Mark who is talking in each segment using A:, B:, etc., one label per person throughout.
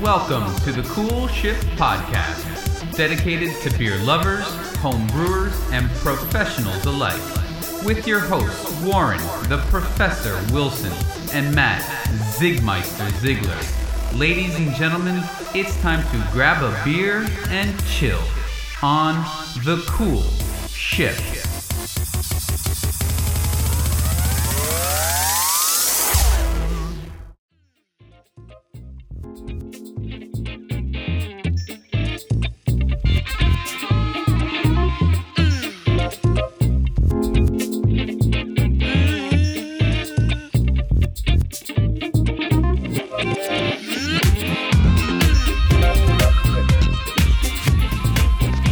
A: Welcome to the Cool Shift Podcast, dedicated to beer lovers, home brewers, and professionals alike. With your hosts, Warren, the Professor Wilson, and Matt, Zigmeister Ziegler. Ladies and gentlemen, it's time to grab a beer and chill on the Cool Shift.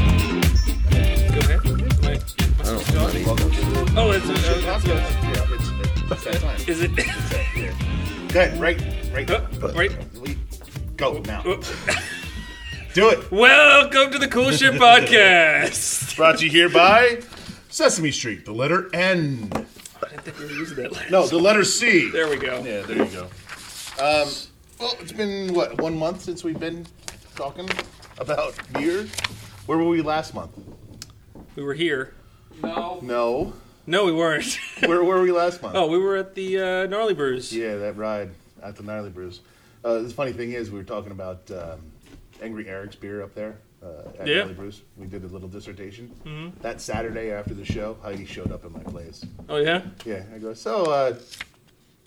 B: Go ahead. Wait.
C: I don't know. buddy.
B: Oh, it's, it's,
D: Yeah,
B: it's, it's,
D: it's, it's that time.
B: is it?
D: Go ahead, right, right, Uh,
B: Uh, right.
D: Leave. Go now. Do it.
B: Welcome to the Cool Shit Podcast.
D: Brought to you here by Sesame Street. The letter N.
B: I didn't think we were using that. Last.
D: No, the letter C.
B: There we go.
D: Yeah, there you go. Um, well, it's been what one month since we've been talking about beer. Where were we last month?
B: We were here.
D: No.
B: No, we weren't.
D: Where were we last month?
B: oh, we were at the uh, Gnarly Brews.
D: Yeah, that ride at the Gnarly Brews. Uh, the funny thing is, we were talking about um, Angry Eric's beer up there uh, at
B: Yeah.
D: Gnarly Brews. We did a little dissertation that Saturday after the show. Heidi showed up at my place.
B: Oh yeah.
D: Yeah, I go. So uh,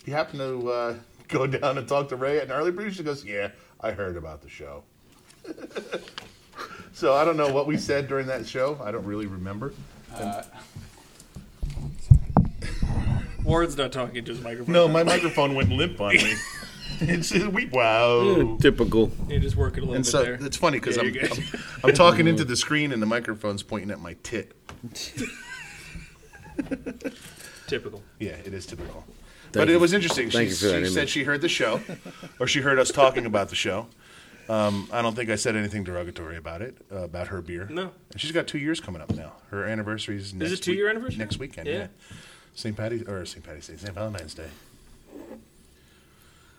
D: you happen to uh, go down and talk to Ray at Gnarly Brews? She goes, Yeah, I heard about the show. so I don't know what we said during that show. I don't really remember.
B: Ward's not talking into his microphone.
D: No, my microphone went limp on me. it's a weep. Wow.
C: Typical.
B: You're just working a little
D: And
B: bit
D: so
B: there.
D: it's funny because
B: Yeah,
D: I'm,
B: you're good.
D: I'm, I'm talking into the screen and the microphone's pointing at my tit.
B: Typical.
D: Yeah, it is typical. but
C: you.
D: it was interesting. She,
C: Thank you for that
D: she said
C: image.
D: she heard the show, or she heard us talking about the show. Um, I don't think I said anything derogatory about it, uh, about her beer.
B: No.
D: And she's got two years coming up now. Her anniversary is next
B: it two-year anniversary?
D: Next weekend,
B: Yeah.
D: yeah. St. Patty's, or St. Patty's Day, St. Valentine's Day.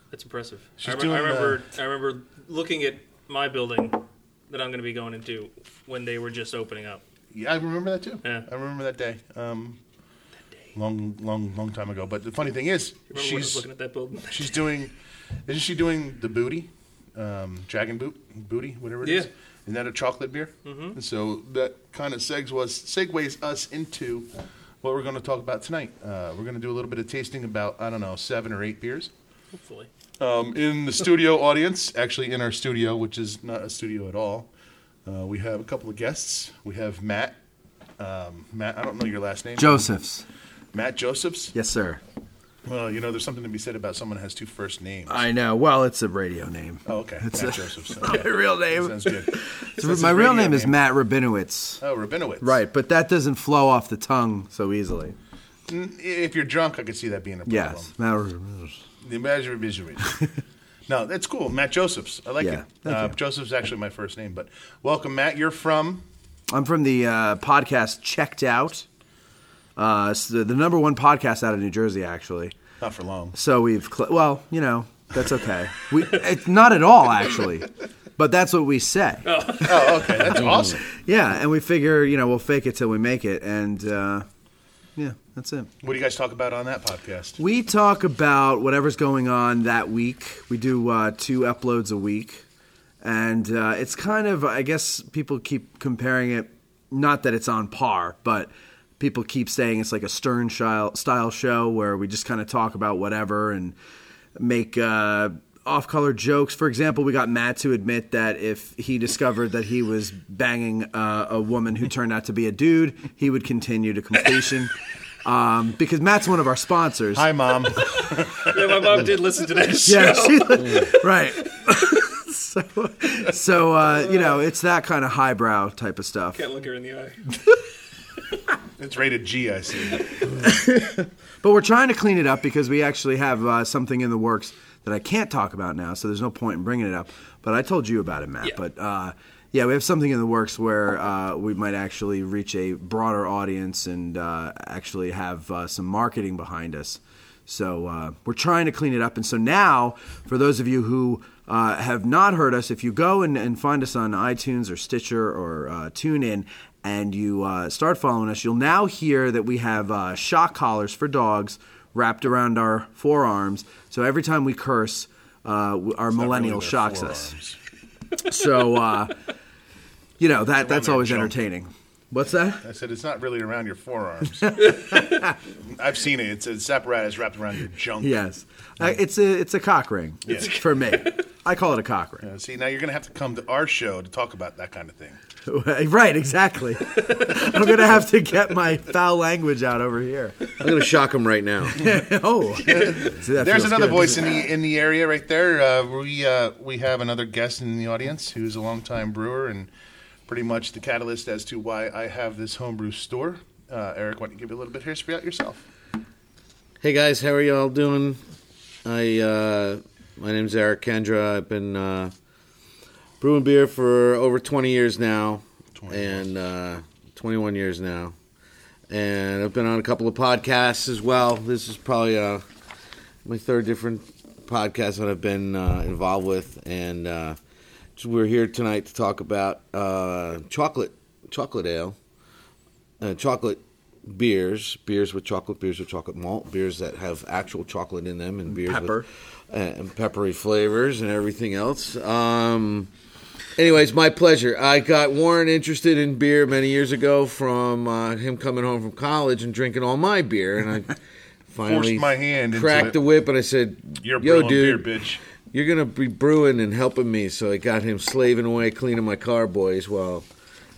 B: That's impressive.
D: She's
B: I, rem-
D: doing,
B: I
D: uh,
B: remember. I remember looking at my building that I'm going to be going into when they were just opening up.
D: Yeah, I remember that too.
B: Yeah.
D: I remember that day. Um, Long, long, long time ago. But the funny thing is,
B: Remember when I was
D: she's
B: looking at that building?
D: She's doing. Isn't she doing the booty, um, dragon boot, booty, whatever it
B: Yeah.
D: is? Isn't that a chocolate beer? Mm-hmm. And so that kind of segs was segues us into what we're going to talk about tonight. Uh, we're going to do a little bit of tasting about I don't know seven or eight beers
B: Hopefully.
D: um, in the studio audience. Actually, in our studio, which is not a studio at all. Uh, we have a couple of guests. We have Matt. Um, Matt, I don't know your last name.
E: Joseph's.
D: Matt Josephs.
E: Yes, sir.
D: Well, you know, there's something to be said about someone who has two first names.
E: I know. Well, it's a radio name.
D: Oh, okay. Matt Josephs.
E: My real name.
D: Sounds good.
E: It's-
D: That's
E: my
D: his
E: real
D: radio
E: name, is Matt Rabinowitz.
D: Oh, Rabinowitz.
E: Right, but that doesn't flow off the tongue so easily.
D: N- Mm, If you're drunk, I could see that being a problem.
E: Yes, Matt Rabinowitz.
D: The Imagine Rabinowitz. no, that's cool. Matt Josephs. I like
E: Yeah,
D: it.
E: thank
D: Uh,
E: you.
D: Joseph's actually my first name, but welcome, Matt. You're from.
E: I'm from the uh, podcast Checked Out. Uh, it's the, the number one podcast out of New Jersey, actually.
D: Not for long.
E: So we've cl- well, you know, that's okay. We it's not at all actually, but that's what we say.
D: Oh, okay. That's awesome.
E: Yeah, and we figure you know we'll fake it till we make it, and uh, yeah, that's it.
D: What do you guys talk about on that podcast?
E: We talk about whatever's going on that week. We do uh, two uploads a week. And uh, it's kind of, I guess people keep comparing it, not that it's on par, but people keep saying it's like a Stern shil- style show where we just kind of talk about whatever and make uh, off color jokes. For example, we got Matt to admit that if he discovered that he was banging uh, a woman who turned out to be a dude, he would continue to completion. Um, because Matt's one of our sponsors.
D: Hi, Mom.
B: Yeah, my mom did listen to that show.
E: Yeah, she- right. so, so uh, you know, it's that kind of highbrow type of stuff.
B: Can't look her in the eye.
D: it's rated G, I see.
E: But we're trying to clean it up because we actually have uh, something in the works that I can't talk about now, so there's no point in bringing it up. But I told you about it, Matt.
B: Yeah.
E: But uh, yeah, we have something in the works where uh, we might actually reach a broader audience and uh, actually have uh, some marketing behind us. So uh, we're trying to clean it up. And so now, for those of you who uh, have not heard us, if you go and, and find us on iTunes or Stitcher or uh, TuneIn and you uh, start following us, you'll now hear that we have uh, shock collars for dogs wrapped around our forearms. So every time we curse, uh, w- our millennial shocks us. So, uh, you know, that, that's
D: they're
E: always
D: jumping.
E: entertaining. What's that?
D: I said it's not really around your forearms. I've seen it. It's, it's apparatus wrapped around your junk.
E: Yes, uh, it's a it's a cock ring for me. I call it a cock ring.
D: Uh, See, now you're gonna have to come to our show to talk about that kind of thing.
E: right, exactly. I'm gonna have to get my foul language out over here.
C: I'm going to shock him right now.
E: Oh, See, that
D: There's
E: feels
D: another
E: good.
D: voice in the in the area right there. Uh, we uh, we have another guest in the audience who's a longtime brewer and pretty much the catalyst as to why I have this homebrew store. Uh, Eric, why don't you give it a little bit here? Spray out yourself.
C: Hey guys, how are y'all doing? I uh, my name's Eric Kendra. I've been uh, brewing beer for over 20 years now,
D: 21.
C: and uh, 21 years now, and I've been on a couple of podcasts as well. This is probably uh, my third different podcast that I've been uh, involved with, and uh, so we're here tonight to talk about uh, chocolate chocolate ale uh, chocolate beers, beers with chocolate, beers with chocolate malt, beers that have actual chocolate in them, and beers
E: pepper.
C: with, uh, and peppery flavors and everything else. Um, anyways, my pleasure. I got Warren interested in beer many years ago from uh, him coming home from college and drinking all my beer, and I finally
D: my hand into
C: cracked
D: it.
C: the whip, and I said,
D: You're
C: Yo,
D: brewing
C: dude,
D: beer, bitch."
C: You're gonna be brewing and helping me." So I got him slaving away, cleaning my carboys while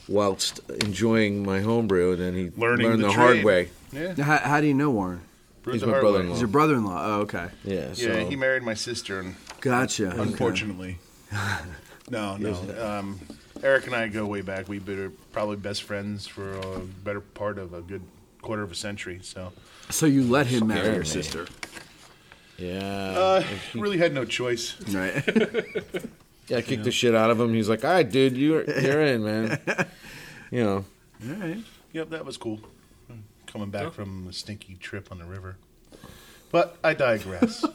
C: whilst enjoying my homebrew, and then he
D: Learning
C: learned
D: the
C: the, hard
D: trade.
C: way.
D: Yeah,
E: How, how do you know Warren?
D: brewed
C: He's
D: the
C: my
D: hard way.
C: brother-in-law.
E: He's your brother-in-law. Oh, okay,
C: Yeah, so
D: Yeah, he married my sister, and
E: gotcha. Okay.
D: unfortunately, no, no. Um, Eric and I go way back. We've been probably best friends for a better part of a good quarter of a century. So
E: So you let him marry
C: Scared
E: your
C: me.
E: sister,
C: yeah.
D: uh, really had no choice.
E: right?
C: yeah, I kicked the shit out of him. He's like, "All right, dude, you're you're in, man." You know,
D: Yep, that was cool. Coming back from a stinky trip on the river. But I digress.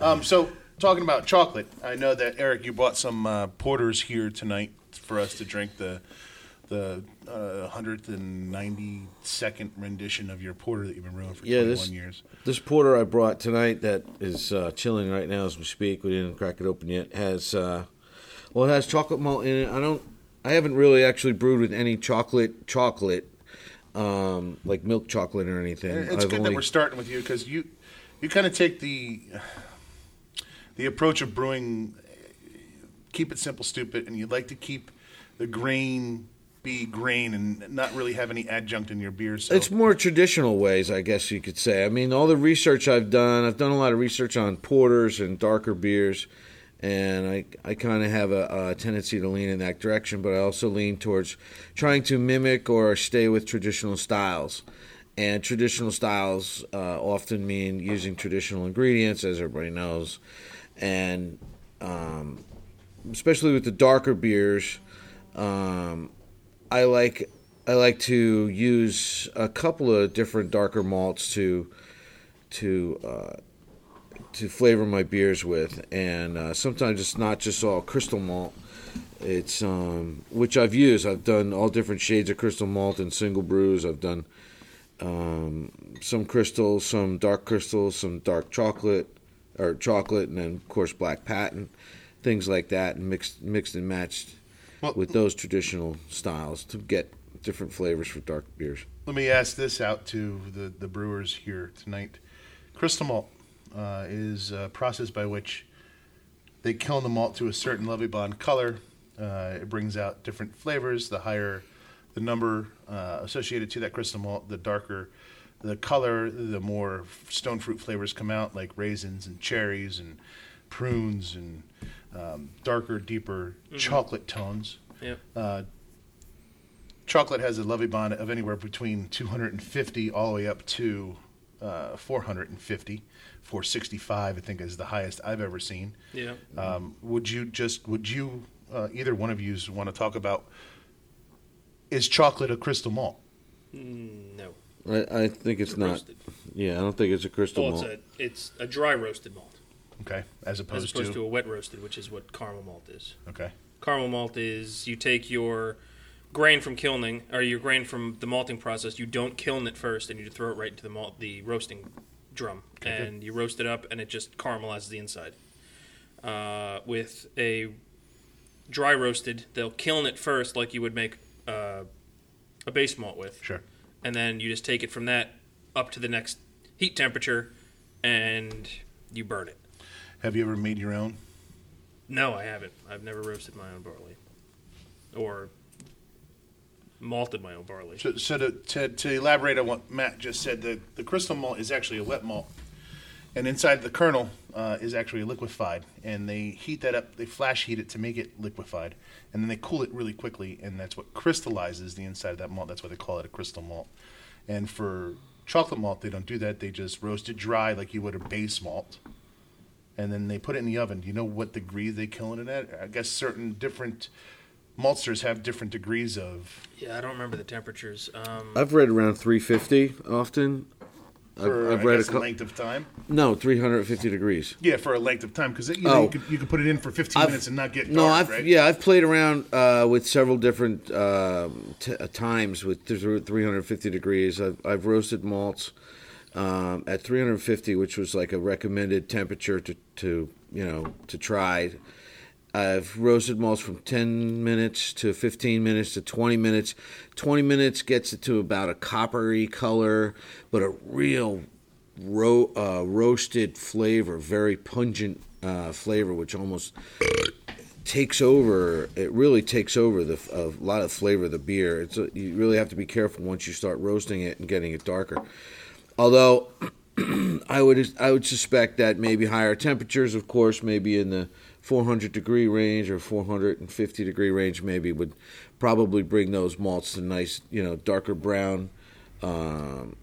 D: um, so, talking about chocolate, I know that Eric, you bought some uh, porters here tonight for us to drink the the uh, 192nd rendition of your porter that you've been brewing for
C: yeah,
D: 21
C: this
D: years.
C: this porter I brought tonight that is uh, chilling right now as we speak. We didn't crack it open yet. Has uh, well, it has chocolate malt in it. I don't, I haven't really actually brewed with any chocolate, chocolate, um, like milk chocolate or anything.
D: It's
C: I've
D: good that
C: only-
D: we're starting with you because you you kind of take the the approach of brewing uh, keep it simple, stupid, and you'd like to keep the grain be grain and not really have any adjunct in your beer. So
C: It's more traditional ways, I guess you could say. I mean, all the research I've done, I've done a lot of research on porters and darker beers, and I, I kind of have a, a tendency to lean in that direction, but I also lean towards trying to mimic or stay with traditional styles. And traditional styles uh, often mean using traditional ingredients, as everybody knows, and um, especially with the darker beers, um, I like I like to use a couple of different darker malts to to uh, to flavor my beers with, and uh, sometimes it's not just all crystal malt. It's um, which I've used. I've done all different shades of crystal malt and single brews. I've done um, some crystals, some dark crystals, some dark chocolate or chocolate, and then of course black patent, things like that, and mixed mixed and matched
D: Well-
C: with those traditional styles to get different flavors for dark beers.
D: let me ask this out to the, the brewers here tonight. Crystal malt uh, is a process by which they kiln the malt to a certain lovely blonde color. Uh, it brings out different flavors. The higher the number uh, associated to that crystal malt, the darker the color, the more stone fruit flavors come out, like raisins and cherries and prunes and um, darker, deeper chocolate tones
B: Yep.
D: chocolate has a levy bond of anywhere between 250 all the way up to uh, 450 465 i think is the highest i've ever seen
B: Yeah.
D: um, would you just would you uh, either one of you want to talk about is chocolate a crystal malt
B: No.
C: I, I think it's not.
B: Roasted.
C: Yeah, I don't think it's a crystal
B: Well, Oh, it's
C: malt.
B: a it's a dry roasted malt.
D: Okay, as opposed,
B: as opposed
D: to,
B: to a wet roasted, which is what caramel malt is.
D: okay,
B: Caramel malt is you take your grain from kilning or your grain from the malting process. You don't kiln it first, and you throw it right into the malt, the roasting drum, and you roast it up, and it just caramelizes the inside. Uh, with a dry roasted, they'll kiln it first, like you would make uh, a base malt with
D: sure.
B: and then you just take it from that up to the next heat temperature and you burn it.
D: Have you ever made your own?
B: No, I haven't. I've never roasted my own barley or malted my own barley.
D: So, so to, to, to elaborate on what Matt just said, the, the crystal malt is actually a wet malt, and inside the kernel uh, is actually liquefied, and they heat that up, they flash heat it to make it liquefied, and then they cool it really quickly, and that's what crystallizes the inside of that malt. That's why they call it a crystal malt. And for chocolate malt, they don't do that. They just roast it dry like you would a base malt, and then they put it in the oven. Do you know what degree they killing it at? I guess certain different maltsters have different degrees of
B: Yeah, I don't remember the temperatures. Um,
C: I've read around 350 often.
D: for,
C: I've
D: I
C: read a
D: guess,
C: cou-
D: length of time.
C: No, 350 degrees.
D: Yeah, for a length of time because you, know,
C: Oh.
D: you, could, you could put it in for 15
C: I've-
D: minutes and not get dark,
C: No, I've
D: right?
C: yeah, I've played around uh, with several different um t- uh, times with th- th- 350 degrees. I've, I've roasted malts um, at 350, which was like a recommended temperature to, to you know to try. I've roasted malts from 10 minutes to 15 minutes to 20 minutes. 20 minutes gets it to about a coppery color, but a real ro- uh, roasted flavor, very pungent uh, flavor, which almost takes over. It really takes over the a lot of flavor of the beer. It's a, you really have to be careful once you start roasting it and getting it darker. Although I would I would suspect that maybe higher temperatures, of course, maybe in the 400 degree range or 450 degree range, maybe would probably bring those malts to nice, you know, darker brown, um,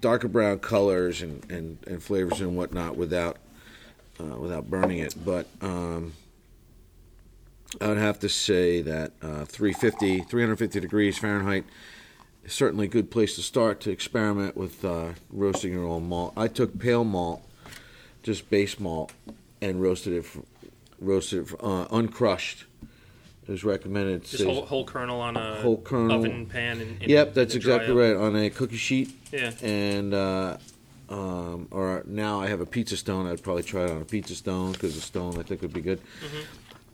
C: darker brown colors and, and, and flavors and whatnot without uh, without burning it. But um, I would have to say that uh, 350 350 degrees Fahrenheit certainly a good place to start to experiment with uh, roasting your own malt. I took pale malt, just base malt, and roasted it, for, roasted it for, uh, uncrushed. It was recommended.
B: just whole, whole kernel on a
C: Whole kernel.
B: oven pan. And, and
C: yep, that's
B: and dry
C: exactly
B: up.
C: right on a cookie sheet.
B: Yeah.
C: And uh, um, or now I have a pizza stone. I'd probably try it on a pizza stone because a stone I think would be good.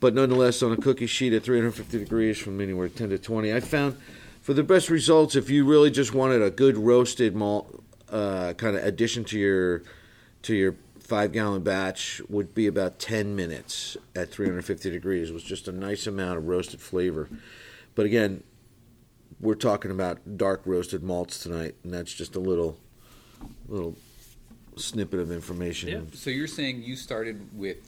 C: But nonetheless, on a cookie sheet at 350 degrees from anywhere 10 to 20, I found for the best results if you really just wanted a good roasted malt uh, kind of addition to your to your five gallon batch would be about 10 minutes at 350 degrees was just a nice amount of roasted flavor but again we're talking about dark roasted malts tonight and that's just a little little snippet of information
B: Yeah.
A: So you're saying you started with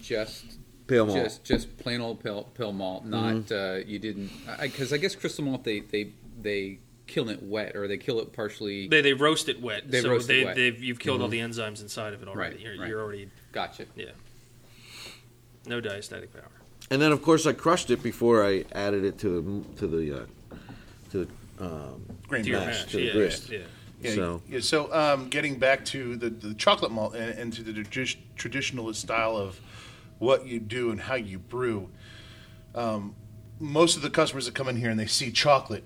A: just
C: Pale malt.
A: just just plain old pale, pale malt, not uh, you didn't because I, guess crystal malt they they they kill it wet or they kill it partially.
B: They, they roast it wet.
A: They
B: so
A: roast it
B: they,
A: wet.
B: They've, you've killed all the
C: Mm-hmm.
B: enzymes inside of it already.
A: Right,
B: You're,
A: right.
B: you're already,
A: gotcha.
B: yeah. No diastatic power.
C: and then of course I crushed it before I added it to the to the uh, to the, um,
D: grain
B: To your
C: Mash
B: mash.
C: to the
B: yeah,
C: grist.
B: yeah, yeah.
D: Yeah,
C: So-
D: so, yeah, so um, getting back to the, the chocolate malt and, and to the tradi- traditionalist style of what you do and how you brew, um, most of the customers that come in here and they see chocolate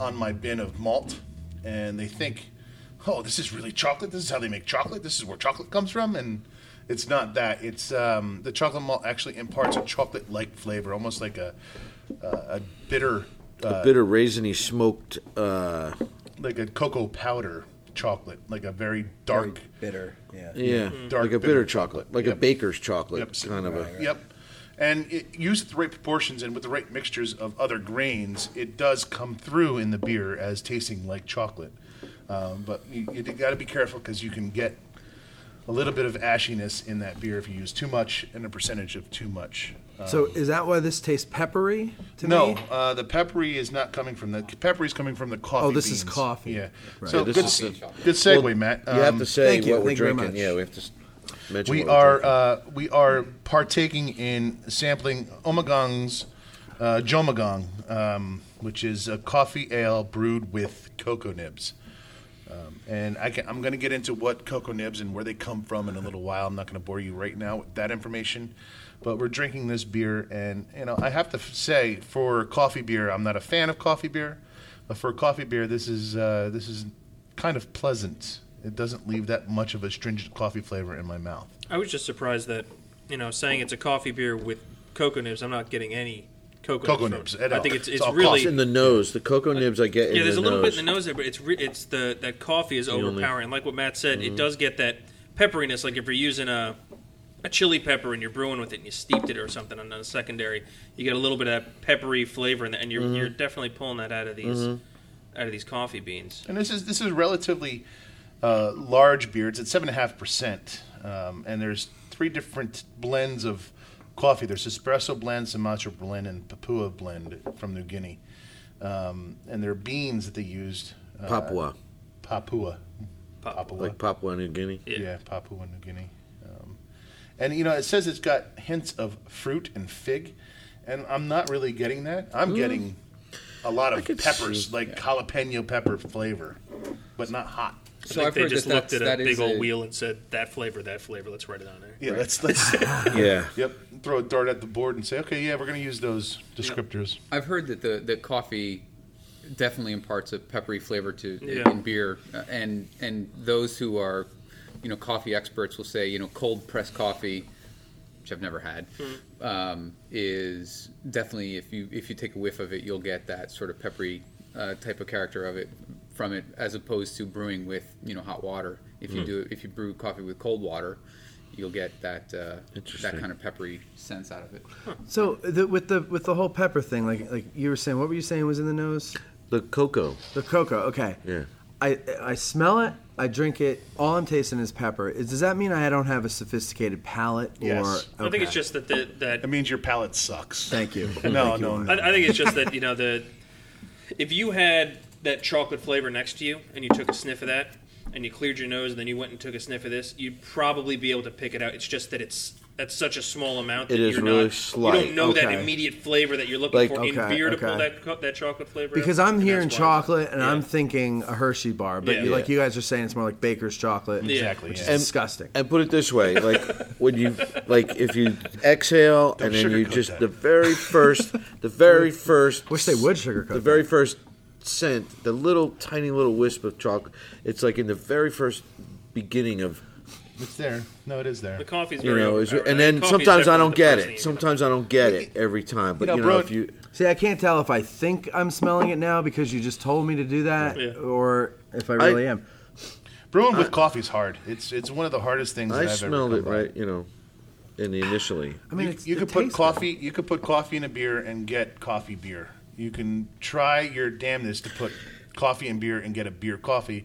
D: on my bin of malt and they think, oh, this is really chocolate. This is how they make chocolate. This is where chocolate comes from. And it's not that. It's um, the chocolate malt actually imparts a chocolate like flavor, almost like a, uh, a bitter, uh,
C: bitter raisiny smoked uh,
D: like a cocoa powder chocolate, like a very dark.
F: bitter. Yeah.
C: yeah
D: Dark
C: like a bitter,
D: bitter
C: chocolate like a
D: Yep.
C: baker's chocolate
D: Yep.
C: kind of a
D: Yep. And it, used at the right proportions and with the right mixtures of other grains, it does come through in the beer as tasting like chocolate. Um, but you, you got to be careful because you can get a little bit of ashiness in that beer if you use too much and a percentage of too much. Uh,
E: So is that why this tastes peppery to
D: no,
E: me?
D: uh, the peppery is not coming from the peppery is coming from the coffee.
E: Oh, this is
D: beans.
E: coffee.
D: Yeah.
E: Right.
D: So
E: Yeah,
D: good,
C: this
D: s-
C: is
A: the-
D: good segue,
C: Well,
D: Matt.
C: you have
D: Um,
C: to say
E: thank you.
C: what we're
E: Thank you very
C: drinking
E: much.
C: yeah we have to s- mention
D: We
C: what we're
D: are
C: drinking.
D: uh, we are partaking in sampling Omagong's uh, Jomagong, um, which is a coffee ale brewed with cocoa nibs. Um, and I can, I'm going to get into what cocoa nibs and where they come from in a little while. I'm not going to bore you right now with that information, but we're drinking this beer, and you know I have to f- say for coffee beer, I'm not a fan of coffee beer, but for coffee beer, this is uh, this is kind of pleasant. It doesn't leave that much of a stringent coffee flavor in my mouth.
B: I was just surprised that, you know, saying it's a coffee beer with cocoa nibs, I'm not getting any cocoa,
D: Cocoa
B: from
D: nibs
B: it.
D: at
B: I
D: all.
B: think it's,
D: It's
B: it's
D: all
C: It's
B: really
C: in the nose. The cocoa nibs I get in
B: uh, yeah. There's a
C: the
B: little
C: nose.
B: bit in the nose there, but it's re- it's the that coffee is
C: only-
B: overpowering. Like what Matt said,
F: Mm-hmm.
B: it does get that pepperiness. Like if you're using a a chili pepper and you're brewing with it and you steeped it or something on a secondary, you get a little bit of that peppery flavor, in there, and you're
F: Mm-hmm.
B: you're definitely pulling that out of these out of these coffee beans.
D: And this is this is relatively uh, large beer. It's at seven and a half percent, um, and there's three different blends of coffee. There's espresso blend, Sumatra blend, and Papua blend from New Guinea. Um, and there are beans that they used. Uh,
C: Papua,
D: Papua.
B: Pop-
D: Papua.
C: like Papua New Guinea.
B: Yeah.
D: yeah. Papua New Guinea. Um, and you know, it says it's got hints of fruit and fig, and I'm not really getting that. I'm getting a lot of
C: could
D: peppers,
C: see-
D: like jalapeno pepper flavor, but not hot.
B: I
F: So
B: think
F: I've
B: they
F: heard
B: just
F: that
B: looked at
F: that's-
B: a
F: that
B: big
F: is
B: old
F: a-
B: wheel and said that flavor, that flavor. Let's write it on there.
D: Yeah, let's let's
C: Yeah.
D: Yep. Throw a dart at the board and say, okay, yeah, we're going to use those descriptors.
F: I've heard that the the coffee definitely imparts a peppery flavor to
B: Yeah.
F: in beer, uh, and and those who are, you know, coffee experts will say you know cold pressed coffee, which I've never had, um, is definitely if you if you take a whiff of it, you'll get that sort of peppery uh, type of character of it from it, as opposed to brewing with you know hot water. If you do if you brew coffee with cold water, you'll get that uh, that
C: Interesting.
F: kind of peppery sense out of it.
E: So the, with the with the whole pepper thing, like like you were saying, what were you saying was in the nose?
C: The cocoa.
E: The cocoa. Okay.
C: Yeah.
E: I I smell it. I drink it. All I'm tasting is pepper. Is, does that mean I don't have a sophisticated palate?
D: Yes.
E: Or
B: I think
E: okay.
B: it's just that the, that
D: That means your palate sucks.
E: Thank you.
D: no,
E: Thank you,
D: no,
E: Warren.
D: no.
B: I, I think it's just that you know the if you had that chocolate flavor next to you and you took a sniff of that and you cleared your nose and then you went and took a sniff of this, you'd probably be able to pick it out. It's just that it's at such a small amount that
C: It is
B: you're
C: really
B: not,
C: slight.
B: you don't know that
E: Okay.
B: immediate flavor that you're looking
C: Like-
B: for in
E: okay,
B: beer to pull
E: okay.
B: that co- that chocolate flavor.
E: Because
B: out,
E: I'm
B: and
E: hearing
B: that's why-
E: chocolate and
B: Yeah.
E: I'm thinking a Hershey bar, but
B: Yeah.
E: you, like
C: Yeah.
E: you guys are saying, it's more like baker's chocolate.
B: Yeah.
D: Exactly.
E: Which
D: yeah.
E: is disgusting.
C: And put it this way, like when you like if you exhale and then you
D: sugarcoat
C: just
D: that.
C: the very first the very first
E: Wish they would sugarcoat
C: the
E: that.
C: very first scent, the little tiny little wisp of chocolate. It's like in the very first beginning of
D: it's there. No, it is there.
B: The coffee's
C: you
B: very
C: know, is,
B: overpowered.
C: and then
B: Coffee's
C: sometimes I
B: definitely
C: don't
B: the
C: get
B: first thing
C: it.
B: you
C: Sometimes I don't get it every time. But
D: know,
C: you know,
D: bro-
C: if you
E: See, I can't tell if I think I'm smelling it now because you just told me to do that,
B: Yeah.
E: or if I really am.
D: Brewing with coffee's hard. It's it's one of the hardest things
C: I
D: that I've
C: smelled
D: ever
C: it
D: come by.
C: right, you know, in the initially.
E: I mean,
D: you,
E: it's,
D: you
E: it
D: could put
E: tastes
D: coffee. You could put coffee in a beer and get coffee beer. You can try your damnedest to put coffee in beer and get a beer coffee,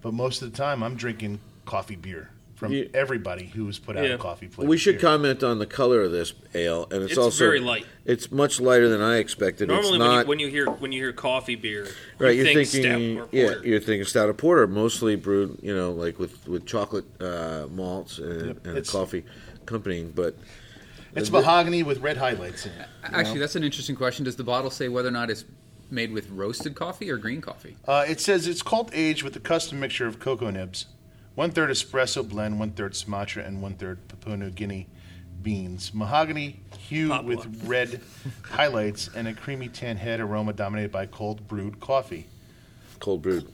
D: but most of the time I'm drinking coffee beer from
C: You-
D: everybody who's put out
B: Yeah.
D: a coffee.
C: We should
D: beer.
C: comment on the color of this ale, and it's,
B: It's
C: also
B: very light.
C: It's much lighter than I expected.
B: get. Normally,
C: it's not
B: when, you, when you hear when you hear coffee beer,
C: right.
B: you
C: You're
B: think
C: thinking,
B: stout or
C: yeah,
B: porter.
C: you're thinking stout or porter, mostly brewed, you know, like with with chocolate uh, malts and, and a
D: it's-
C: coffee accompanying. But
D: It's mahogany with red highlights in it.
F: Actually, that's an interesting question. Does the bottle say whether or not it's made with roasted coffee or green coffee?
D: Uh, it says it's called aged with a custom mixture of cocoa nibs, one third espresso blend, one third Sumatra, and one third Papua New Guinea beans. Mahogany hue
B: Papua.
D: with red highlights and a creamy tan head aroma dominated by cold brewed coffee.
C: cold brewed.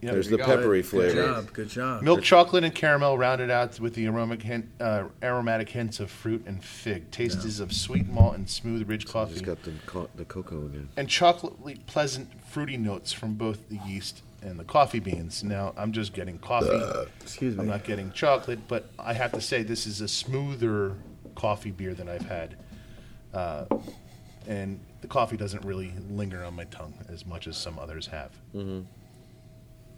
D: Yep.
C: There's
F: we
C: the
F: go.
C: peppery
E: Good
C: flavor.
E: job. Good job.
D: Milk chocolate and caramel rounded out with the aromatic, hint, uh, aromatic hints of fruit and fig. Taste is of sweet malt and smooth ridge coffee.
C: It's got the co- the cocoa again.
D: and chocolately pleasant fruity notes from both the yeast and the coffee beans. Now I'm just getting coffee.
E: Excuse
D: I'm
E: me.
D: not getting chocolate, but I have to say this is a smoother coffee beer than I've had, uh, and the coffee doesn't really linger on my tongue as much as some others have. Mm-hmm.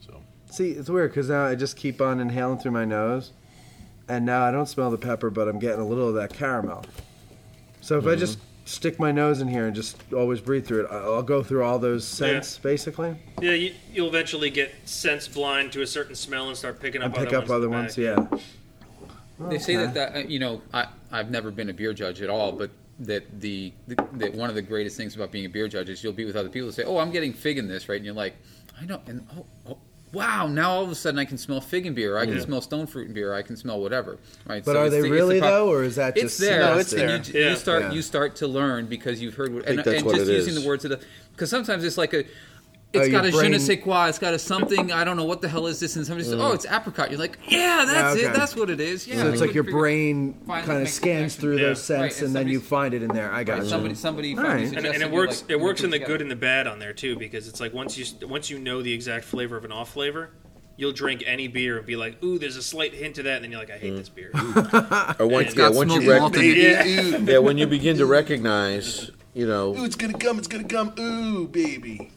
D: So
E: See, it's weird because now I just keep on inhaling through my nose, and now I don't smell the pepper, but I'm getting a little of that caramel. So
B: Mm-hmm.
E: if I just stick my nose in here and just always breathe through it, I- I'll go through all those scents basically.
B: Yeah, you, you'll eventually get sense blind to a certain smell and start picking up
E: and
B: other
E: pick up
B: ones in
E: other
B: the
E: ones.
B: back.
E: Yeah.
F: They say that, that uh, you know, I, I've never been a beer judge at all, but that the, that one of the greatest things about being a beer judge is you'll be with other people and say, "Oh, I'm getting fig in this," right? And you're like, "I know," and oh, oh wow, now all of a sudden I can smell fig and beer. I can smell stone fruit and beer. I can smell whatever. Right?
E: But are
F: it's
E: they
F: the- it's the
E: really,
F: pop-
E: though, or is that
F: it's
E: just
F: there?
C: No, it's
F: And
C: there.
F: You, you
B: Yeah.
F: start
E: Yeah.
F: you start to learn because you've heard what, and,
C: that's
F: and
C: what
F: just
C: it
F: using
C: is.
F: the words of the because sometimes it's like a.
E: Oh,
F: It's
E: your
F: got a je ne
E: brain- Mm.
F: sais quoi. It's got a something. I don't know what the hell is this. And somebody says, "Oh, it's apricot." You're like, "Yeah, that's
E: okay.
F: it. That's what it is." Yeah.
E: So it's
F: we
E: like
F: can
E: your
F: figure-
E: brain
F: finally
E: kind of
F: make the
E: scans
F: connection.
E: through
B: Yeah.
E: those
F: Right,
E: scents,
F: and
E: and then you
F: somebody's-
E: find it in there. I got you.
F: Somebody, somebody.
E: All
F: finally
E: right.
B: and,
F: suggested
B: and it
F: you're
B: works.
F: like,
B: it works in the
F: together.
B: good and the bad on there too, because it's like once you once you know the exact flavor of an off flavor, you'll drink any beer and be like, "Ooh, there's a slight hint to that," and then you're like, "I
E: Mm.
B: hate this beer."
C: Or once,
B: It's
C: yeah,
F: got
C: once you
F: smoky malt
C: rec-
F: in it.
B: Yeah.
D: Ooh,
C: yeah, when you begin to recognize, you
D: ooh,
C: know,
D: it's gonna come. It's gonna come. Ooh, baby.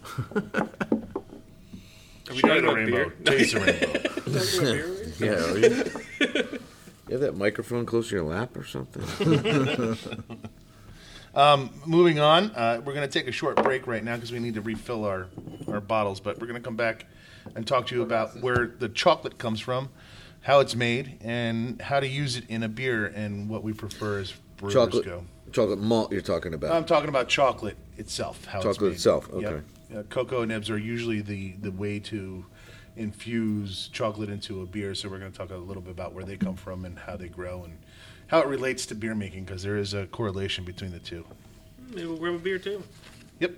B: Are we talking
D: Shine a
B: about
D: rainbow.
B: beer?
D: Chase a rainbow.
C: yeah. Are you, you have that microphone close to your lap or something.
D: Moving on, uh, we're going to take a short break right now because we need to refill our, our bottles. But we're going to come back and talk to you about where the chocolate comes from, how it's made, and how to use it in a beer, and what we prefer as brewers
C: chocolate,
D: go.
C: chocolate malt. You're talking
D: I'm
C: about.
D: talking about chocolate itself. How it's
C: Chocolate
D: made.
C: itself,
D: Yep.
C: okay.
D: Uh, cocoa nibs are usually the, the way to infuse chocolate into a beer. So we're going to talk a little bit about where they come from and how they grow and how it relates to beer making because there is a correlation between the two.
B: Maybe we'll grab a beer too.
D: Yep.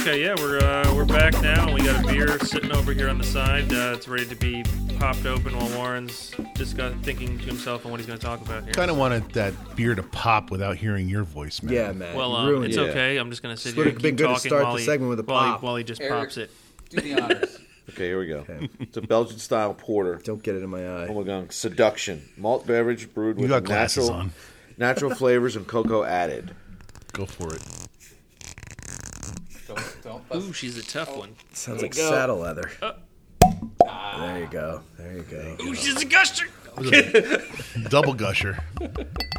B: Okay, yeah, we're uh, we're back now. We got a beer sitting over here on the side. Uh, it's ready to be popped open while Warren's just got thinking to himself on what he's going to talk about here.
D: kind of wanted that beer to pop without hearing your voice, man.
E: Yeah, man.
B: Well,
E: you
B: um,
E: ruined
B: it's
E: it.
B: okay. I'm just going to sit here
E: would've
B: and
E: been
B: keep
E: good to
B: talking
E: start
B: while
E: the
B: he,
E: segment with a
B: while,
E: pop.
B: He, while he just
F: Eric.
B: pops it.
F: Do the honors.
C: Okay, here we go. It's a Belgian style porter.
E: Don't get it in my
C: Oh
E: eye.
C: my god, seduction malt beverage brewed with
D: got glasses
C: natural
D: on.
C: natural flavors and cocoa added.
D: Go for it.
F: don't, don't bust
B: Ooh, she's a tough one.
E: Sounds like saddle leather.
B: Uh.
E: There you go. There you go.
B: Ooh, she's a guster.
D: Double gusher.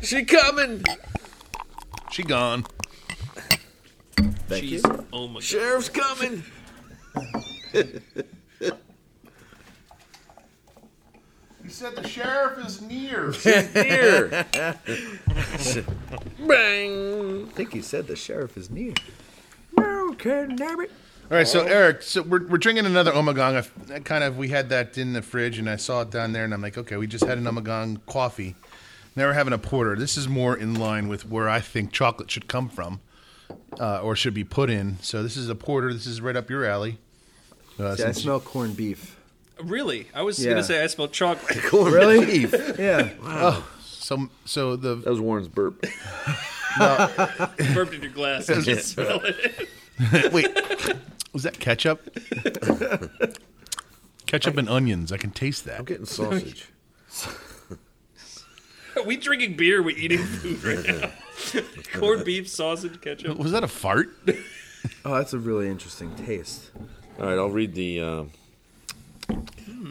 C: She coming.
D: She gone.
E: Thank
B: she's,
E: you.
B: Oh my god.
C: Sheriff's coming.
D: You said the sheriff is near.
C: Here. Bang.
E: I think he said the sheriff is near. No, it.
D: All right, so Eric, so we're, we're drinking another Omagong. I f- I kind of we had that in the fridge, and I saw it down there, and I'm like, okay, we just had an Omagong coffee. Now we're having a porter. This is more in line with where I think chocolate should come from, uh, or should be put in. So this is a porter. This is right up your alley. Uh,
E: Yeah, I
D: since-
E: smell corned beef.
B: Really? I was
E: Yeah.
B: going to say I smelled chocolate.
E: Really? Yeah.
D: so so the
C: That was Warren's burp.
B: burped in your glass. I can smell it.
D: Wait, was that ketchup? ketchup and onions. I can taste that.
C: I'm getting sausage.
B: Are we drinking beer? Are we eating food right now? Corned beef, sausage, ketchup.
D: Was that a fart?
E: Oh, that's a really interesting taste.
C: All right, I'll read the um,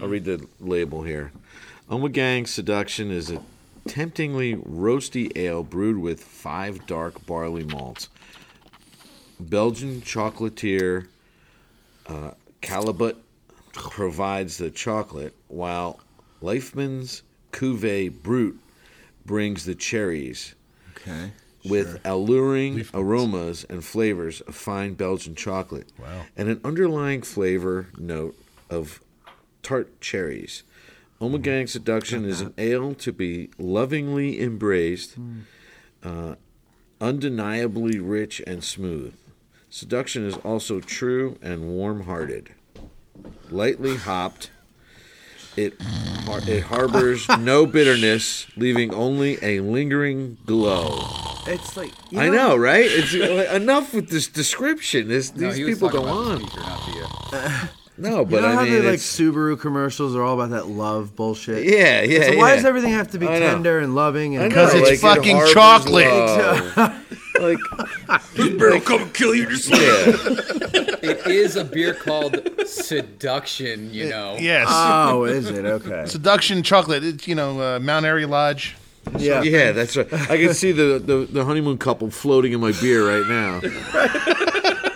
C: I'll read the label here. Omegang Seduction is a temptingly roasty ale brewed with five dark barley malts. Belgian chocolatier uh, Calibut provides the chocolate, while Leifman's Cuvée Brut brings the cherries
E: Okay.
C: with alluring aromas and flavors of fine Belgian chocolate.
D: Wow.
C: And an underlying flavor note of tart cherries. Omegang Seduction is an ale to be lovingly embraced, uh, undeniably rich and smooth. Seduction is also true and warm hearted. Lightly hopped, it, har- it harbors no bitterness, leaving only a lingering glow.
E: It's like you
C: I know, right? It's like, enough with this description. This,
F: No,
C: these
F: he was
C: people
F: talking
C: go
F: about the
C: on.
F: speaker, not the, uh,
C: No,
E: You
C: but
E: know
C: I
E: how
C: mean,
E: they like
C: it's,
E: Subaru commercials are all about that love bullshit.
C: yeah, yeah.
E: So why
C: yeah.
E: does everything have to be
C: I know.
E: tender and loving?
C: I
E: And
C: know,
D: Because it's
C: like, it
D: fucking
C: harbors
D: chocolate.
C: love. like
B: Barrel come kill you just like
C: yeah,
F: It is a beer called Seduction, you know.
D: yes.
B: Ah.
E: Oh, is it okay?
D: Seduction chocolate. It's you know uh, Mount Airy Lodge.
E: Yeah.
C: yeah, that's right. I can see the, the the honeymoon couple floating in my beer right now.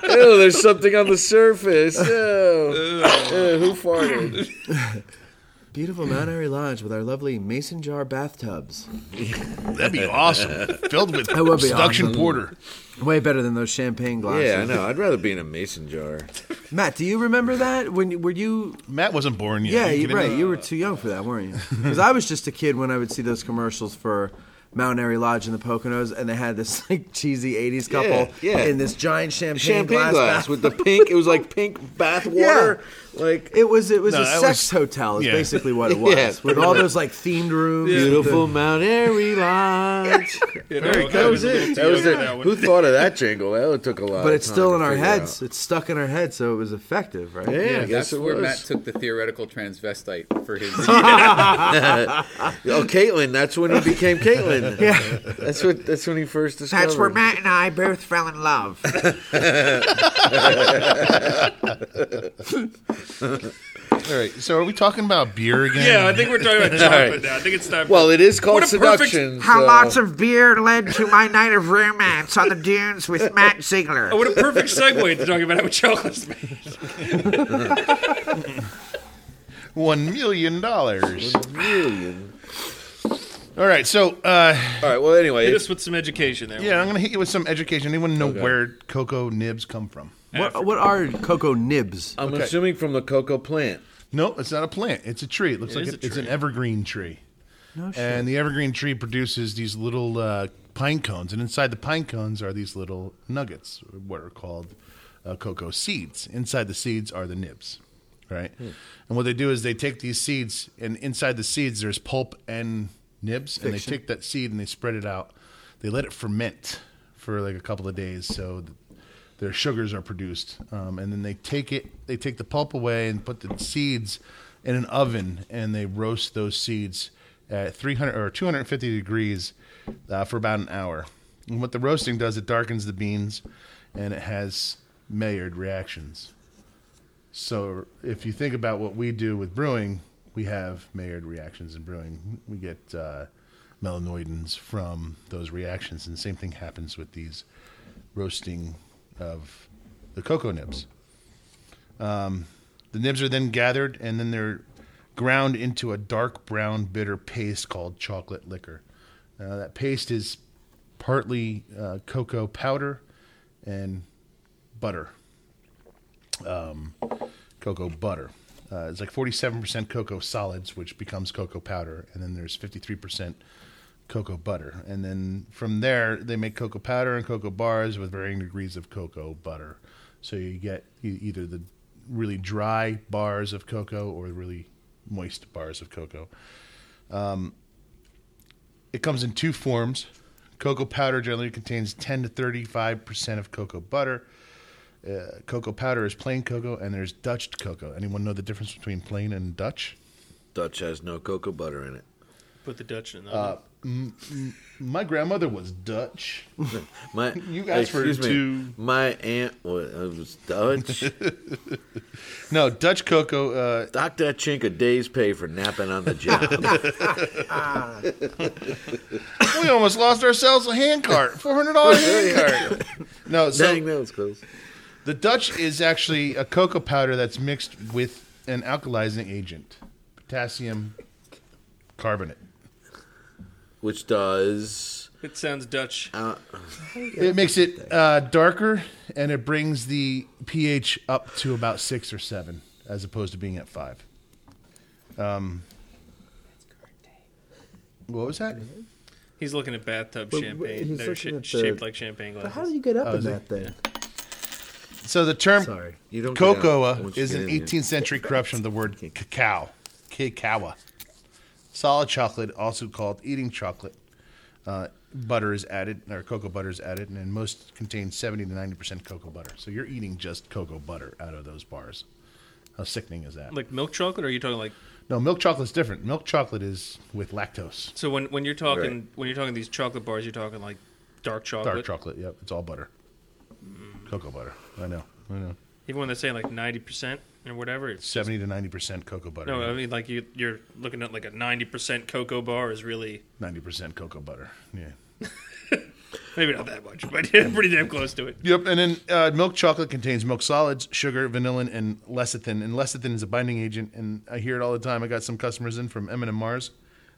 C: Ew, there's something on the surface. Ew. Ew, who farted?
E: Beautiful Mount Airy Lodge with our lovely mason jar bathtubs.
D: That'd be awesome. Filled with
E: would be
D: seduction
E: awesome.
D: porter.
E: Way better than those champagne glasses.
C: Yeah, I know. I'd rather be in a mason jar.
E: Matt, do you remember that? When you- were you?
D: Matt wasn't born yet.
E: Yeah,
D: Are you
E: you
D: kidding
E: right.
D: me?
E: You were too young for that, weren't you? Because I was just a kid when I would see those commercials for Mount Airy Lodge and the Poconos, and they had this like cheesy '80s couple
C: Yeah, yeah.
E: in this giant champagne,
C: Champagne glass,
E: glass
C: with the pink. It was like pink bath water. Like
E: It was it was
D: No,
E: a
D: that
E: sex
D: was-
E: hotel is
D: yeah.
E: basically what it was
C: Yeah.
E: with all those like themed rooms.
C: beautiful Mount Airy Lodge.
B: Very
C: That was it. That was it. Who thought of that jingle? That took a lot.
E: but
C: of
E: it's still
C: time
E: in
C: to
E: our
C: figure
E: heads.
C: out.
E: It's stuck in our head, so it was effective, right?
C: Yeah, I guess
F: That's
C: it
F: where
C: was.
F: Matt took the theoretical transvestite for his.
C: oh, Caitlin. That's when he became Caitlin.
E: Yeah.
C: That's what. That's when he first discovered.
G: That's where Matt and I both fell in love.
D: All right. So are we talking about beer again?
B: Yeah, I think we're talking about chocolate
C: right.
B: now. I think it's time.
C: Well, it is called uh,
B: What a perfect-
C: seduction.
G: How
C: so-
G: lots of beer led to my night of romance on the dunes with Matt Ziegler.
B: Oh, what a perfect segue to talking about how chocolate's made.
D: one million dollars.
C: million.
D: All right. So uh,
C: All right. Well, anyway,
B: Hit
C: it's-
B: us with some education there.
D: yeah, I'm gonna hit you with some education. Anyone know where cocoa nibs come from?
E: What, what are cocoa nibs?
C: I'm
D: okay.
C: assuming from the cocoa plant.
D: No, it's not a plant. It's a tree. It looks
B: It
D: like
B: is
D: it-
B: a
D: it's an
B: tree.
D: evergreen tree.
E: No
D: And the evergreen tree produces these little uh, pine cones, and inside the pine cones are these little nuggets, what are called uh, cocoa seeds. Inside the seeds are the nibs, right? And what they do is they take these seeds, and inside the seeds there's pulp and nibs, and they take that seed and they spread it out. They let it ferment for like a couple of days, so th- their sugars are produced, um, and then they take it, they take the pulp away and put the seeds in an oven, and they roast those seeds at 300 or 250 degrees uh, for about an hour. And what the roasting does, it darkens the beans, and it has Maillard reactions. So if you think about what we do with brewing, we have Maillard reactions in brewing. We get uh, melanoidins from those reactions, and the same thing happens with these roasting of the cocoa nibs. Um, The nibs are then gathered and then they're ground into a dark brown bitter paste called chocolate liquor. Uh, that paste is partly uh, cocoa powder and butter. Um, cocoa butter. Uh, it's like 47% cocoa solids, which becomes cocoa powder, and then there's 53% cocoa butter. And then from there, they make cocoa powder and cocoa bars with varying degrees of cocoa butter. So you get e- either the really dry bars of cocoa or the really moist bars of cocoa. Um, it comes in two forms. Cocoa powder generally contains 10 to 35% of cocoa butter. Uh, cocoa powder is plain cocoa, and there's Dutched cocoa. Anyone know the difference between plain and Dutch?
C: Dutch has no cocoa butter in it.
B: Put the Dutch in the
D: My grandmother was Dutch.
C: My,
D: You asked for
C: excuse me,
D: two-
C: My aunt was, was Dutch.
D: no, Dutch cocoa uh,
C: Dock that chink a day's pay for napping on the job.
D: we almost lost ourselves a hand cart, four hundred dollar hand cart. No,
C: Dang,
D: so
C: that was close.
D: the Dutch is actually a cocoa powder that's mixed with an alkalizing agent, potassium carbonate.
C: Which does
B: It sounds Dutch.
D: It makes it uh, darker and it brings the pH up to about six or seven, as opposed to being at five. Um, what was that?
B: He's looking at bathtub
E: But- but
B: champagne.
E: he's
B: They're
E: looking
B: sha-
E: at the-
B: shaped like champagne glasses.
E: How do you get up in that thing?
D: So the term
E: Sorry.
C: You don't get out
D: Cocoa
C: once you
D: is
C: get
D: an
C: in there.
D: 18th century corruption of the word cacao, cacao. Solid chocolate, also called eating chocolate. Uh, butter is added, or cocoa butter is added, and most contain 70 to 90 percent cocoa butter. So you're eating just cocoa butter out of those bars. How sickening is that?
B: like milk chocolate, or are you talking like?
D: no, milk chocolate's different. Milk chocolate is with lactose.
B: So when, when you're talking
C: Right.
B: when you're talking these chocolate bars, you're talking like dark chocolate.
D: Dark chocolate. Yep, it's all butter. Cocoa butter. I know. I know.
B: Even when they say like ninety percent or whatever, it's
D: Seventy to ninety percent cocoa butter.
B: no. I mean, like you, you're looking at like a ninety percent cocoa bar is really
D: Ninety percent cocoa butter. Yeah.
B: maybe not that much, but yeah, pretty damn close to it.
D: Yep, and then uh, milk chocolate contains milk solids, sugar, vanillin, and lecithin. And lecithin is a binding agent, and I hear it all the time. I got some customers in from M and Mars.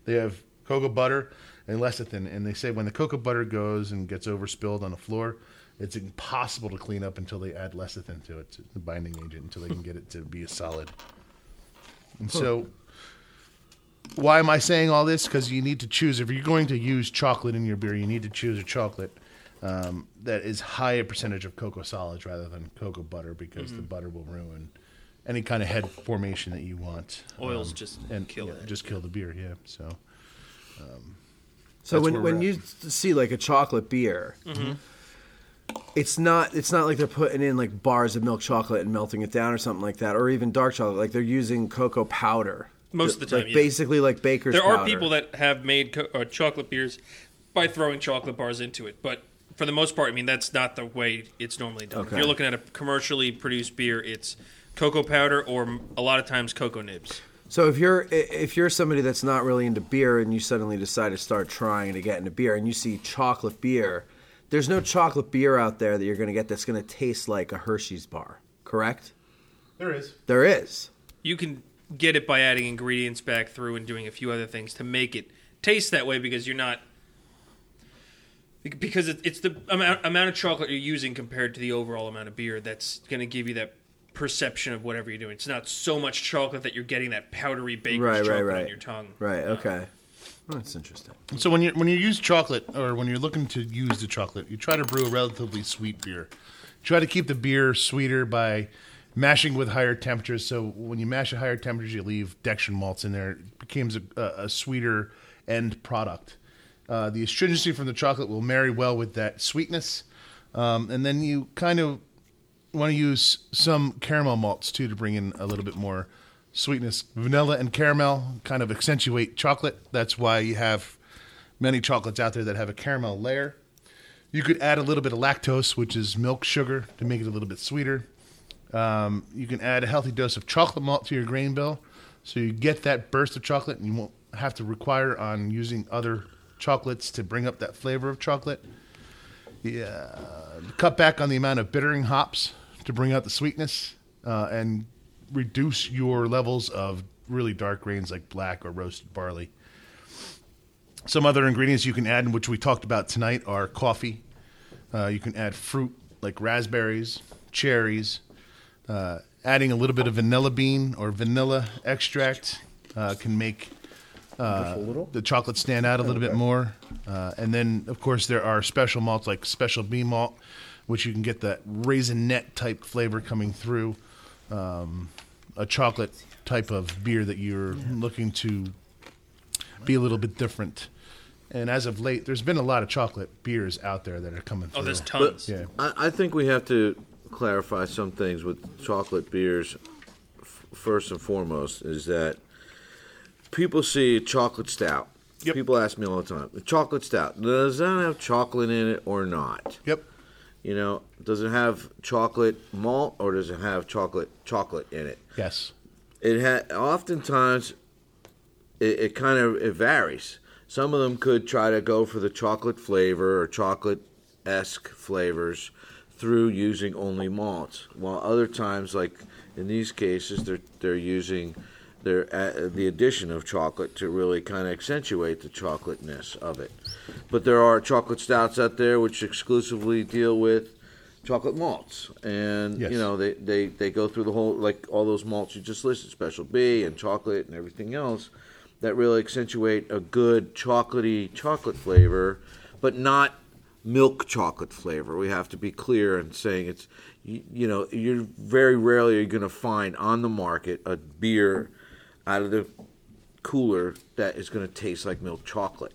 D: They have cocoa butter and lecithin, and they say when the cocoa butter goes and gets overspilled on the floor, it's impossible to clean up until they add lecithin to it, to the binding agent, until they can get it to be a solid. And so, why am I saying all this? Because you need to choose. If you're going to use chocolate in your beer, you need to choose a chocolate um, that is high a percentage of cocoa solids rather than cocoa butter, because
B: Mm-hmm.
D: the butter will ruin any kind of head formation that you want. Um,
B: Oils just kill
D: yeah,
B: it.
D: Just kill the beer. Yeah. So
E: So
D: That's
E: when
D: where
E: when
D: we're
E: you see like a chocolate beer,
B: Mm-hmm.
E: it's not it's not like they're putting in like bars of milk chocolate and melting it down or something like that, or even dark chocolate. Like they're using cocoa powder.
B: Most of the
E: Like,
B: time, yeah.
E: basically like baker's.
B: There are
E: powder.
B: people that have made co- uh, chocolate beers by throwing chocolate bars into it, but for the most part, I mean that's not the way it's normally done.
E: Okay.
B: If you're looking at a commercially produced beer, it's cocoa powder or m- a lot of times cocoa nibs.
E: So if you're i- if you're somebody that's not really into beer and you suddenly decide to start trying to get into beer and you see chocolate beer, there's no chocolate beer out there that you're going to get that's going to taste like a Hershey's bar, correct?
D: there is.
E: There is.
B: You can get it by adding ingredients back through and doing a few other things to make it taste that way because you're not because it- it's the amount, amount of chocolate you're using compared to the overall amount of beer that's going to give you that perception of whatever you're doing. It's not so much chocolate that you're getting that powdery baker's
E: Right, right,
B: chocolate
E: right.
B: on your tongue.
E: Right. Okay. Oh, that's interesting.
D: So when you when you use chocolate or when you're looking to use the chocolate, you try to brew a relatively sweet beer. Try to keep the beer sweeter by mashing with higher temperatures. So when you mash at higher temperatures, you leave dextrin malts in there. It becomes a, a, a sweeter end product. Uh, the astringency from the chocolate will marry well with that sweetness, um, and then you kind of want to use some caramel malts too to bring in a little bit more sweetness. Vanilla and caramel kind of accentuate chocolate. That's why you have many chocolates out there that have a caramel layer. You could add a little bit of lactose, which is milk sugar, to make it a little bit sweeter. Um, you can add a healthy dose of chocolate malt to your grain bill, so you get that burst of chocolate, and you won't have to require on using other chocolates to bring up that flavor of chocolate. Yeah, cut back on the amount of bittering hops to bring out the sweetness, uh, and reduce your levels of really dark grains like black or roasted barley. Some other ingredients you can add, which we talked about tonight, are coffee. Uh, you can add fruit like raspberries, cherries, uh, adding a little bit of vanilla bean or vanilla extract uh, can make uh, the chocolate stand out a little bit more. Uh, and then, of course, there are special malts like special B malt, which you can get that raisinette type flavor coming through. Um, a chocolate type of beer that you're looking to be a little bit different. And as of late, there's been a lot of chocolate beers out there that are coming through.
B: Oh, there's tons.
D: yeah.
C: I, I think we have to clarify some things with chocolate beers. F- first and foremost is that people see chocolate stout. People ask me all the time, chocolate stout, does that have chocolate in it or not?
D: Yep.
C: You know, does it have chocolate malt or does it have chocolate chocolate in it?
D: Yes.
C: it ha- oftentimes it, it kind of it varies some of them could try to go for the chocolate flavor or chocolate esque flavors through using only malts while other times like in these cases they're they're using their uh, the addition of chocolate to really kind of accentuate the chocolateness of it but there are chocolate stouts out there which exclusively deal with chocolate malts and
D: Yes.
C: you know they, they they go through the whole like all those malts you just listed special b and chocolate and everything else that really accentuate a good chocolatey chocolate flavor but not milk chocolate flavor we have to be clear in saying it's you, you know you're very rarely are going to find on the market a beer out of the cooler that is going to taste like milk chocolate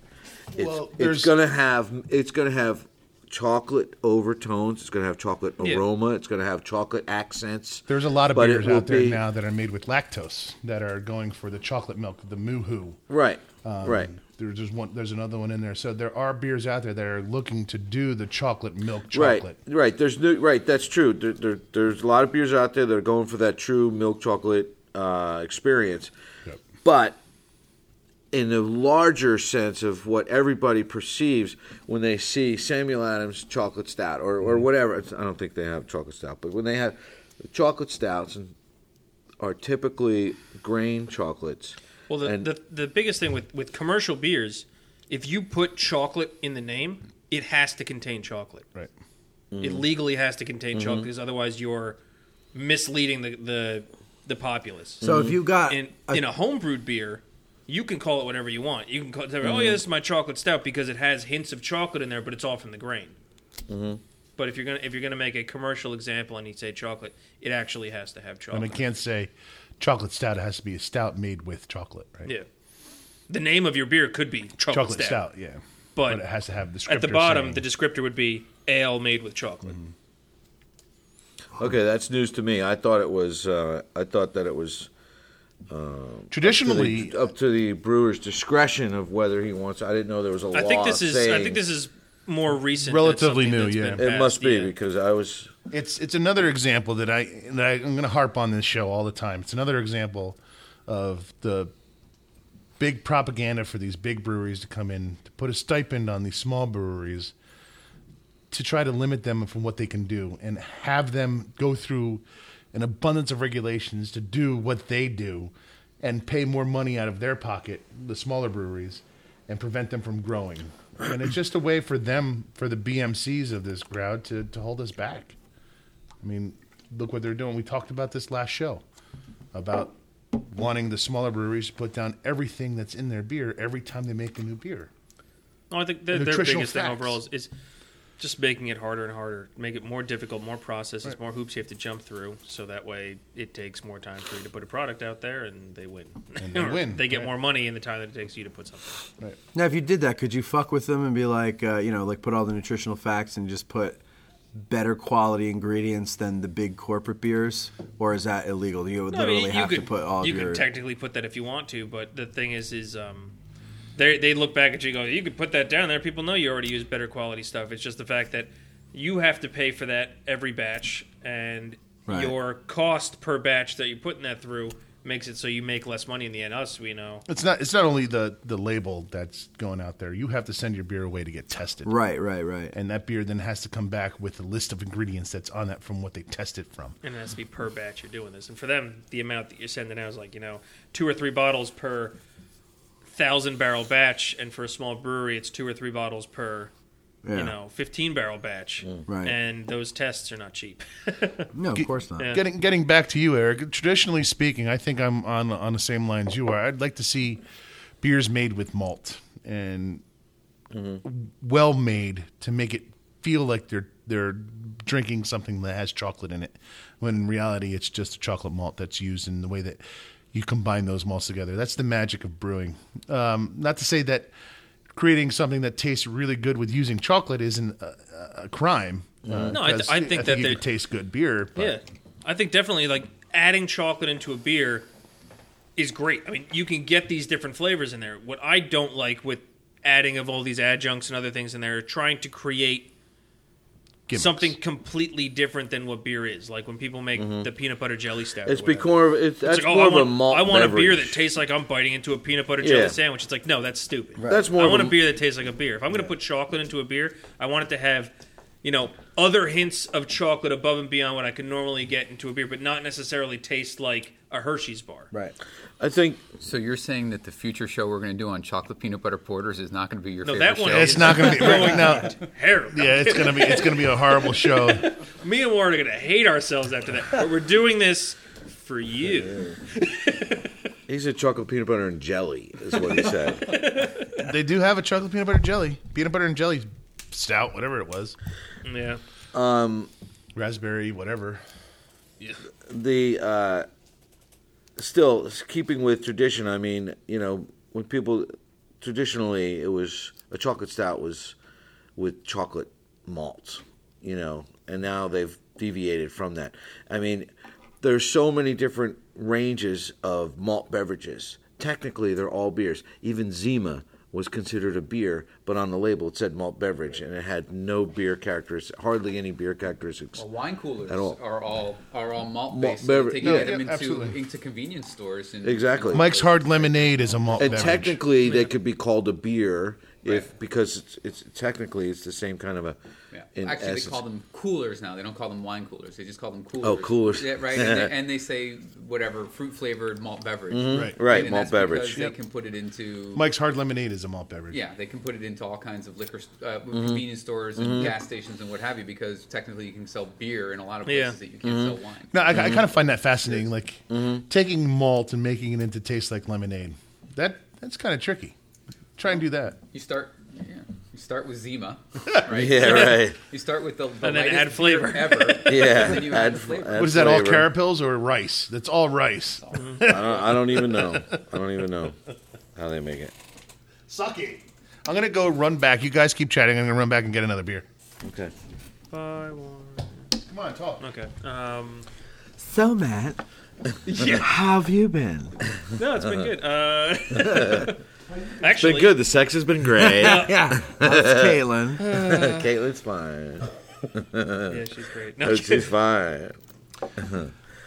C: it's,
D: Well,
C: it's
D: there's-
C: going to have it's going to have chocolate overtones. It's going to have chocolate aroma. It's going to have chocolate accents.
D: There's a lot of
C: but it
D: beers
C: will
D: out there
C: be-
D: now that are made with lactose that are going for the chocolate milk, the moohoo.
C: Right,
D: um,
C: right.
D: There's there's one there's another one in there. So there are beers out there that are looking to do the chocolate milk chocolate.
C: Right, right. There's no, right. That's true. There, there, there's a lot of beers out there that are going for that true milk chocolate uh, experience,
D: Yep.
C: but in the larger sense of what everybody perceives when they see Samuel Adams chocolate stout or,
D: Mm-hmm.
C: or whatever. It's- I don't think they have chocolate stout, but when they have chocolate stouts and are typically grain chocolates.
B: Well, the,
C: and-
B: the the biggest thing with with commercial beers, if you put chocolate in the name, it has to contain chocolate.
D: Right.
B: It legally has to contain chocolate, because otherwise you're misleading the the, the populace.
E: So if you got
B: in in a homebrewed beer, you can call it whatever you want. You can call it, oh yeah, this is my chocolate stout because it has hints of chocolate in there, but it's all from the grain. But if you're gonna if you're gonna make a commercial example and you say chocolate, it actually has to have
D: And
B: chocolate.
D: I can't say chocolate stout. It has to be a stout made with chocolate. Right.
B: yeah, the name of your beer could be chocolate,
D: Chocolate
B: stout.
D: stout. Yeah.
B: But
D: it has to have the
B: At the
D: descriptor
B: bottom,
D: saying-
B: the descriptor would be ale made with chocolate.
C: Mm. Okay, that's news to me. I thought it was. Uh, I thought that it was to the-
D: traditionally
C: up to the brewer's discretion of whether he wants. I didn't know there was a law.
B: I think this is I
C: saying-
B: think this is more recent.
D: Relatively
B: That's something
D: new,
B: that's
D: yeah.
B: been
C: It
B: passed,
C: must be
B: yeah.
C: because I was
D: it's it's another example that I that I, I'm going to harp on this show all the time. It's another example of the big propaganda for these big breweries to come in to put a stipend on these small breweries to try to limit them from what they can do and have them go through an abundance of regulations to do what they do and pay more money out of their pocket the smaller breweries and prevent them from growing and it's just a way for them for the bmcs of this crowd to, to hold us back I mean, look what they're doing. We talked about this last show about wanting the smaller breweries to put down everything that's in their beer every time they make a new beer.
B: No, I think their, their
D: Nutritional
B: biggest thing
D: facts.
B: overall is, is just making it harder and harder, make it more difficult, more processes, more hoops you have to jump through, so that way it takes more time for you to put a product out there, and they win.
D: And they
B: Or
D: win,
B: They get
D: right.
B: more money in the time that it takes you to put something.
E: Now, if you did that, could you fuck with them and be like, uh, you know, like put all the nutritional facts and just put better quality ingredients than the big corporate beers, or is that illegal? You would
B: I mean,
E: literally
B: you
E: have
B: could,
E: to put all of
B: you
E: your.
B: could technically put that if you want to, but the thing is, is um, they they look back at you and go, you could put that down there. People know you already use better quality stuff. It's just the fact that you have to pay for that every batch, and
E: Right.
B: your cost per batch that you're putting that through makes it so you make less money in the end. Us, we know.
D: It's not it's not only the the label that's going out there. You have to send your beer away to get tested.
E: right, right, right.
D: And that beer then has to come back with a list of ingredients that's on that from what they tested from.
B: And it has to be per batch you're doing this. And for them, the amount that you're sending out is like, you know, two or three bottles per thousand barrel batch. And for a small brewery, it's two or three bottles per,
E: Yeah.
B: you know, 15 barrel batch.
E: Right.
B: And those tests are not cheap.
E: No, of course not.
D: Getting getting back to you, Eric. Traditionally speaking, I think I'm on on the same lines you are. I'd like to see beers made with malt and
B: Mm-hmm.
D: well made to make it feel like they're they're drinking something that has chocolate in it. When in reality, it's just a chocolate malt that's used in the way that you combine those malts together. That's the magic of brewing. Um, not to say that creating something that tastes really good with using chocolate isn't a, a crime. uh,
B: Mm-hmm. No, I th-
D: 'cause
B: I think that
D: you
B: they-
D: can taste good beer. But
B: Yeah, I think definitely like adding chocolate into a beer is great. I mean, you can get these different flavors in there. What I don't like with adding of all these adjuncts and other things in there, trying to create
D: Gimmicks.
B: something completely different than what beer is. Like when people make
D: Mm-hmm.
B: the peanut butter jelly stout. or
C: It's
B: whatever.
C: become it's, that's
B: It's like,
C: more
B: oh, I
C: of
B: want,
C: a malt.
B: I want a beer
C: beverage.
B: that tastes like I'm biting into a peanut butter jelly
C: Yeah.
B: sandwich. It's like, no, that's stupid.
C: That's more
B: I
C: of
B: want
C: a-
B: a beer that tastes like a beer. If I'm going to put chocolate into a beer, I want it to have, you know, other hints of chocolate above and beyond what I can normally get into a beer, but not necessarily taste like a Hershey's bar.
E: Right.
C: I think
F: So you're saying that the future show we're going to do on chocolate peanut butter porters is not going to be your
B: No,
F: favorite
B: that one
F: show?
B: is
D: It's not gonna be-
B: going
D: no.
B: to be terrible.
D: Yeah, it's gonna be it's gonna be a horrible show.
B: Me and Warren are going to hate ourselves after that. But we're doing this for you.
C: he said chocolate peanut butter and jelly is what he said.
D: They do have a chocolate peanut butter jelly, peanut butter and jelly stout, whatever it was,
B: Yeah.
D: raspberry, whatever.
C: the uh, still s- keeping with tradition. I mean, you know, when people traditionally it was a chocolate stout was with chocolate malts, you know, and now they've deviated from that. I mean, there's so many different ranges of malt beverages. Technically, they're all beers. Even Zima was considered a beer, but on the label it said malt beverage, and it had no beer characteristics, hardly any beer characteristics.
F: Well, wine coolers
C: At all.
F: are all are all malt based.
C: beverage-
F: They can
C: No,
F: get them
D: yeah,
F: into,
D: absolutely.
F: into convenience stores. And,
C: Exactly.
D: Mike's Hard Lemonade is a malt
C: and
D: beverage.
C: technically they could be called a beer if because it's, it's technically it's the same kind of a.
F: Yeah.
C: in
F: Actually,
C: essence. Oh,
F: they call them coolers now. They don't call them wine coolers. They just call them coolers.
C: coolers.
F: Yeah, right. and, they, and they say whatever fruit flavored malt beverage.
D: right.
C: Mm-hmm. right
F: And
C: malt
F: that's
C: beverage.
F: because They can put it into.
D: Mike's Hard Lemonade is a malt beverage.
F: Yeah, they can put it into all kinds of liquor, st- uh, convenience stores and gas stations and what have you, because technically you can sell beer in a lot of places
B: Yeah.
F: that you can't sell wine.
D: No, I, I kind of find that fascinating. Like taking malt and making it into taste like lemonade. That that's kind of tricky. Try and do that.
F: You start, yeah, you start with Zima,
C: Yeah, right.
F: You start with the, the
B: And then
F: lightest
B: add
F: beer
B: flavor.
F: ever.
C: Yeah.
F: and then you add,
C: Add
F: the
C: f-
F: flavor.
C: add
D: What is that? All
C: flavor.
D: carapils or rice? That's all rice.
C: I don't, I don't even know. I don't even know how they make it.
D: Suck it. I'm gonna go run back. You guys keep chatting. I'm gonna run back and get another beer.
C: Okay.
B: Buy one.
D: Come on, talk.
B: Okay. Um,
E: So, Matt, how have you been?
B: no, it's been good. Uh, actually,
C: Been good. The sex has been great.
E: Yeah, that's Caitlin.
C: Caitlin's fine.
B: Yeah, she's great. No,
C: Oh, She's fine.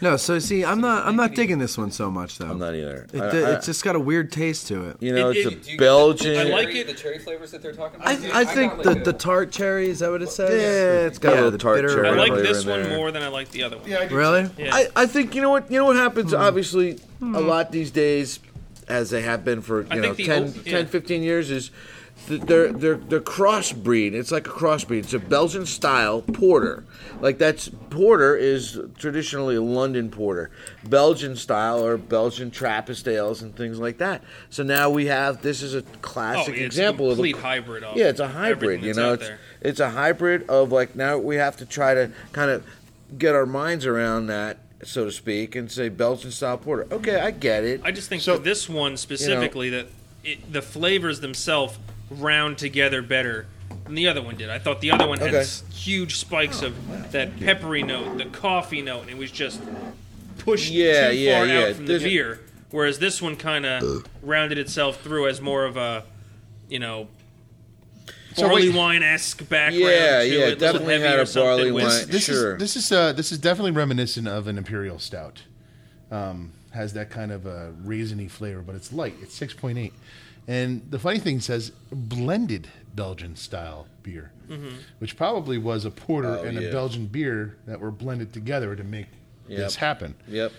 E: No, so see, I'm not, I'm not digging this one so much though.
C: I'm not either.
E: It,
C: I-
E: d-
C: I-
E: it's just got a weird taste to it.
C: you know,
B: It-
C: it's
B: it- do
C: a
B: you-
C: Belgian.
B: I like it.
F: The cherry flavors that they're talking about.
E: I, I think the, the tart cherry is that what it says?
C: Yeah, it's got a little
E: the
C: tart
E: bitter-
C: cherry
B: I
C: Right
B: like
C: flavor
B: this
C: in
B: one
C: there.
B: more than I like the other one.
D: Yeah, I do.
E: Really?
B: Yeah. Hmm.
C: I, I think you know what you know what happens obviously a lot these days as they have been for you know
B: think the
C: 10,
B: old-
C: 10,
B: yeah.
C: 15 years is th- they're they're they're crossbreed it's like a crossbreed it's a Belgian style porter like that's porter is traditionally a London porter Belgian style or Belgian Trappist ales and things like that so now we have this is a
B: oh,
C: classic
B: yeah, it's
C: example
B: a
C: of a
B: complete hybrid. Of
C: yeah, it's a
B: everything
C: hybrid. You
B: that's
C: know,
B: out
C: it's
B: there.
C: it's a hybrid of like now we have to try to kind of get our minds around that, so to speak, and say Belgian style porter. Okay, I get it.
B: I just think
D: So-
B: for this one specifically that it, the flavors themselves round together better than the other one did. I thought the other one had
C: Okay. Oh,
B: s- huge spikes of that peppery note, the coffee note, and it was just pushed
C: Yeah,
B: too
C: yeah,
B: far
C: yeah.
B: out from
C: This-
B: the beer. Whereas this one kind of rounded itself through as more of a, you know,
D: So
B: barley
D: wait-
B: wine esque background.
C: Yeah,
B: to it,
C: yeah,
B: a little
C: definitely
B: heavy
C: had
B: or
C: a
B: something
C: barley
B: with-
C: wine.
D: This
C: Sure.
D: is this is uh, this is definitely reminiscent of an imperial stout. Um, has that kind of a raisiny flavor, but it's light. It's six point eight, and the funny thing says blended Belgian style beer, which probably was a porter and
C: Mm-hmm. Oh, yeah.
D: a Belgian beer that were blended together to make this happen.
C: Yep.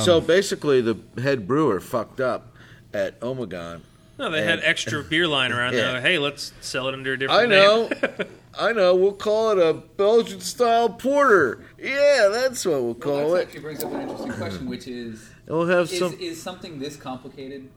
C: so basically, the head brewer fucked up at Omegon.
B: No, they had
C: And-
B: extra beer line around.
C: Yeah.
B: there. Hey, let's sell it under a different
C: I know. I know. We'll call it a Belgian style porter. Yeah, that's what we'll call
F: Well, that
C: it.
F: actually brings up an interesting question, which is
C: We'll have
F: is,
C: some.
F: is something this complicated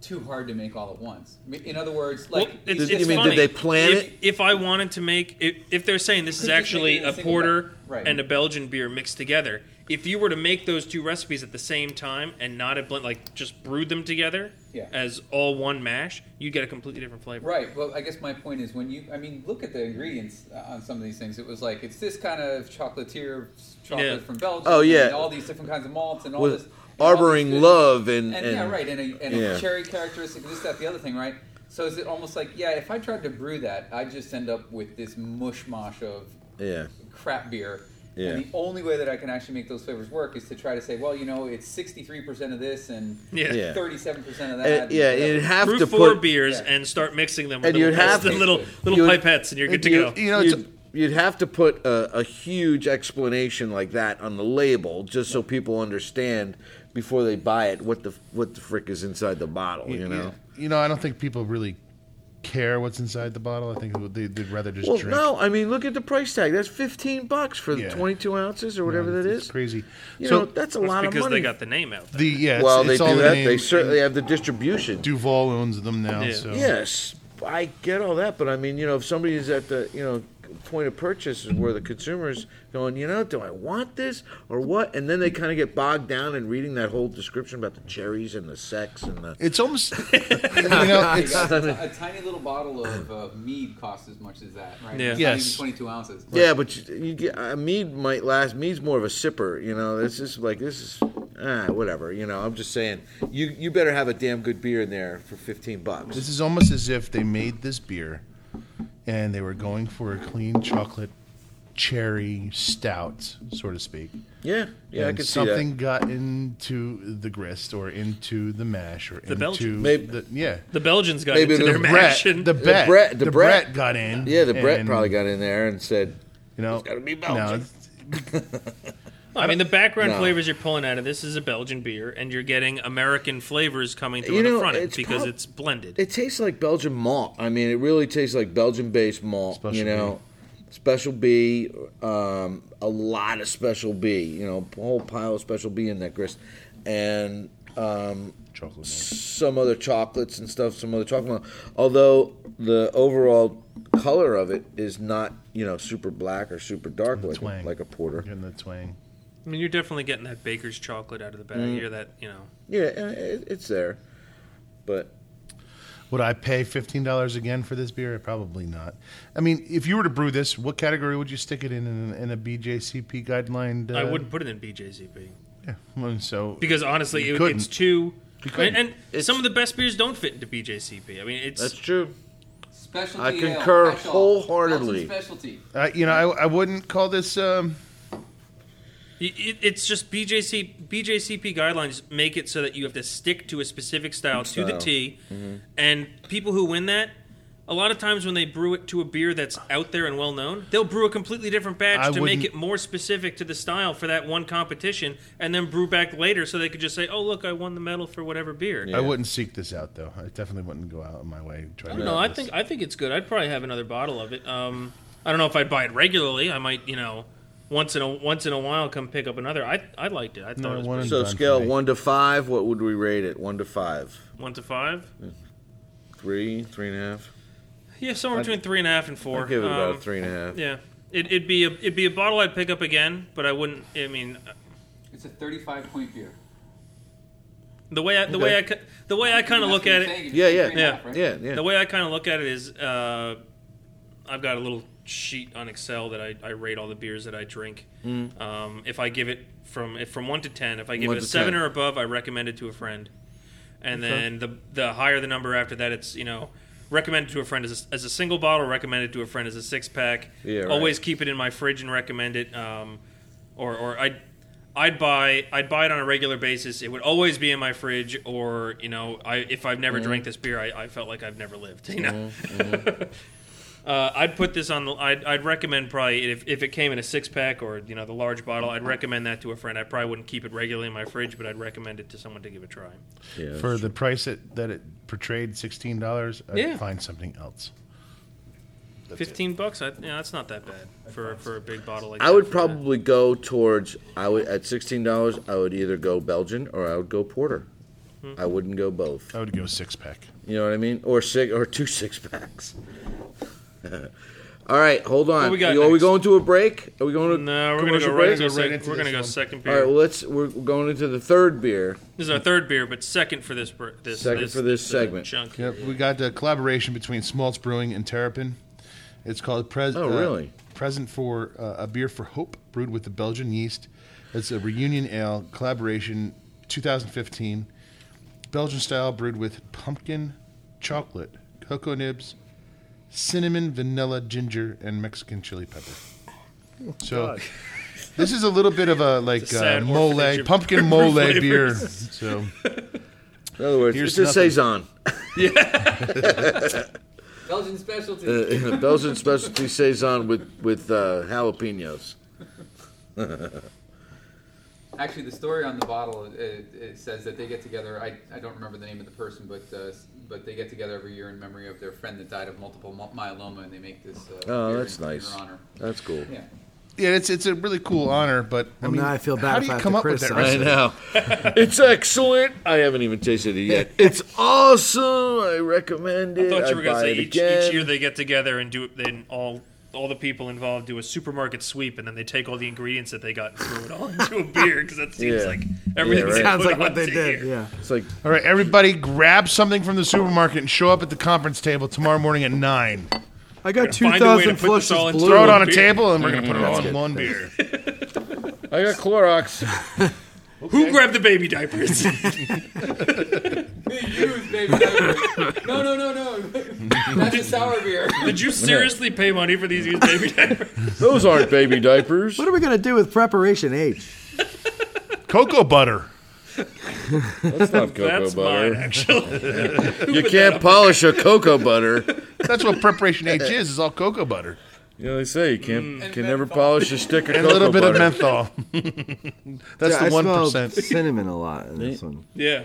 F: too hard to make all at once? I mean, In other words,
B: Well,
F: like
B: it's,
C: Did-
B: it's
C: you mean, did
B: funny.
C: they plan
B: if,
C: it?
B: If I wanted to make, if, if they're saying this is
F: could just make
B: actually
F: it in a
B: a
F: single
B: porter
F: bag. Right.
B: and a Belgian beer mixed together, if you were to make those two recipes at the same time and not a blend, like just brewed them together
F: Yeah.
B: as all one mash, you'd get a completely different flavor.
F: Right. Well, I guess my point is when you, I mean, look at the ingredients uh, on some of these things. It was like it's this kind of chocolatier chocolate
B: Yeah.
F: from Belgium.
C: Oh, yeah.
F: And all these different kinds of malts and all
C: With
F: this. and all these
C: Arboring
F: good-
C: love and,
F: And, yeah, right. And a, and
C: yeah.
F: a cherry characteristic. This, that, the other thing, right? So is it almost like yeah? If I tried to brew that, I'd just end up with this mush mosh of
C: Yeah.
F: crap beer.
C: Yeah.
F: And the only way that I can actually make those flavors work is to try to say, well, you know, it's 63% of this and
B: Yeah.
C: Yeah.
F: 37% of that. and
C: And, Eh, yeah,
F: whatever.
C: it'd have
B: Brew
C: to
B: four
C: put.
B: beers
F: yeah.
B: and start mixing them with
C: And
B: little,
C: you'd have
B: the
C: to-
B: little little
C: you'd-
B: pipettes, and you're good to
D: you-
B: go.
D: you know, it's
C: you'd, you'd have to put a, a huge explanation like that on the label just so people understand before they buy it what the what the frick is inside the bottle. You know.
D: you know, I don't think people really care what's inside the bottle. I think they, they'd rather just
C: Well,
D: drink.
C: no, I mean look at the price tag. That's fifteen bucks for
D: Yeah.
C: twenty-two ounces or whatever that
D: it's
C: is.
D: crazy.
C: You
D: so
C: know, that's a
B: That's
C: lot of
B: because
C: money.
B: they got the name out. There.
D: the yeah,
C: well,
D: it's, it's
C: they
D: all
C: do
D: in
C: that.
D: the
C: They
D: name.
C: certainly have the distribution.
D: Duval owns them now.
B: Yeah.
D: So
C: Yes, I get all that, but I mean, you know, if somebody is at the you know point of purchase is where the consumer's going, you know, do I want this or what? And then they kind of get bogged down in reading that whole description about the cherries and the sex and the.
D: It's almost you know
F: You
D: it's
F: got a, a tiny little bottle of uh, mead costs as much as that, right?
B: Yeah.
F: It's
D: Yes.
F: Not even 22 ounces.
C: Yeah, but you, you get, uh, mead might last. Mead's more of a sipper, you know. This is like this is. ah, whatever. You know, I'm just saying, you you better have a damn good beer in there for 15 bucks.
D: This is almost as if they made this beer and they were going for a clean chocolate cherry stout, so to speak.
C: yeah, yeah, I
D: and
C: can see that.
D: something got into the grist or into the mash or into
B: Belgian.
C: Maybe-
D: the yeah.
B: The Belgians got
C: Maybe
B: into
C: the
B: their
D: Brett,
B: match. and-
D: the Brett,
C: Brett-
D: the,
C: the
D: Brett,
C: Brett.
D: got in.
C: Yeah, the Brett
D: and,
C: probably got in there and said,
D: You know,
C: gotta be
D: no,
C: Belgian.
D: it's-
B: I mean, the background
C: No.
B: flavors you're pulling out of this is a Belgian beer, and you're getting American flavors coming through
C: You
B: on the
C: know,
B: front end
C: it's
B: because
C: prob-
B: it's blended.
C: it tastes like Belgian malt. I mean, it really tastes like Belgian based malt.
D: Special
C: you know, special B, um, a lot of special B. You know, a whole pile of special B in that grist, and um,
D: chocolate. milk.
C: some other chocolates and stuff. Some other chocolate. milk. Although the overall color of it is not you know super black or super dark like
D: twang.
C: like a porter.
D: Getting the twang.
B: I mean, you're definitely getting that baker's chocolate out of the bag.
C: Mm.
B: You're that, you know.
C: Yeah, and it, it's there, but
D: Would I pay fifteen dollars again for this beer? Probably not. I mean, if you were to brew this, what category would you stick it in in, in a BJCP guideline? Uh,
B: I wouldn't put it in BJZP
D: Yeah. well, So
B: because honestly,
D: You
B: it,
D: couldn't.
B: it's too.
D: couldn't.
B: And, and some of the best beers don't fit into BJCP. I mean, it's
C: true.
A: Specialty
C: I
A: ale,
C: concur
A: catch all.
C: wholeheartedly.
A: Belgian Specialty.
D: I, you know, I, I wouldn't call this. Um,
B: Y- It, it's just BJC BJCP guidelines make it so that you have to stick to a specific style, to the
C: Style.
B: T,
D: Mm-hmm.
B: and people who win that. A lot of times when they brew it to a beer that's out there and well known, they'll brew a completely different batch
D: I
B: to make
D: wouldn't-
B: it more specific to the style for that one competition, and then brew back later so they could just say, "Oh, look, I won the medal for whatever beer."
D: I wouldn't seek this out though. I definitely wouldn't go out of my way. to Try
B: I
D: to
B: don't know. I
D: this.
B: think I think it's good. I'd probably have another bottle of it. Um, I don't know if I'd buy it regularly. I might, you know, once in a once in a while come pick up another. I I liked it. I thought
D: No,
B: it was
D: one
B: pretty-
D: and
C: So
D: done for
C: scale
D: me.
C: one to five. What would we rate it? One to five.
B: one to five.
C: Three, three and a half.
B: Yeah, somewhere between three and a half and 4
C: I'll give it about
B: Um,
C: a three and a half.
B: Yeah, it, it'd be a it'd be a bottle I'd pick up again, but I wouldn't. I mean,
A: It's a 35 point beer.
B: the way I, the way I ki- the way I kind of
A: That's
B: look
A: what you're
B: at it,
A: saying, it's
C: Yeah, yeah,
A: three and a half, right?
C: Yeah, yeah.
B: the way I kind of look at it is, uh, I've got a little sheet on Excel that I, I rate all the beers that I drink. Um, if I give it from if from one to ten, if I give
C: Mm. One
B: it a
C: to
B: seven
C: 10.
B: or above, I recommend it to a friend, and then the the higher the number after that, it's you know. Recommended to a friend as a, as a single bottle. Recommended to a friend as a six pack.
C: Yeah, right.
B: Always keep it in my fridge and recommend it. Um, or or I'd I'd buy I'd buy it on a regular basis. It would always be in my fridge, or you know, I if I've
C: Mm-hmm.
B: never drank this beer, I, I felt like I've never lived. You know, uh, I'd put this on. The, I'd I'd recommend probably if if it came in a six pack or you know the large bottle,
C: Mm-hmm.
B: I'd recommend that to a friend. I probably wouldn't keep it regularly in my fridge, but I'd recommend it to someone to give a try.
C: Yeah,
D: for the price it, that it portrayed, sixteen dollars. I'd
B: Yeah.
D: find something else.
B: Fifteen bucks, I, yeah, that's not that bad for for a big bottle. Like
C: I
B: that
C: would
B: for
C: probably go towards. I would at sixteen dollars. I would either go Belgian or I would go porter.
B: Hmm.
C: I wouldn't go both.
D: I would go six pack.
C: You know what I mean? Or six or two six packs. All right, hold on.
B: What we got
C: are we
B: next?
C: going to a break? Are we going
B: that.
C: to
B: No, we're gonna
C: commercial
B: go right.
C: break?
B: into
D: Go right
B: sec-
D: into
B: we're gonna
D: this
B: go
D: one.
B: second
C: All right.
B: beer.
C: Well, let's. We're going into the third beer.
B: This is our third beer, but second for this br- this
C: Second for this
B: uh,
C: segment.
B: chunk.
D: Yep, we got a collaboration between Smaltz Brewing and Terrapin. It's called Pres.
C: Oh,
D: uh,
C: really?
D: present for uh, a beer for hope, brewed with the Belgian yeast. It's a reunion ale collaboration, 2015, Belgian style, brewed with pumpkin, chocolate, cocoa nibs, cinnamon, vanilla, ginger, and Mexican chili pepper. So. This is a little bit of a like
B: It's a
D: uh,
B: sad
D: mole,
B: orphanage of
D: pumpkin
B: different
D: mole beer.
B: flavors.
D: So
C: In other words,
D: Here's
C: it's a
D: nothing.
C: saison.
A: Belgian specialty.
C: Uh, Belgian specialty saison with with uh, jalapenos.
A: Actually, the story on the bottle it, it says that they get together. I, I don't remember the name of the person, but uh, s- but they get together every year in memory of their friend that died of multiple my- myeloma, and they make this. Uh,
C: Oh,
A: beer
C: that's
A: in- in her
C: nice.
A: honor.
C: That's cool.
A: Yeah.
D: yeah, it's it's a really cool honor, but I
E: Well,
D: mean,
E: now I feel bad
D: How
E: if
D: do you
E: I have
D: come
E: to
D: up with that
E: criticize
D: recipe?
C: I know. it's excellent. I haven't even tasted it yet. It's awesome. I recommend
B: I
C: it.
B: thought you were
C: buy
B: gonna say
C: it
B: each,
C: again.
B: each year they get together and do then all all the people involved do a supermarket sweep and then they take all the ingredients that they got and throw it all into a beer because that seems
C: Yeah.
B: like everything
C: Yeah, right.
B: they
E: Sounds
B: put
E: like what
B: onto
E: they did.
B: here.
E: Yeah.
C: It's like
D: All right, everybody, grab something from the supermarket and show up at the conference table tomorrow morning at nine.
E: I got two
B: find a way to
E: thousand
B: put this
E: flushes
B: all into
E: blue.
D: Throw it on a
B: Beer.
H: Mm,
D: table, and we're gonna put it all in
C: good.
D: one beer.
C: I got Clorox.
B: Who grabbed the baby diapers?
F: They use baby diapers. No, no, no, no. That's a sour beer.
B: Did you seriously pay money for these used baby diapers?
H: Those aren't baby diapers.
E: What are we gonna do with preparation H?
D: Cocoa butter.
H: That's not cocoa
B: That's
H: butter.
B: mine, actually.
H: You can't polish a cocoa butter.
D: That's what preparation H is. Is all cocoa butter.
H: You know they say you can't
B: Mm.
H: can never polish a stick of
D: And a
H: cocoa
D: little bit
H: butter.
D: of menthol. That's
E: Yeah,
D: the
E: I
D: one
E: smell
D: percent.
E: Cinnamon a lot in this one.
B: Yeah.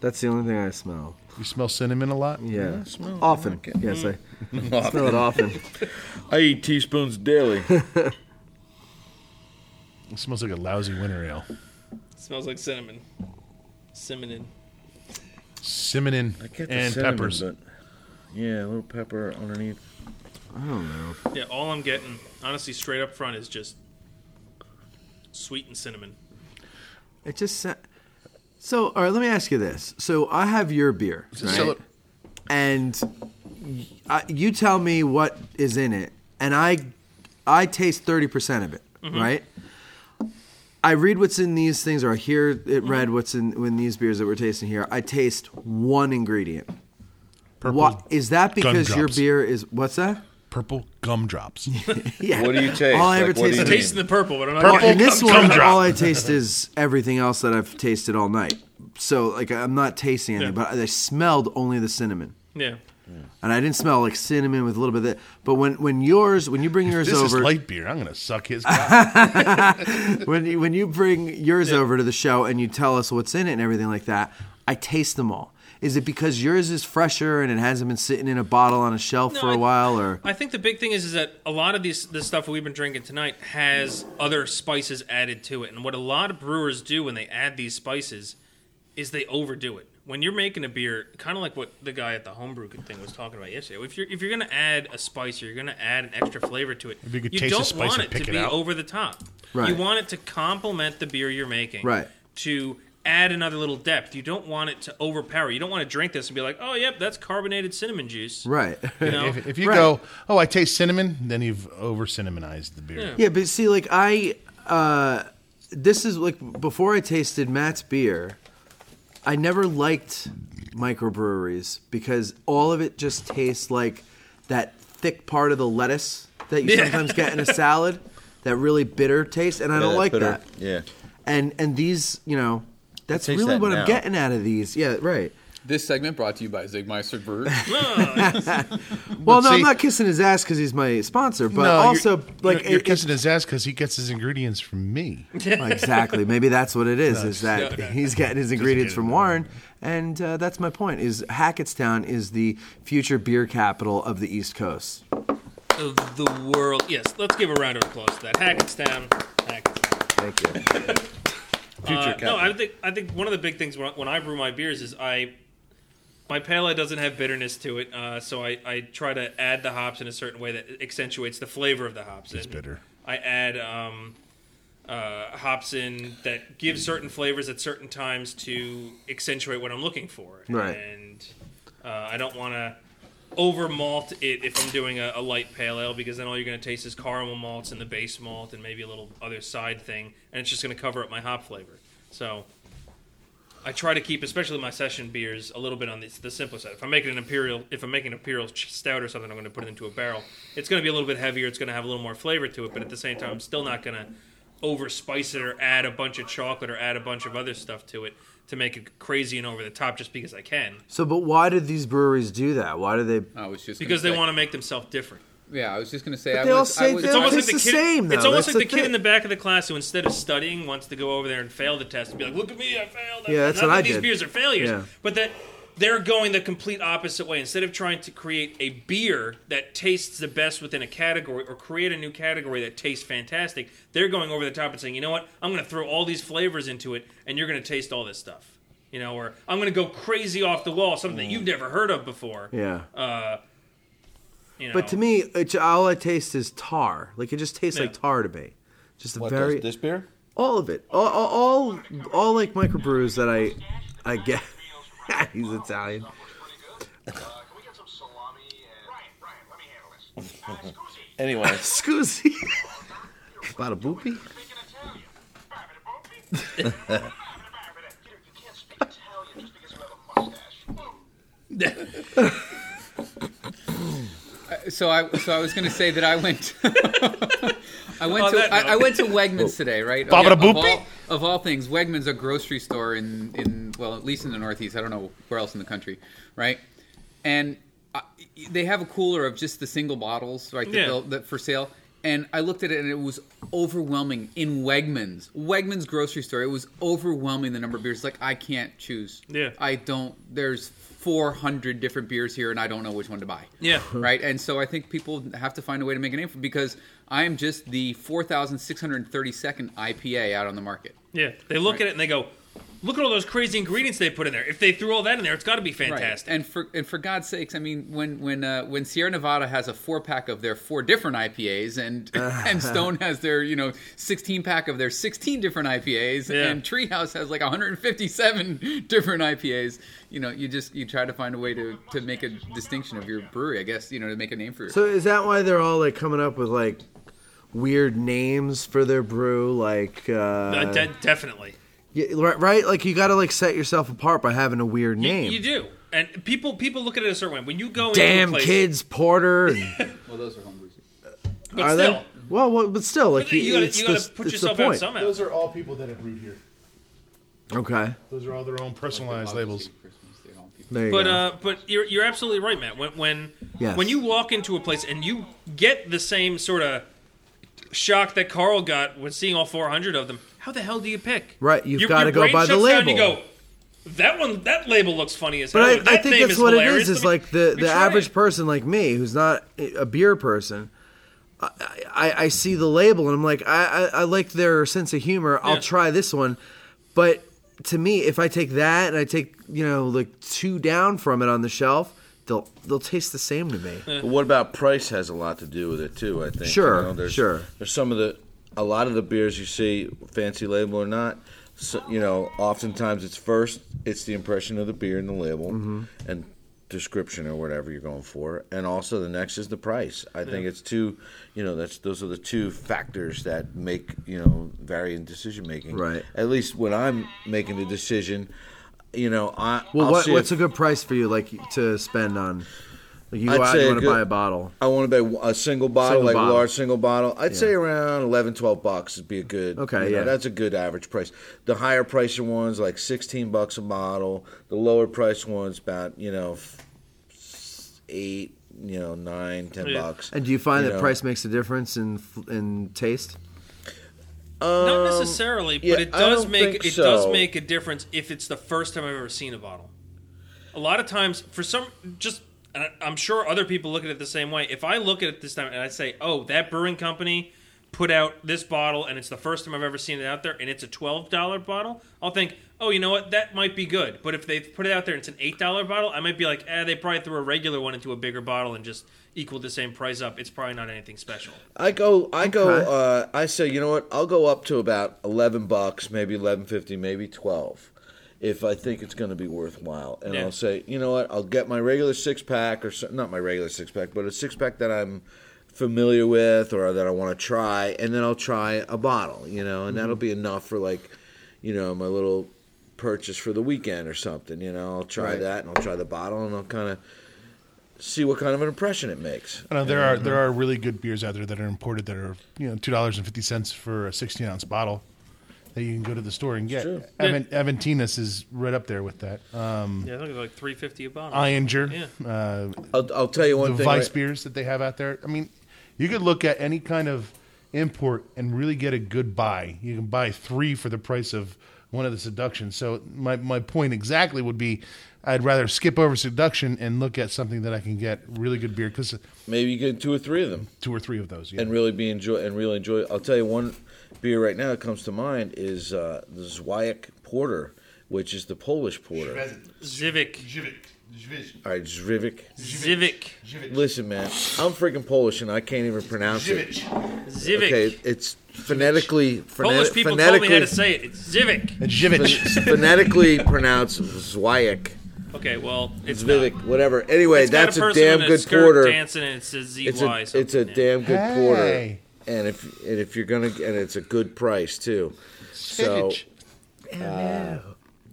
E: That's the only thing I smell.
D: You smell cinnamon a lot.
E: Yeah,
B: Oh.
E: often. Yes, I smell it often.
H: I eat teaspoons daily.
D: It smells like a lousy winter ale.
B: Smells like cinnamon. Cinnamon.
D: Cinnamon
H: I get the
D: and
H: cinnamon,
D: peppers.
H: but- yeah, a little pepper underneath.
B: Yeah, all I'm getting, honestly, straight up front is just sweet and cinnamon.
E: It just sa- so. All right, let me ask you this. So I have your beer, right?
D: So-
E: and y- I, you tell me what is in it, and I I taste thirty percent of it, right? I read what's in these things, or I hear it read what's in in these beers that we're tasting here. I taste one ingredient. What is that? Because your
D: gumdrops.
E: beer is what's that?
D: Purple gumdrops.
E: Yeah.
H: What do you taste?
E: All I ever
H: Like, what
E: taste
H: do you
E: is
H: mean?
B: Tasting the purple, but I'm not
E: well,
B: getting
E: in this
D: cum-
E: one,
D: cum
E: all I taste is everything else that I've tasted all night. So like I'm not tasting anything,
B: Yeah.
E: but I smelled only the cinnamon,
B: Yeah.
E: and I didn't smell like cinnamon with a little bit of that. But when when yours when you bring yours
D: this is
E: over
D: light beer. I'm gonna suck his. cock.
E: when you, when you bring yours over to the show and you tell us what's in it and everything like that, I taste them all. Is it because yours is fresher and it hasn't been sitting in a bottle on a shelf
B: No,
E: for a
B: I-
E: while, or
B: I think the big thing is is that a lot of these this stuff we've been drinking tonight has other spices added to it, and what a lot of brewers do when they add these spices is they overdo it. When you're making a beer, kind of like what the guy at the homebrew thing was talking about yesterday, if you're if you're gonna add a spice or you're gonna add an extra flavor to it,
D: you could taste the
B: don't
D: spice
B: want
D: and
B: it
D: pick
B: to
D: it
B: be
D: out.
B: over the top.
E: Right.
B: You want it to complement the beer you're making.
E: Right.
B: To add another little depth. You don't want it to overpower. You don't want to drink this and be like, oh yep, that's carbonated cinnamon juice.
E: right?
B: You know?
D: if, if you
E: Right.
D: go, oh, I taste cinnamon, then you've over cinnamonized the beer.
E: Yeah, but see, like I, uh, this is like before I tasted Matt's beer, I never liked microbreweries because all of it just tastes like that thick part of the lettuce that you sometimes get in a salad, that really bitter taste, and I don't
H: Yeah,
E: like
H: bitter.
E: that.
H: Yeah.
E: And and these, you know, that's
H: taste
E: really
H: that
E: what
H: now.
E: I'm getting out of these. Yeah, right.
F: This segment brought to you by Zigmeister Brewery.
E: Well, no,
D: see-
E: I'm not kissing his ass because he's my sponsor, but
D: No,
E: also
D: you're,
E: like
D: you're, you're
E: it-
D: kissing his ass because he gets his ingredients from me.
E: exactly. Maybe that's what it is. Is that
B: yeah.
E: he's getting his ingredients from Warren, and uh, that's my point. Is Hackettstown is the future beer capital of the East Coast?
B: of the world. Yes, let's give a round of applause to that. Hackettstown. Hackettstown.
E: Thank you.
B: Uh, no, I think I think one of the big things when I, when I brew my beers is I my pale ale doesn't have bitterness to it, uh, so I, I try to add the hops in a certain way that accentuates the flavor of the hops. It's
D: bitter.
B: I add um, uh, hops in that give certain flavors at certain times to accentuate what I'm looking for.
E: Right.
B: And uh, I don't want to over malt it if I'm doing a, a light pale ale because then all you're going to taste is caramel malts and the base malt and maybe a little other side thing, and it's just going to cover up my hop flavor. So I try to keep, especially my session beers, a little bit on the, the simpler side. If I'm making an imperial, if I'm making an imperial ch- stout or something, I'm going to put it into a barrel. It's going to be a little bit heavier. It's going to have a little more flavor to it, but at the same time, I'm still not going to over spice it or add a bunch of chocolate or add a bunch of other stuff to it to make it crazy and over the top just because I can.
E: So, but why did these breweries do that? Why do they?
B: Uh,
F: I was just gonna
B: Because they
F: say-
B: want to make themselves different.
F: Yeah, I was just gonna say. I
E: they
F: was,
E: all say
F: I was,
E: they
B: It's
E: all
B: almost like
E: taste
B: the
E: the
B: kid.
E: same.
B: it's
E: though.
B: almost
E: That's
B: like the, kid
E: thing.
B: in the back of the class who, instead of studying, wants to go over there and fail the test and be like, "Look at me, I failed."
E: Yeah, that's
B: Not
E: what
B: that
E: I
B: These
E: did.
B: beers are failures,
E: Yeah.
B: but that they're going the complete opposite way. Instead of trying to create a beer that tastes the best within a category or create a new category that tastes fantastic, they're going over the top and saying, "You know what? I'm going to throw all these flavors into it, and you're going to taste all this stuff." You know, or I'm going to go crazy off the wall, something that you've never heard of before.
E: Yeah.
B: you know.
E: but to me, it, all I taste is tar. Like it just tastes
B: Yeah.
E: like tar to me. Just a
H: What
E: very
H: does this beer?
E: all of it, all all, all, all like microbrews that I I get. He's Italian.
H: Anyway,
E: Scusi. Bada boopy.
F: So I so I was going to say that I went I went
B: On that
F: to I, I
B: note.
F: went to Wegmans today, right?
I: Baba da
F: of,
I: boop.
F: all, of all things, Wegmans a grocery store in in well, at least in the Northeast. I don't know where else in the country, right? And I, they have a cooler of just the single bottles, right? That
B: Yeah.
F: they'll- that for sale. And I looked at it, and it was overwhelming in Wegmans, Wegmans grocery store. It was overwhelming the number of beers. Like I can't choose.
B: Yeah.
F: I don't. There's 400 different beers here, and I don't know which one to buy
B: Yeah.
F: right? And so I think people have to find a way to make a name for because I am just the 4,632nd IPA out on the market.
B: Yeah. They look at it and they go, look at all those crazy ingredients they put in there. If they threw all that in there, it's got to be fantastic.
F: And for and for God's sakes, I mean, when when uh, when Sierra Nevada has a four pack of their four different IPAs, and and Stone has their you know 16 pack of their 16 different IPAs,
B: Yeah.
F: and Treehouse has like 157 different IPAs. You know, you just you try to find a way to to make a distinction of your brewery, I guess. You know, to make a name for yourself.
E: So is that why they're all like coming up with like weird names for their brew? Like,
B: Uh,
E: uh,
B: de- definitely.
E: y- right, right? Like you got to like set yourself apart by having a weird
B: You,
E: name.
B: you do. And people people look at it a certain way. When you go
E: Damn
B: into a place,
E: kids, Porter. And,
F: well, those are home brews.
B: but
E: are
B: still,
E: they? Well, well, but still, like
B: you gotta,
E: it's
B: you gotta
E: the-
B: put
E: it's the
B: yourself out
E: point.
B: somehow.
D: Those are all people that have brewed here.
E: Okay,
D: Those are all their own personalized labels.
E: there you
B: But
E: go.
B: uh, but you're you're absolutely right, Matt. When when
E: Yes.
B: when you walk into a place and you get the same sort of shock that Carl got when seeing all 400 of them, how the hell do you pick?
E: Right, you've
B: Your-
E: gotta
B: your
E: go
B: brain
E: by the
B: shuts down and
E: label.
B: you go, that one, that label looks funny as hell.
E: But
B: or,
E: I, I
B: "That
E: think
B: name
E: that's
B: is
E: what it
B: hilarious."
E: is.
B: Let
E: Is
B: me-
E: like the,
B: let me
E: the
B: try
E: average
B: it.
E: person like me, who's not a beer person, I, I, I see the label and I'm like, I, I, I like their sense of humor. I'll
B: Yeah.
E: try this one. But to me, if I take that and I take you know like two down from it on the shelf, they'll they'll taste the same to me.
C: But what about price has a lot to do with it too? I think.
E: Sure,
C: there's,
E: sure.
C: There's some of the, a lot of the beers you see, fancy label or not. So, you know, oftentimes it's first, it's the impression of the beer and the label,
E: Mm-hmm.
C: and description or whatever you're going for, and also the next is the price. I think it's two, you know, that's those are the two factors that make you know vary in decision making.
E: Right.
C: At least when I'm making the decision, you know, I
E: Well,
C: I'll
E: what,
C: see if-
E: what's a good price for you like to spend on? Like you go
C: I'd
E: out
C: say
E: and
C: a
E: want to
C: good-
E: buy a bottle.
C: I want to buy a single bottle,
E: Single
C: like
E: bottle.
C: a large single bottle. I'd say around 11, 12 bucks would be a good.
E: Okay,
C: you know,
E: yeah.
C: that's a good average price. The higher priced ones, like sixteen bucks a bottle. The lower priced ones, about you know, f- eight, you know, nine, ten
B: Yeah.
C: bucks.
E: And do you find that
C: know.
E: price makes a difference in f- in taste?
B: Not necessarily, but
C: Um, yeah,
B: it
C: I
B: does
C: don't
B: make
C: think
B: it does
C: so.
B: make a difference if it's the first time I've ever seen a bottle. A lot of times, for some, just and I- I'm sure other people look at it the same way. If I look at it this time and I say, "Oh, that brewing company put out this bottle, and it's the first time I've ever seen it out there, and it's a twelve dollar bottle," I'll think, "Oh, you know what? That might be good." But if they put it out there and it's an eight dollar bottle, I might be like, "Eh, they probably threw a regular one into a bigger bottle and just equaled the same price up. It's probably not anything special."
C: I go, I go,
E: Okay.
C: uh, I say, you know what? I'll go up to about eleven bucks, maybe eleven fifty, maybe twelve, if I think it's going to be worthwhile. And
B: Yeah.
C: I'll say, you know what? I'll get my regular six pack, or so, not my regular six pack, but a six pack that I'm familiar with or that I want to try, and then I'll try a bottle, you know, and that'll be enough for like, you know, my little purchase for the weekend or something. You know, I'll try
E: Right.
C: that, and I'll try the bottle, and I'll kind of see what kind of an impression it makes.
D: I know there are there are really good beers out there that are imported that are you know two dollars and fifty cents for a sixteen ounce bottle that you can go to the store and get.
C: true.
D: Aven- Aventinas is right up there with that. Um,
B: Yeah, I think it's like three fifty a bottle.
D: Iinger,
B: Yeah.
D: uh,
C: I'll, I'll tell you one
D: the
C: thing.
D: vice
C: right-
D: beers that they have out there. I mean, you could look at any kind of import and really get a good buy. You can buy three for the price of one of the seductions. So my, my point exactly would be I'd rather skip over seduction and look at something that I can get really good beer because
C: Maybe you get two or three of them
D: two or three of those. Yeah.
C: and really be enjoy and really enjoy. I'll tell you one beer right now that comes to mind is uh, the Zwijek Porter, which is the Polish porter.
B: Zivic,
C: All right, Zwiewik.
B: Zivic,
C: Listen, man, I'm freaking Polish and I can't even pronounce it.
B: Zivic.
C: Okay, it's phonetically phone-
B: Polish people told
C: phonetically
B: me how to say it. It's Zivic.
C: phon- phonetically pronounced Zwijek,
B: Okay, well, it's not.
C: Zwiewik, whatever. Anyway,
B: It's got
C: that's
B: a,
C: a
B: person
C: damn
B: in
C: good
B: skirt
C: porter.
B: Dancing and it says ZY.
C: it's a,
B: something.
C: it's a
B: Yeah.
C: damn good porter,
D: Hey.
C: and if and if you're gonna and it's a good price too. So uh,
D: Sitch.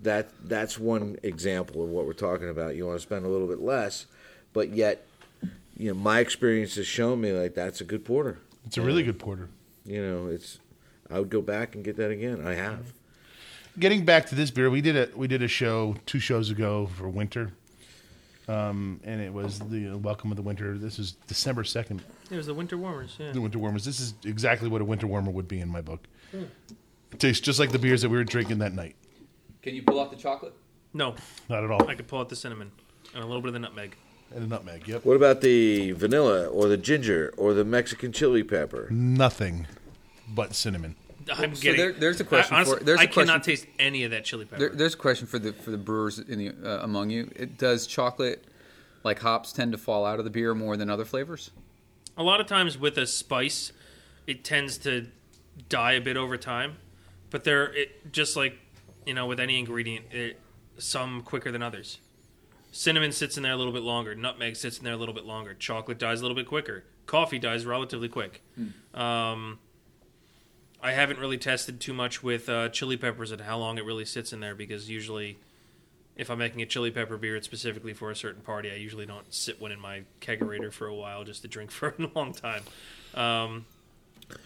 C: that that's one example of what we're talking about. You want to spend a little bit less, but yet, you know, my experience has shown me like that's a good porter.
D: It's a really good porter.
C: You know, it's I would go back and get that again. I have.
D: Getting back to this beer, we did a we did a show two shows ago for winter, um, and it was the uh, welcome of the winter. This is December second.
B: It was the winter warmers. Yeah.
D: The winter warmers. This is exactly what a winter warmer would be in my book.
B: Hmm.
D: It tastes just like the beers that we were drinking that night.
F: Can you pull out the chocolate?
B: No,
D: Not at all.
B: I could pull out the cinnamon and a little bit of the nutmeg.
D: And a nutmeg. Yep.
C: What about the vanilla or the ginger or the Mexican chili pepper?
D: Nothing, but cinnamon.
B: I'm
F: So
B: getting.
F: there- there's a question
B: I, honestly,
F: for- there's a
B: I cannot
F: question-
B: taste any of that chili
F: There,
B: pepper.
F: there's a question for the for the brewers in the uh, among you. It, does chocolate, like hops, tend to fall out of the beer more than other flavors?
B: a lot of times with a spice, it tends to die a bit over time, but there, it just like you know with any ingredient, it, some quicker than others. Cinnamon sits in there a little bit longer. Nutmeg sits in there a little bit longer. Chocolate dies a little bit quicker. Coffee dies relatively quick. Um, I haven't really tested too much with uh, chili peppers and how long it really sits in there because usually, if I'm making a chili pepper beer, it's specifically for a certain party. I usually don't sit one in my kegerator for a while just to drink for a long time. Um,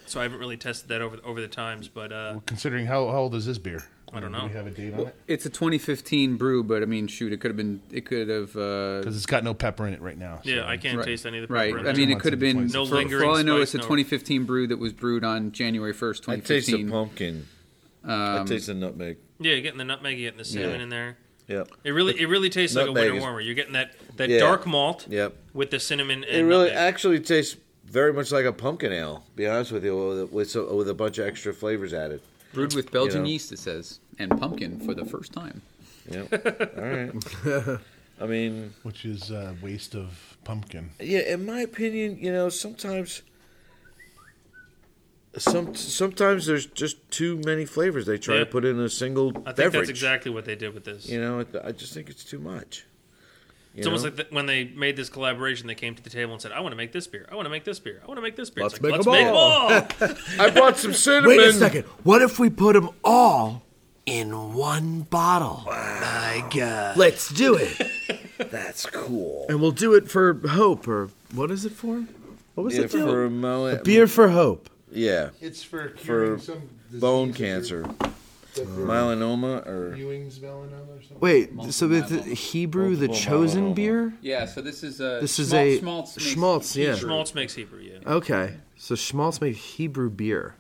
B: so I haven't really tested that over over the times, but uh,
D: Considering how, how old is this beer?
B: I don't
D: Do
B: know.
D: we have a date on it?
F: It's a 2015 brew, but I mean, shoot, it could have been. It could have. Uh,
D: Because it's got no pepper in it right now. so-
B: yeah, I can't taste any of the
F: Right.
B: pepper.
F: I mean, it could have been.
D: No
F: for, for
B: lingering
F: all I know,
B: spice,
F: it's a
B: no.
F: 2015 brew that was brewed on January 1st,
C: I taste
F: 2015.
C: the pumpkin. I taste the nutmeg.
B: yeah, you're getting the nutmeg, you're getting the cinnamon
C: Yeah.
B: in there.
C: Yeah.
B: It really, it really tastes like a
C: Nutmeg
B: winter
C: is-
B: warmer. You're getting that that
C: Yeah.
B: dark malt
C: Yep.
B: with the cinnamon. And
C: It really
B: nutmeg.
C: actually tastes very much like a pumpkin ale. Be honest with you, with with, so, with a bunch of extra flavors added.
F: Brewed with Belgian
C: know.
F: yeast, it says, and pumpkin for the first time.
C: Yeah. All right. I mean,
D: Which is a waste of pumpkin.
C: yeah. In my opinion, you know, sometimes, some sometimes there's just too many flavors they try
B: Yeah.
C: to put in a single
B: I think
C: beverage.
B: that's exactly what they did with this.
C: You know, it- I just think it's too much. You
B: It's almost
C: know?
B: like th when they made this collaboration, they came to the table and said, "I want to make this beer. I want to make this beer. I want to make this beer." It's
E: Let's
B: like,
E: make
B: let's
E: a
B: make a
E: ball."
B: ball.
C: I bought some cinnamon.
E: Wait a second. What if we put them all in one bottle? My God. Let's do it.
C: That's cool.
E: and we'll do it for Hope or what is it for? What was
C: Yeah,
E: it for?
C: for mo-
E: Beer for Hope.
C: Yeah,
D: It's for
C: for bone cancer, melanoma, or
D: Ewing's melanoma or something.
E: Wait, so the, the Hebrew, the chosen beer?
F: Yeah. So this is a.
E: This is
F: schmaltz- schmaltz
E: a
F: makes-
E: schmaltz, yeah.
B: Schmaltz makes Hebrew. Yeah.
E: Okay, so schmaltz made Hebrew beer.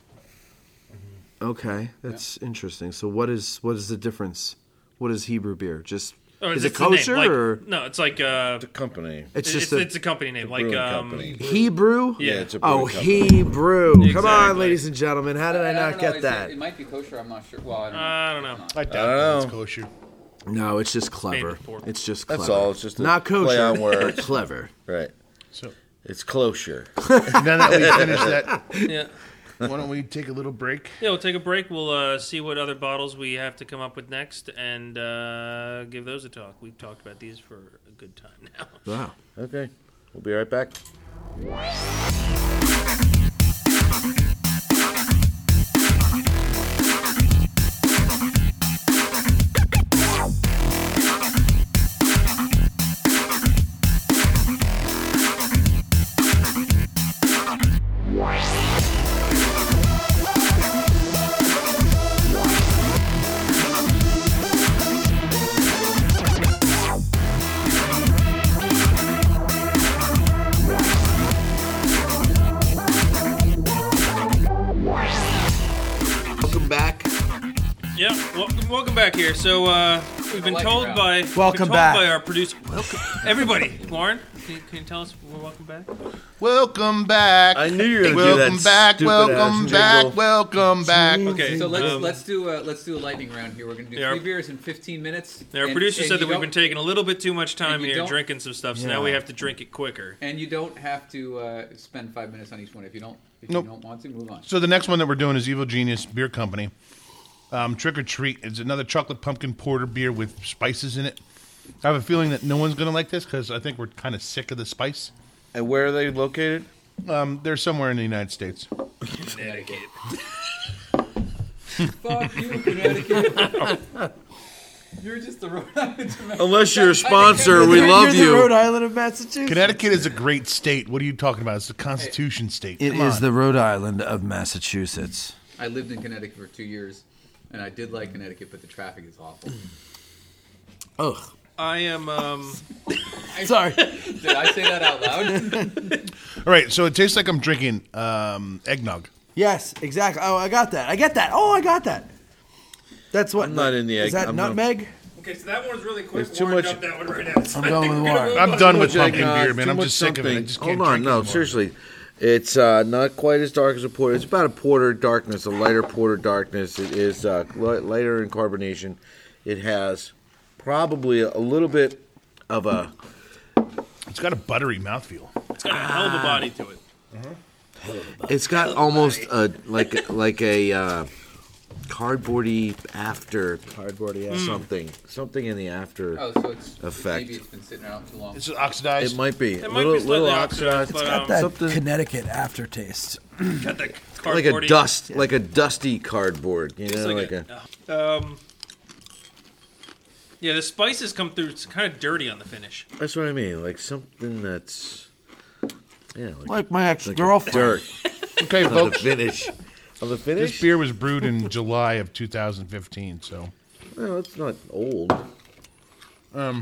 E: Okay, that's interesting. So what is what is the difference? What is Hebrew beer? Just
B: Or
E: is
B: Oh,
E: it
B: it's the name,
E: kosher
B: like-
E: or
B: no? It's like uh,
C: the company.
E: it's
B: it's,
E: just
B: it's,
E: a
B: a company name, like
C: brewing
B: um,
C: company.
E: Hebrew?
B: yeah.
C: it's a brewing
E: Oh,
C: company.
E: Hebrew! Come on,
B: Exactly.
E: ladies and gentlemen, how did I,
F: I don't
E: not
F: know,
E: get
F: is
E: that?
F: It, it might be kosher. I'm not sure. Well, I don't know.
B: I don't know.
D: I doubt
F: Oh.
C: I
D: that's
C: know.
D: kosher.
E: no, it's just clever.
B: with pork.
E: It's just clever.
C: That's all, it's just a
E: not kosher.
C: play on
E: but
C: words.
E: clever.
C: Right.
D: So
C: It's closure.
D: now that we finish that,
B: Yeah.
D: why don't we take a little break?
B: Yeah, we'll take a break. We'll uh, see what other bottles we have to come up with next and uh, give those a talk. We've talked about these for a good time now.
E: Wow.
C: Okay. We'll be right back.
E: Welcome back.
B: Yeah, welcome, welcome back here. So uh, we've been
F: like
B: told
F: your
B: by we've
E: Welcome
B: been told
E: back.
B: by our producer. Welcome, everybody. Lauren, can you, can you tell us we're welcome back?
D: Welcome back.
C: I knew you were gonna do
D: welcome
C: that
D: back.
C: stupid
D: Welcome
C: ass
D: back.
C: jingle.
D: Welcome back.
B: Okay,
F: So let's
B: um,
F: let's do a let's do a lightning round here. We're gonna do
B: Yeah.
F: three beers in 15 minutes.
B: Our
F: and-
B: producer
F: and
B: said
F: you
B: that we've
F: don't-
B: been taking a little bit too much time
F: and you
B: here
F: don't-
B: drinking some stuff, so now we have to drink it quicker.
F: And you don't have to uh, spend five minutes on each one if you don't if
D: Nope.
F: you don't want to move on.
D: So the next one that we're doing is Evil Genius Beer Company. Um, Trick or Treat It's another chocolate pumpkin porter beer with spices in it. I have a feeling that no one's going to like this because I think we're kind of sick of the spice.
C: And where are they located?
D: Um, they're somewhere in the United States.
B: Connecticut.
J: Fuck you, Connecticut. You're just the Rhode Island.
C: Unless you're a sponsor, we
E: You're
C: love
E: The Rhode
C: you.
E: Island of Massachusetts.
D: Connecticut is a great state. What are you talking about? It's a constitution state.
E: It
D: Come
E: is
D: on.
E: the Rhode Island of Massachusetts.
F: I lived in Connecticut for two years, and I did like Connecticut, but the traffic is awful.
E: Ugh.
B: I am. Um,
E: Sorry.
F: Did I say that out loud?
D: All right, so it tastes like I'm drinking um, eggnog.
E: yes, exactly. Oh, I got that. I get that. Oh, I got that. That's what.
C: I'm not in the egg.
E: Is that
C: I'm gonna-
E: nutmeg?
B: okay, so that one's really quick.
C: There's too
B: Warren
C: much-
B: dumped that one right out.
E: I'm going with Warren.
D: I'm done with pumpkin
C: eggnog,
D: beer, man.
C: too
D: I'm
C: much
D: just sick of it. I
C: something.
D: just can't
C: Hold on,
D: drink
C: no,
D: anymore.
C: seriously. It's uh, not quite as dark as a porter. It's about a porter darkness, a lighter porter darkness. It is uh, li- lighter in carbonation. It has probably a little bit of a
D: It's got a buttery mouthfeel.
B: It's got a hell of a body to it.
C: It's got almost a like like a uh, cardboardy after cardboardy something something in the after.
F: oh, so it's
C: Effect.
F: Maybe it's been sitting out too long.
D: It's oxidized.
C: It might be
B: It
C: a
B: might
C: little
B: be slightly
C: little
B: oxidized,
C: oxidized,
B: but, um,
E: That
C: something-
E: Connecticut aftertaste.
B: Got that
C: like a
B: cardboardy-
C: dust like a dusty cardboard. You
B: It's
C: know, like,
B: like
C: a,
B: a- um, yeah, the spices come through. It's kind of dirty on the finish.
C: that's what I mean. Like something that's yeah, like,
E: Like my ex
C: like a
E: girlfriend.
C: dirt
D: Okay,
C: on the
D: folks.
C: finish. On the
D: This
C: finish,
D: beer was brewed in July of 2015, so
C: well, it's not old.
D: that's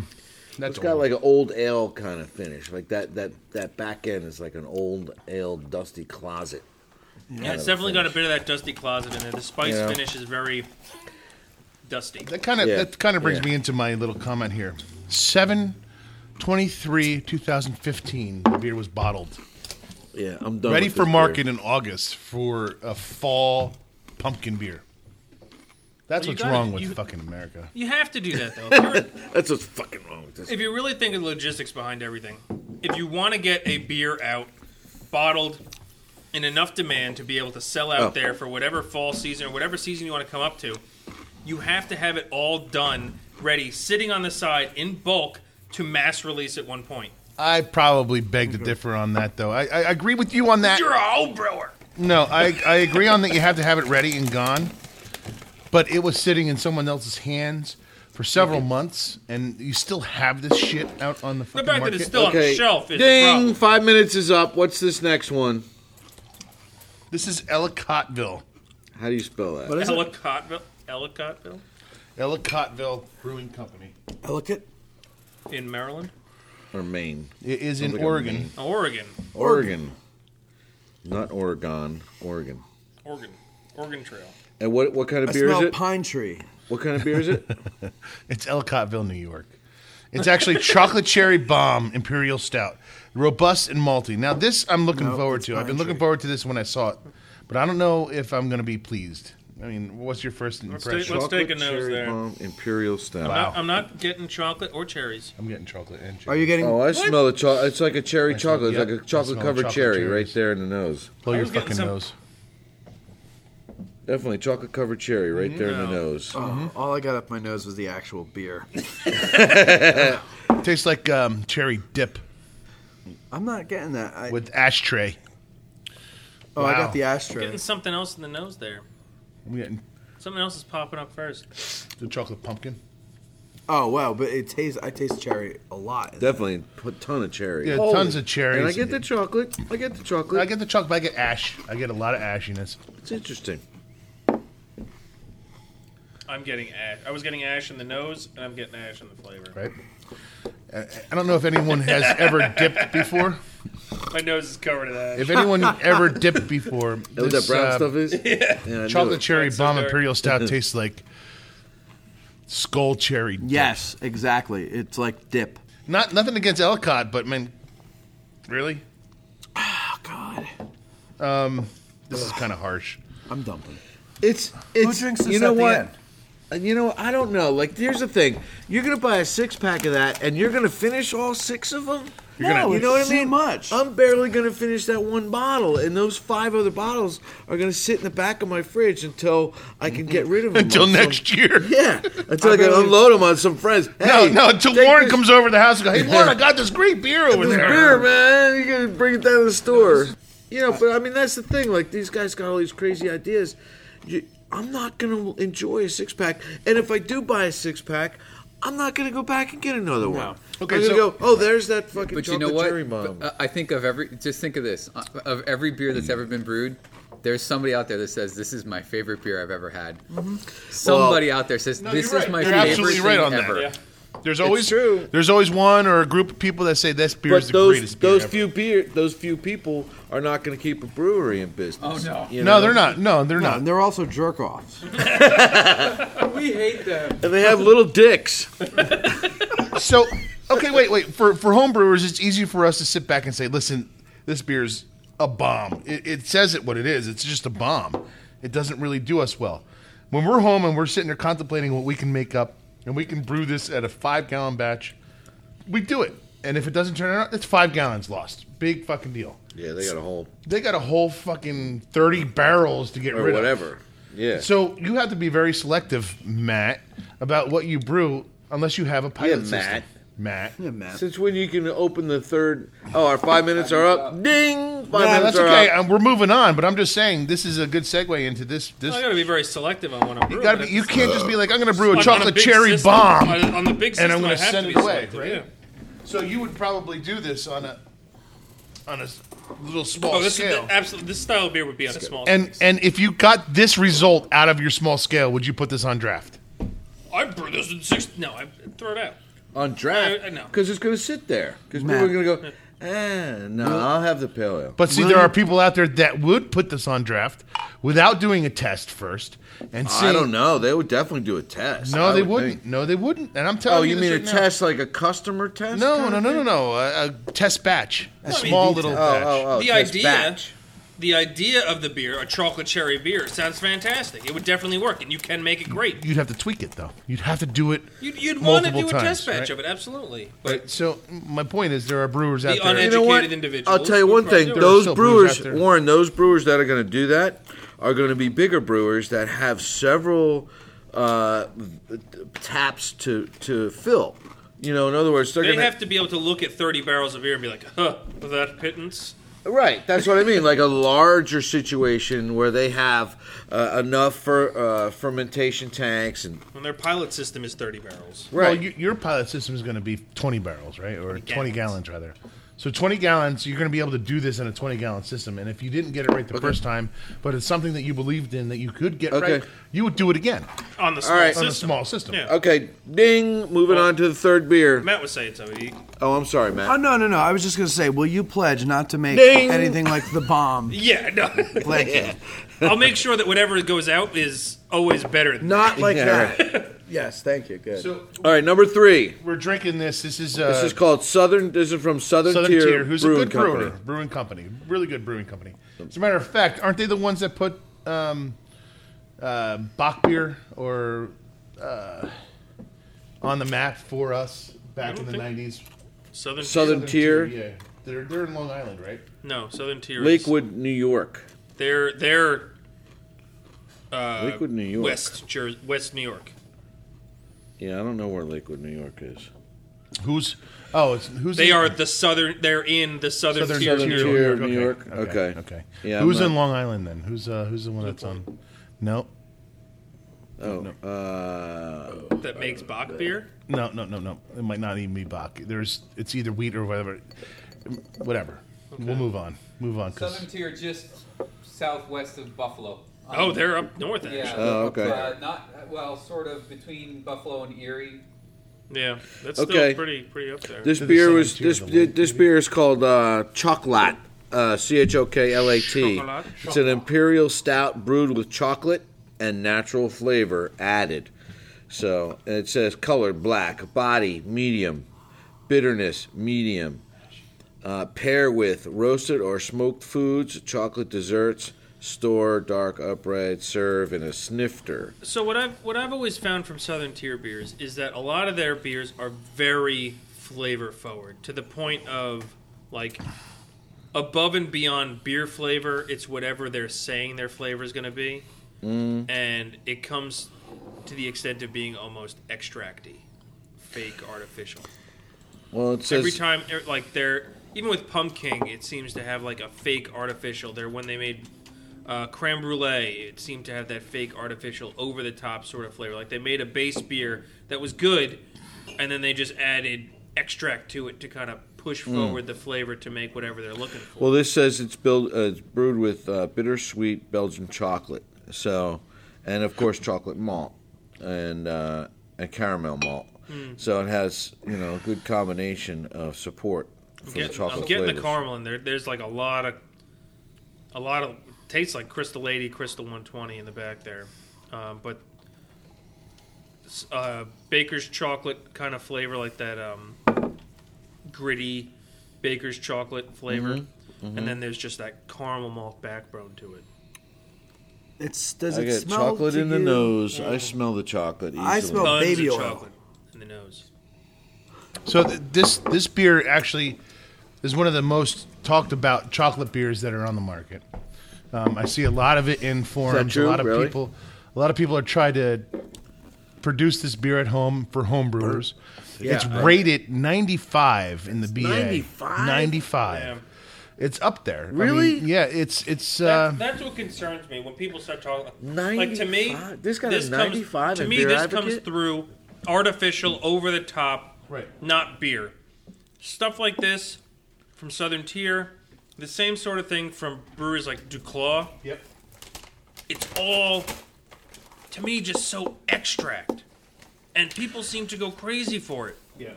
C: It's got
D: old.
C: like an old ale kind of finish. Like that that that back end is like an old ale dusty closet.
B: Yeah, it's definitely got a bit of that dusty closet in there. The spice
C: Yeah.
B: finish is very dusty.
D: that kind of
C: Yeah,
D: that kind of brings
C: yeah.
D: me into my little comment here. Seven twenty-three 2015, the beer was bottled.
C: Yeah, I'm done.
D: Ready
C: with
D: for
C: this beer.
D: market in August for a fall pumpkin beer.
B: Well,
D: That's
B: you
D: what's
B: gotta-
D: wrong with
B: you-
D: fucking America.
B: You have to do that though. If you're,
C: That's what's fucking wrong with this.
B: if you're really thinking logistics behind everything, if you want to get a beer out, bottled, in enough demand to be able to sell out
C: Oh.
B: there for whatever fall season or whatever season you want to come up to, you have to have it all done, ready, sitting on the side in bulk to mass release at one point.
D: I probably beg to differ on that, though. I, I agree with you on that.
B: You're a home brewer.
D: No, I, I agree on that you have to have it ready and gone. But it was sitting in someone else's hands for several months, and you still have this shit out on the
B: The
D: fucking
B: fact that
D: market.
B: it's still on the shelf is the
C: Ding!
B: problem.
C: Five minutes is up. What's this next one?
D: this is Ellicottville.
C: How do you spell that?
E: What is it?
B: Ellicottville, Ellicottville
D: Ellicottville Brewing Company.
E: Ellicott?
B: in Maryland,
C: Or Maine?
D: It is in
C: Sounds like a
D: Oregon.
C: Maine.
B: Oregon,
C: Oregon. Not Oregon. Oregon.
B: Oregon, Oregon Trail.
C: And what what kind of
E: I
C: beer is
E: smell
C: it?
E: pine tree.
C: what kind of beer is it?
D: It's Ellicottville, New York. It's actually chocolate cherry bomb imperial stout, robust and malty. Now this I'm looking
E: No,
D: forward
E: it's
D: to. I've been
E: Pine
D: looking
E: Tree.
D: forward to this when I saw it, but I don't know if I'm going to be pleased. I mean, what's your first
B: take-
D: impression?
B: let's-
C: Chocolate
B: take a nose
C: cherry
B: there.
C: bomb imperial stout.
D: Wow.
B: I'm not getting chocolate or cherries.
D: I'm getting chocolate and cherry.
E: Are you getting?
C: Oh, I smell the chocolate. It's like a cherry
D: smell-
C: chocolate.
D: yep,
C: It's like
D: I
C: a chocolate
D: smell
C: covered
D: chocolate
C: cherry
D: cherries.
C: right there in the nose.
D: blow your
B: was getting
D: fucking
B: some-
D: nose?
C: Definitely chocolate covered cherry right there in the nose.
E: Oh, all I got up my nose was the actual beer.
D: Tastes like um, cherry dip
E: I'm not getting that. I,
D: with ashtray.
E: oh, I
D: wow.
E: got the
B: Getting
E: ashtray.
B: something else in the nose there.
D: I'm getting
B: Something else is popping up first.
D: the chocolate pumpkin.
E: Oh wow, but it tastes. I taste cherry a lot.
C: Definitely a ton of cherry.
D: Yeah,
C: Oh,
D: tons of cherries.
C: And I get the chocolate. I get the chocolate.
D: I get the chocolate. But I get ash. I get a lot of ashiness.
C: it's interesting.
B: I'm getting ash. I was getting ash in the nose, and I'm getting ash in the flavor.
D: Right. I- I don't know if anyone has ever dipped before.
B: My nose is covered in ash.
D: If anyone ever dipped before,
C: Know what
D: this,
C: that brown
D: uh,
C: stuff is? Yeah. I knew
D: chocolate
C: it. Mm-hmm.
D: cherry
B: That's so
D: bomb
B: dark.
D: imperial stout tastes like skull cherry. dip.
E: Yes, exactly. It's like dip.
D: Not nothing against Ellicott, but man, really,
E: Oh God,
D: this is kind of harsh.
E: I'm dumping.
C: It's
E: Who
C: it's
E: drinks this
C: you know
E: at
C: what?
E: the end?
C: And you know, I don't know. Like, here's the thing: you're gonna buy a six pack of that, and you're gonna finish all six of them.
E: You're gonna- No,
C: you know what I
E: it's
C: mean?
E: too much.
C: I'm barely gonna finish that one bottle, and those five other bottles are gonna sit in the back of my fridge until I can get rid of them.
D: Until
C: on some-
D: next year.
C: yeah, until I, can
E: really-
C: unload them on some friends.
D: No,
C: Hey,
D: no. Until
C: take
D: Warren
C: this-
D: comes over to the house and goes, "Hey, Warren, I got this great beer over
C: this
D: there."
C: beer, man. You gotta bring it down to the store. You know, but I mean, that's the thing. Like these guys got all these crazy ideas. You, I'm not going to enjoy a six pack. And if I do buy a six pack, I'm not going to go back and get another one.
D: Okay,
C: I'm going to
D: so-
C: go, oh, there's that fucking
F: But you
C: chocolate
F: know what?
C: cherry bomb.
F: But, uh, I think of every. Just think of this: Uh, of every beer that's ever been brewed, there's somebody out there that says this is my favorite beer I've ever had. Somebody out there says
D: No,
F: this
D: you're
F: is
D: right.
F: my
D: Mm-hmm. You're
F: favorite
D: absolutely
F: thing
D: right on that.
F: ever.
B: Yeah.
D: There's always
C: true.
D: There's always one or a group of people that say this beer is
C: but
D: the
C: those
D: greatest beer
C: those
D: ever."
C: few beer those few people are not going to keep a brewery in business.
F: Oh, no.
C: you
D: No,
C: know?
D: they're not. No, they're
E: No,
D: not.
E: and they're also jerk offs.
F: We hate them.
C: And they have little dicks.
D: So, okay, wait, wait. For for home brewers, it's easy for us to sit back and say, "Listen, this beer's a bomb. It, it says it what it is. It's just a bomb. It doesn't really do us well." When we're home and we're sitting there contemplating what we can make up and we can brew this at a five gallon batch, we do it. And if it doesn't turn out, it's five gallons lost. Big fucking deal.
C: Yeah, they got a hold
D: They got a whole fucking thirty barrels to get
C: or
D: rid of.
C: whatever. Yeah.
D: So you have to be very selective, Matt, about what you brew, unless you have a pilot
C: Yeah,
D: system.
C: Matt.
D: Matt.
E: Yeah, man.
C: Since when you can open the third? Oh, our five minutes are up. Ding! Five
D: Yeah, that's
C: minutes are
D: okay.
C: up.
D: Um, we're moving on, but I'm just saying this is a good segue into this. This
B: Oh, I gotta be very selective on what I'm
D: you
B: brewing.
D: gotta be,
B: but
D: you
B: it's-
D: can't just be like I'm gonna brew
B: on-
D: a
B: on
D: chocolate
B: big
D: cherry
B: system-
D: bomb.
B: on, on the big system,
D: and I'm
B: I
D: going to
B: have
D: send
B: be
D: it away.
B: selective,
D: Right?
B: yeah.
D: So you would probably do this on a on a s- little small
B: Oh, this is
D: scale.
B: absolutely. This style of beer would be on a small.
D: and
B: scale.
D: and if you got this result out of your small scale, would you put this on draft?
B: I brew this in six. No, I throw it out.
D: Uh,
C: On
B: I- I
C: draft,
B: know.
C: because it's going to sit there. Because people
E: Matt.
C: are going to go. Eh, no, I'll have the pale ale.
D: But see,
E: Will
D: there
E: you-
D: are people out there that would put this on draft without doing a test first and see.
C: I don't know. They would definitely do a test.
D: No,
C: I
D: they
C: would
D: wouldn't.
C: think.
D: No, they wouldn't. And I'm telling
C: Oh, you
D: this
C: mean a
D: right now.
C: test like a customer test?
D: No,
C: kind
D: no,
C: of
D: no, no,
C: thing?
D: no. A, a test batch, a
B: I mean,
D: small
B: the-
D: little
C: Oh,
D: batch.
C: oh, oh.
B: The
C: test
B: idea-
C: batch.
B: The idea of the beer, a chocolate cherry beer, sounds fantastic. It would definitely work, and you can make it great.
D: You'd have to tweak it though. You'd have to do it.
B: You'd, you'd want to
D: multiple
B: do a
D: times,
B: test batch
D: right?
B: of it, absolutely. But
D: But so my point is, there are brewers out
B: The
D: there.
B: unedu-
C: You know what?
B: educated individuals
C: I'll tell you
B: would
C: one
B: probably
C: thing.
B: do it.
D: Still brewers
C: Those brewers,
D: out there.
C: Warren, those brewers that are going to do that are going to be bigger brewers that have several uh, taps to to fill. You know, in other words, they're
B: they
C: going
B: have to be able to look at 30 barrels of beer and be like, huh, that pittance.
C: Right, that's what I mean. Like a larger situation where they have uh, enough for uh, fermentation tanks and
B: And their pilot system is 30 barrels.
D: Well,
C: right.
D: you, your pilot system is going to be 20 barrels, right, or 20
B: gallons.
D: gallons. rather. So 20 gallons, you're going to be able to do this in a 20 gallon system. And if you didn't get it right the first time, but it's something that you believed in that you could get
C: Okay.
D: right, you would do it again
B: On the small
C: right.
D: on
B: system.
D: a small system.
B: Yeah.
C: okay, ding. Moving on to the third beer.
B: Matt was saying so. He-
C: Oh, I'm sorry,
E: Oh
C: Matt.
E: no, no, no! I was just gonna say, will you pledge not to make
C: Ding.
E: anything like the bomb?
B: yeah, no.
E: Thank you.
B: I'll make sure that whatever goes out is always better than
E: Not like
C: Yeah,
E: that. yes, thank you. Good.
D: So
C: All right, number three.
D: we're drinking this. This is uh,
C: This is called Southern. This is from Southern,
D: Southern
C: Tier,
D: Tier, who's
C: Brewing
D: a good
C: Company.
D: brewer, brewing company, really good brewing company. As a matter of fact, aren't they the ones that put um, uh, Bach beer or uh, on the map for us back in
B: don't
D: the
B: think-
D: nineties?
B: Southern,
C: Southern Tier,
D: yeah, they're they're in Long Island, right?
B: No, Southern Tier. is-
C: Lakewood, New York.
B: They're, they're
C: Lakewood, New York.
B: West, Jer- West New York.
C: Yeah, I don't know where Lakewood, New York is.
D: Who's oh, it's, who's
B: They
D: in-
B: are the Southern, they're in the Southern,
D: Southern
B: Tier.
C: Southern
D: Tier,
C: Tier.
D: New
C: New
D: York.
C: York. Okay.
D: okay. okay.
C: Yeah, I'm
D: who's
C: not-
D: in Long Island then? Who's uh, who's the one that's on? No,
C: Oh, uh,
B: That makes Bach beer.
D: no, no, no, no. It might not even be Bach. There's it's either wheat or whatever. Whatever. We'll move on. Move on. 'cause-
K: Southern tier just southwest of Buffalo. Um,
B: Oh, they're up north, actually.
K: yeah.
C: Oh, okay.
K: Uh, not well, sort of between Buffalo and Erie.
B: Yeah, that's
C: Okay.
B: still pretty pretty up there.
C: this
D: the
C: beer
D: Southern
C: was
D: Tier,
C: this
D: the one,
C: this beer is called uh, Chocolat. Uh, C H O K L A T.
B: Chocolat.
C: It's an imperial stout brewed with chocolate and natural flavor added. So and it says color black, body medium, bitterness medium. Uh, pair with roasted or smoked foods, chocolate desserts, store dark upright, serve in a snifter.
B: so what I've what I've always found from Southern Tier beers is that a lot of their beers are very flavor forward to the point of like above and beyond beer flavor. It's whatever they're saying their flavor is going to be, and it comes to the extent of being almost extracty, fake, artificial.
C: Well, it says
B: Every time, er, like they're even with Pumpkin, it seems to have like a fake artificial. There when they made Uh, creme brulee, it seemed to have that fake, artificial, over the top sort of flavor. Like they made a base beer that was good, and then they just added extract to it to kind of push forward the flavor to make whatever they're looking for.
C: Well, this says it's built, uh, it's brewed with uh, bittersweet Belgian chocolate, so, and of course chocolate malt, and uh, and caramel malt.
B: Hmm.
C: So it has you know a good combination of support for
B: Get-
C: the chocolate
B: I'm getting
C: flavors.
B: the caramel in there. There's like a lot of, a lot of tastes like Crystal Lady, Crystal 120 in the back there, um, but s- uh, Baker's chocolate kind of flavor, like that um, gritty Baker's chocolate flavor, and then there's just that caramel malt backbone to it.
E: It's does
C: I
E: it
C: get
E: smell
C: chocolate
E: to
C: in the
E: you?
C: nose. I smell the chocolate. Easily.
E: I smell- Oh,
B: Tons
E: baby
B: of
E: oil.
B: chocolate in the nose.
D: So th- this this beer actually is one of the most talked about chocolate beers that are on the market. Um, I see a lot of it in forums.
C: true?
D: A lot of
C: Really?
D: people, a lot of people are trying to produce this beer at home for home brewers. It's
E: Yeah.
D: rated 95 in the BA.
E: 95?
D: 95.
B: Yeah.
D: It's up there. I mean,
E: Really?
D: yeah. It's it's. Uh,
B: That's, that's what concerns me when people start talking. Like to me,
C: 95? This got a
B: comes-
C: 95
B: To
C: in
B: me,
C: Beer
B: this
C: Advocate?
B: comes through artificial, over the top,
D: Right.
B: Not beer. Stuff like this from Southern Tier, the same sort of thing from brewers like Duclaw.
D: yep.
B: It's all, to me, just so extract, and people seem to go crazy for it.
D: Yeah.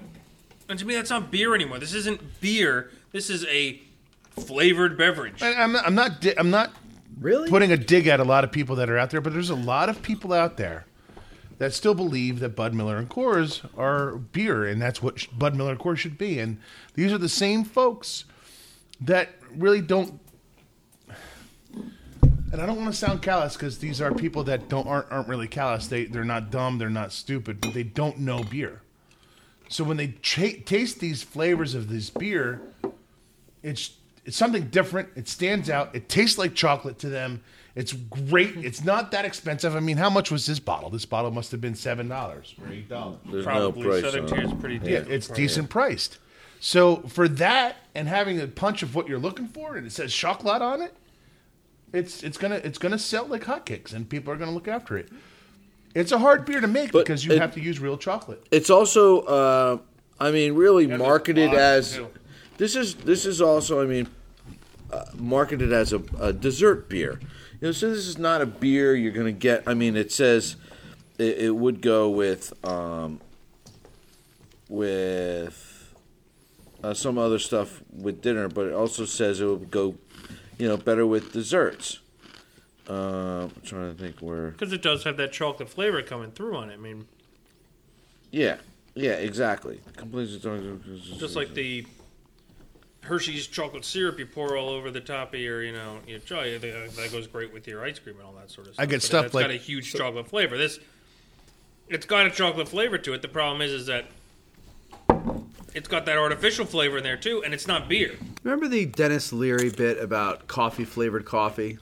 B: And to me, that's not beer anymore. This isn't beer. This is a flavored beverage.
D: I, I'm not. I'm not. Di- I'm not
E: Really?
D: putting a dig at a lot of people that are out there, but there's a lot of people out there that still believe that Bud Miller and Coors are beer, and that's what sh- Bud Miller and Coors should be. And these are the same folks that really don't. And I don't want to sound callous because these are people that don't aren't, aren't really callous. They they're not dumb, they're not stupid, but they don't know beer. So when they cha taste these flavors of this beer, it's it's something different. It stands out. It tastes like chocolate to them. It's great. It's not that expensive. I mean, how much was this bottle? This bottle must have been seven dollars or eight dollars.
C: There's
B: Probably
C: no price
B: Southern
C: on
B: Tier
C: it.
B: is pretty
D: Yeah,
B: decent.
D: it's
B: price.
D: decent priced. So for that and having a punch of what you're looking for, and it says chocolate on it, it's it's gonna it's gonna sell like hotcakes, and people are gonna look after it. It's a hard beer to make
C: But
D: because you
C: it-
D: have to use real chocolate.
C: It's also, uh, I mean, really
B: there's
C: marketed
B: lots,
C: as.
B: too.
C: This is this is also, I mean, uh, marketed as a, a dessert beer. You know, so this is not a beer you're going to get. I mean, it says it, it would go with um, with uh, some other stuff with dinner, but it also says it would go, you know, better with desserts. Uh, I'm trying to think where.
B: Because it does have that chocolate flavor coming through on it. I mean,
C: Yeah, yeah, exactly. Completely.
B: just like the Hershey's chocolate syrup you pour all over the top of your, you know, your chocolate that goes great with your ice cream and all that sort of stuff.
D: I get
B: But
D: stuff
B: that's
D: like-
B: got a huge chocolate flavor. This, it's got a chocolate flavor to it. The problem is, is that it's got that artificial flavor in there too, and it's not beer.
E: Remember the Dennis Leary bit about coffee flavored coffee?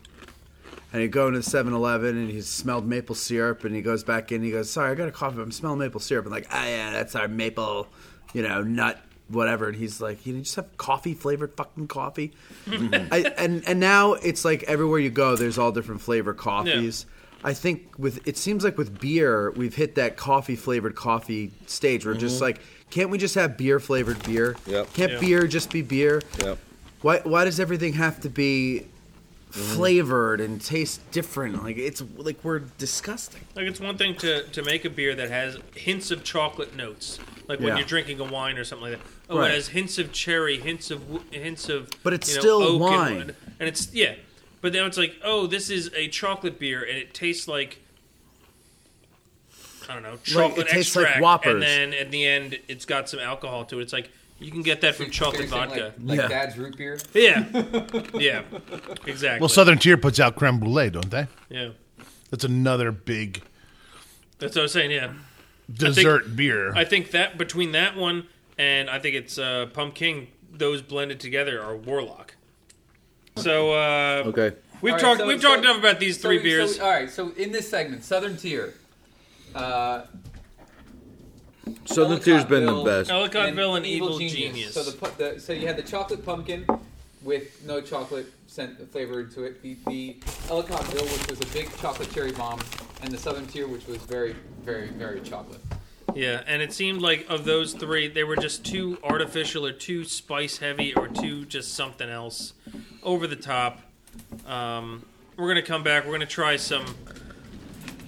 E: And he'd go into 7 Eleven and he smelled maple syrup and he goes back in and he goes, Sorry, I got a coffee. I'm smelling maple syrup. And like, Ah, yeah, that's our maple, you know, nut, whatever. And he's like, You just have coffee flavored fucking coffee. I, and, and now it's like everywhere you go, there's all different flavor coffees. I think with it seems like with beer we've hit that coffee flavored coffee stage where just like can't we just have beer flavored beer?
C: Yep.
E: Can't beer just be beer?
C: Yep.
E: Why why does everything have to be Mm-hmm. flavored and taste different? Like it's like we're disgusting.
B: Like it's one thing to, to make a beer that has hints of chocolate notes, like when
E: Yeah.
B: you're drinking a wine or something like that. Oh,
E: Right.
B: it has hints of cherry, hints of wo- hints of.
E: But it's
B: you know,
E: still
B: oak and
E: wine.
B: wood. and it's yeah. But now it's like, oh, this is a chocolate beer, and it tastes like I don't know chocolate
E: tastes like
B: extract,
E: Whoppers.
B: and then at the end, it's got some alcohol to it. It's like you can get that from chocolate
F: Seriously,
B: vodka.
F: Like, like
E: Yeah.
F: dad's root beer.
B: yeah, yeah, exactly.
D: Well, Southern Tier puts out creme brulee, don't they?
B: yeah,
D: That's another big
B: that's what I was saying. Yeah.
D: dessert beer.
B: I think that between that one and I think it's uh, Pumpkin, those blended together are Warlock. So uh,
C: Okay.
B: we've
F: All right,
B: talked
F: so-
B: we've
F: so-
B: talked enough about these
F: so
B: three
F: we- so uh,
B: beers.
F: we- all right, so in this segment, Southern Tier, uh,
C: Southern Tier's been the
F: Ellicottville
C: best.
B: Ellicottville and Evil, Genius.
F: So the, pu- the so you had the chocolate pumpkin, with no chocolate scent flavor to it. The, the Ellicott Hill, which was a big chocolate cherry bomb, and the Southern Tier, which was very, very, very chocolate.
B: Yeah, and it seemed like of those three, they were just too artificial or too spice heavy or too just something else over the top. Um, we're gonna come back. We're gonna try some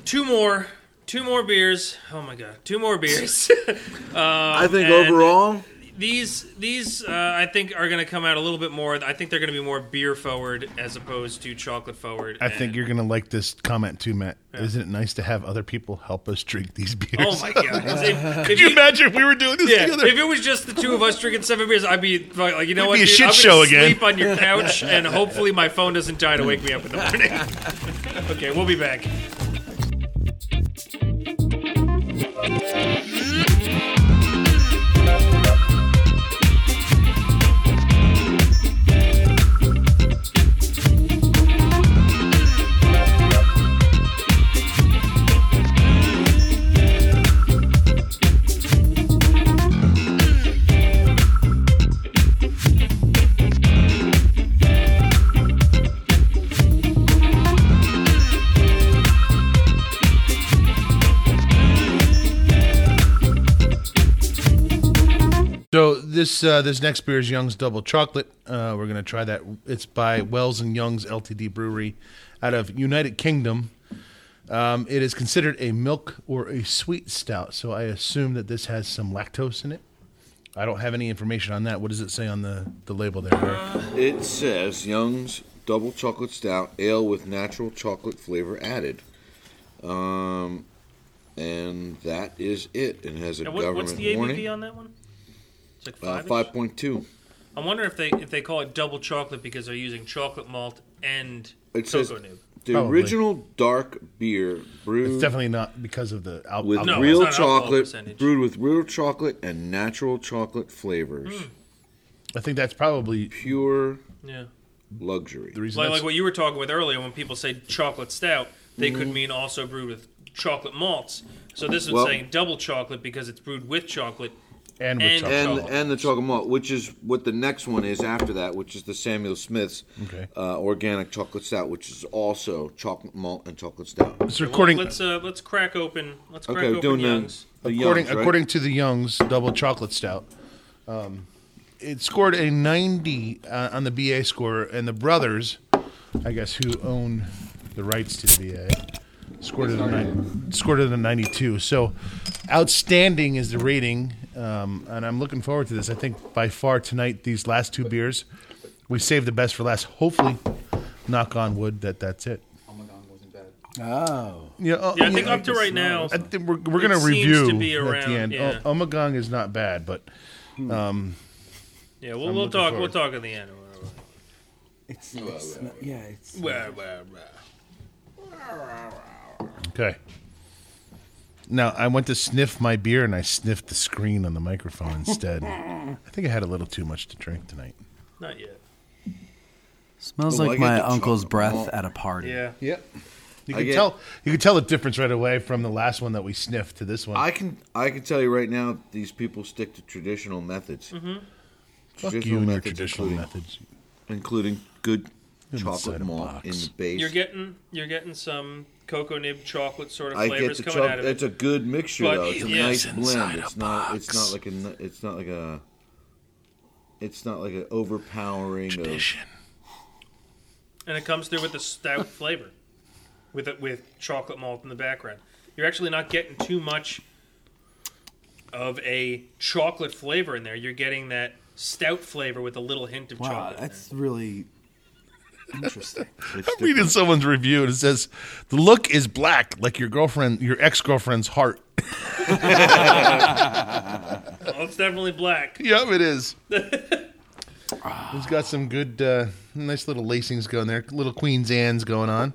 B: two more, two more beers. Oh my god, two more beers. um,
L: I think
B: and
L: overall,
B: these these uh, I think are gonna come out a little bit more. I think they're gonna be more beer forward as opposed to chocolate forward.
D: I think
B: and-
D: you're gonna like this comment too, Matt. Isn't it nice to have other people help us drink these beers?
B: Oh my god! If- if
D: Could you
B: you-
D: imagine if we were doing this
B: Yeah,
D: together?
B: if it was just the two of us drinking seven beers, I'd be like, you know
D: It'd
B: what?
D: be a
B: dude?
D: shit
B: I'm gonna
D: show again.
B: Sleep on your couch, and hopefully my phone doesn't die to wake me up in the morning. okay, we'll be back.
D: So this uh, this next beer is Young's Double Chocolate. Uh, we're gonna try that. It's by Wells and Young's Ltd Brewery, out of United Kingdom. Um, it is considered a milk or a sweet stout, so I assume that this has some lactose in it. I don't have any information on that. What does it say on the, the label there? Eric?
C: It says Young's Double Chocolate Stout Ale with natural chocolate flavor added. Um, and that is it. It has a
B: And what,
C: government
B: what's the
C: warning.
B: ABV on that one? It's like
C: Uh,
B: five.
C: Five point two.
B: I wonder if they if they call it double chocolate because they're using chocolate malt and
C: It
B: cocoa
C: says
B: nib.
C: the
D: Probably.
C: original dark beer brewed
D: It's definitely not because of the alcohol.
C: with
B: No, it's
C: real
B: not an alcohol
C: chocolate,
B: percentage.
C: brewed with real chocolate and natural chocolate flavors.
B: Hmm.
D: I think that's probably
C: Pure
B: Yeah,
C: luxury.
D: the reason.
B: like,
D: that's-
B: like what you were talking with earlier when people say chocolate stout, they could mean also brewed with chocolate malts. So this is
C: Mm-hmm. Well-
B: saying double chocolate because it's brewed with chocolate.
D: and with
B: and-
D: chocolate.
C: and
B: chocolate.
C: and the chocolate malt, which is what the next one is after that, which is the Samuel Smith's
D: Okay.
C: uh, organic chocolate stout, which is also chocolate malt and chocolate stout.
D: It's recording.
B: Let's uh, let's crack open. Let's crack
C: Okay,
B: open
C: doing the-
B: Young's.
C: the
D: according
C: Youngs, right?
D: according to the Young's double chocolate stout, um, it scored a 90 uh, on the BA score, and the brothers, I guess, who own the rights to the BA, scored it a nine, scored it a 92. So outstanding is the rating, um, and I'm looking forward to this. I think by far tonight these last two beers, we saved the best for last. Hopefully, knock on wood that that's it.
F: Omagong wasn't bad.
E: Oh.
D: Yeah, uh,
B: Yeah, I think up to right now,
D: I think we're we're
B: It
D: gonna
B: seems
D: review
B: to be
D: at
B: around,
D: the end.
B: yeah.
D: O- Omagong is not bad, but
B: Yeah, we'll, we'll
D: looking
B: talk. We'll
D: forward.
B: talk at the end.
E: It's, it's not, yeah, it's
D: okay. Now I went to sniff my beer and I sniffed the screen on the microphone instead. I think I had a little too much to drink tonight.
B: Not yet.
E: smells
C: Well, I
E: like
C: get
E: my
C: the
E: uncle's
C: chocolate
E: breath
C: malt.
E: at a party.
B: Yeah.
C: Yep.
D: You
C: I
D: could
C: get-
D: tell you could tell the difference right away from the last one that we sniffed to this one.
C: I can I can tell you right now, these people stick to traditional methods. Mm-hmm.
D: Fuck you and your traditional methods.
C: including good chocolate
D: inside a
C: malt
D: box.
C: in the base.
B: You're getting you're getting some cocoa nib chocolate sort of
C: I get
B: flavors
C: the
B: coming out
C: chocolate.
B: of it.
C: It's a good mixture
B: But
C: though. It's a
B: yes,
C: nice blend. It's not. It's not like a. n- It's not like a. It's not like an overpowering. Tradition.
B: and it comes through with a stout flavor, with it with chocolate malt in the background. You're actually not getting too much of a chocolate flavor in there. You're getting that stout flavor with a little hint of
E: Wow,
B: chocolate. in
E: that's really interesting.
D: I'm reading someone's review and it says the look is black like your girlfriend, your ex girlfriend's heart.
B: there. Oh, it's definitely black.
D: Yep, it is. It's got some good, uh, nice little lacings going there. Little Queen's Anne's going on.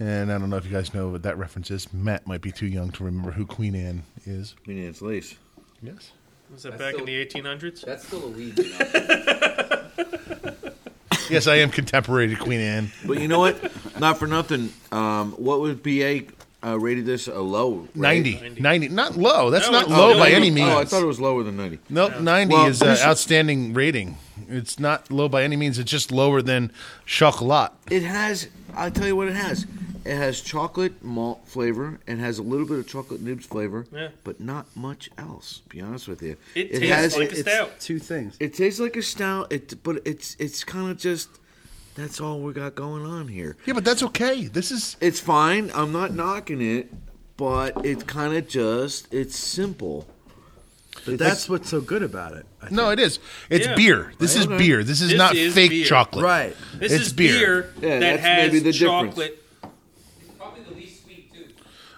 D: And I don't know if you guys know what that reference is. Matt might be too young to remember who Queen Anne is.
C: I mean, it's lace.
D: Yes.
B: Was that
F: That's
B: back
F: still-
B: in the 1800s?
F: That's still a weed. You know?
D: Yes, I am contemporary to Queen Anne.
C: But you know what? not for nothing. Um, what would BA uh, rated this a low? right?
D: 90. 90. Not low. That's
B: No,
D: not
B: it's
D: low
B: still
D: by
B: low.
D: any
C: Oh, I
D: means.
C: thought it was lower than ninety.
D: nope, 90
C: Well,
D: is an
C: this-
D: outstanding rating. It's not low by any means. It's just lower than chocolat.
H: It has. I'll tell you what it has. It has chocolate malt flavor and has a little bit of chocolate nibs flavor,
B: Yeah.
H: but not much else. to Be honest with you.
B: It tastes like a
H: it's-
B: stout.
E: Two things.
H: It tastes like a stout. It, but it's it's kind of just. That's all we got going on here.
D: Yeah, but that's okay. This is
H: It's fine. I'm not knocking it, but it's kind of just. It's simple.
E: But that's what's so good about it. I
D: no, it is. It's
B: Yeah.
D: beer. This is
H: Okay.
D: beer. This is
B: This
D: not
B: is
D: fake
B: beer.
D: chocolate.
E: Right.
B: This
D: It's
B: is
D: beer.
B: beer,
H: Yeah,
B: that
H: that's
B: has
H: maybe the difference.
B: chocolate.
K: Probably the least sweet too.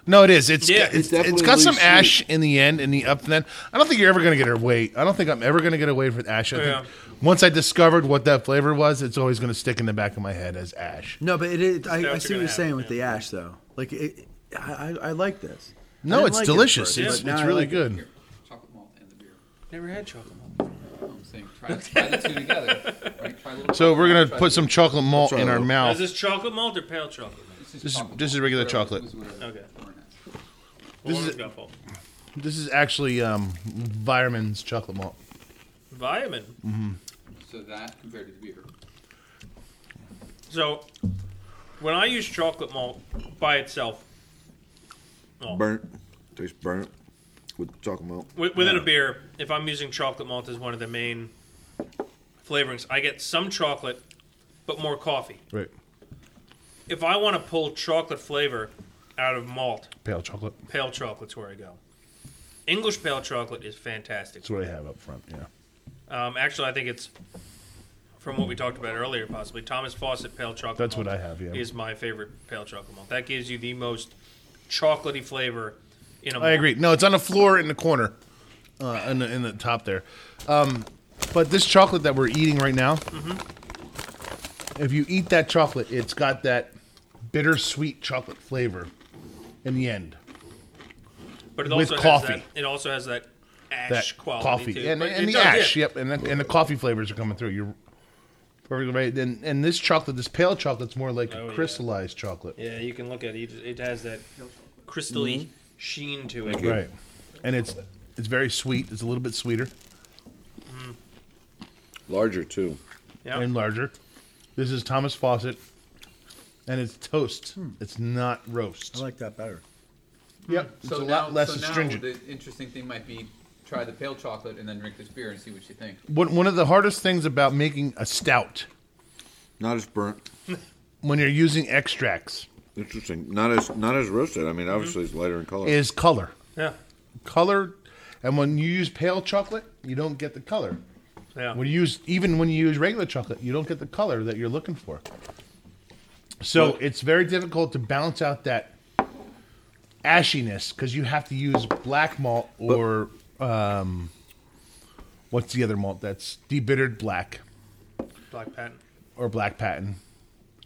D: No, it is. It's
B: Yeah.
D: got- it's,
H: It's
D: it's
H: definitely
D: got some
H: really
D: ash in the end in the up and then. I don't think you're ever gonna get away. I don't think I'm ever gonna get away from ash. I
B: Yeah.
D: think once I discovered what that flavor was, it's always gonna stick in the back of my head as ash.
E: No, but it, it, I,
B: Stouts
E: I see
B: are
E: what
B: gonna
E: you're saying
B: happen,
E: with the ash, though. Like, it, I, I, I like this. I
D: No,
E: didn't
D: it's
E: like it at
D: delicious.
E: first,
D: it's
E: but now
D: it's
E: I
D: really
E: like it.
D: good.
K: Here, chocolate malt and the beer.
B: Never had chocolate. malt.
K: I'm saying try, try the two together. Right? Try a little
D: So we're gonna
K: try
D: put
K: the-
D: some chocolate malt in our
B: Is
D: mouth.
B: this chocolate malt or pale chocolate?
D: This is this is regular chocolate.
B: Okay.
D: This
B: This
D: is-
B: is got fault.
D: This is actually um, Vireman's chocolate malt.
B: Vitamin.
K: So that compared to the beer.
B: So when I use chocolate malt by itself, oh,
H: Burnt. Tastes burnt with chocolate malt.
B: wi- within a beer, if I'm using chocolate malt as one of the main flavorings, I get some chocolate, but more coffee.
D: Right.
B: If I want to pull chocolate flavor out of malt,
D: Pale chocolate.
B: pale chocolate's where I go. English pale chocolate is fantastic.
D: That's what I have up front. Yeah.
B: Um, actually, I think it's from what we talked about earlier, possibly Thomas Fawcett pale chocolate.
D: That's
B: malt
D: what I have, yeah.
B: is my favorite pale chocolate malt. That gives you the most chocolatey flavor in a.
D: I agree. No, it's on the floor in the corner, uh, in, the, in the top there. Um, but this chocolate that we're eating right now, if you eat that chocolate, it's got that bittersweet chocolate flavor in the end.
B: But it
D: with
B: also Has
D: coffee.
B: that, it also has that ash
D: That
B: quality
D: coffee
B: too.
D: and,
B: But
D: and
B: it
D: the
B: does,
D: ash,
B: yeah.
D: yep, and the, and the coffee flavors are coming through. You're perfectly right. And, and this chocolate, this pale chocolate's more like
B: Oh,
D: a
B: yeah.
D: crystallized chocolate,
B: Yeah, you can look at it. It has that crystally sheen to it.
D: right? And it's it's very sweet. It's a little bit sweeter.
H: Larger too.
B: Yeah.
D: and larger. This is Thomas Fawcett, and it's toast. It's not roast.
E: Hmm. I like that better.
D: yep, it's
K: so
D: a
K: now,
D: lot less
K: so now
D: astringent.
K: The interesting thing might be try the pale chocolate and then drink this beer and see what you think.
D: One one of the hardest things about making a stout
H: Not as burnt.
D: when you're using extracts
H: Interesting. Not as not as roasted. I mean, obviously it's lighter in color.
D: is color.
B: Yeah.
D: Color, and when you use pale chocolate, you don't get the color.
B: Yeah.
D: When you use even when you use regular chocolate, you don't get the color that you're looking for. So it's very difficult to balance out that ashiness because you have to use black malt or um, what's the other malt that's debittered black
B: Black patent.
D: or black patent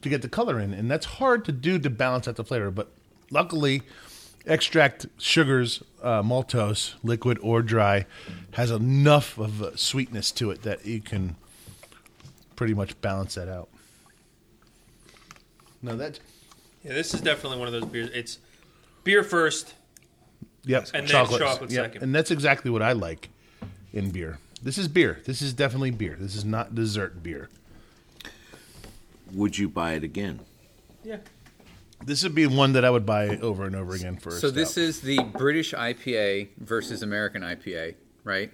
D: to get the color in, and that's hard to do to balance out the flavor. But luckily, extract sugars, uh, maltose, liquid or dry, has enough of uh, sweetness to it that you can pretty much balance that out. No, that
B: Yeah, this is definitely one of those beers. It's beer first.
D: yep,
B: And then chocolate second.
D: and that's exactly what I like in beer. This is beer. This is definitely beer. This is not dessert beer.
H: Would you buy it again?
B: Yeah.
D: This would be one that I would buy over and over again for. a
F: So this
D: stout.
F: is the British IPA versus American IPA, right?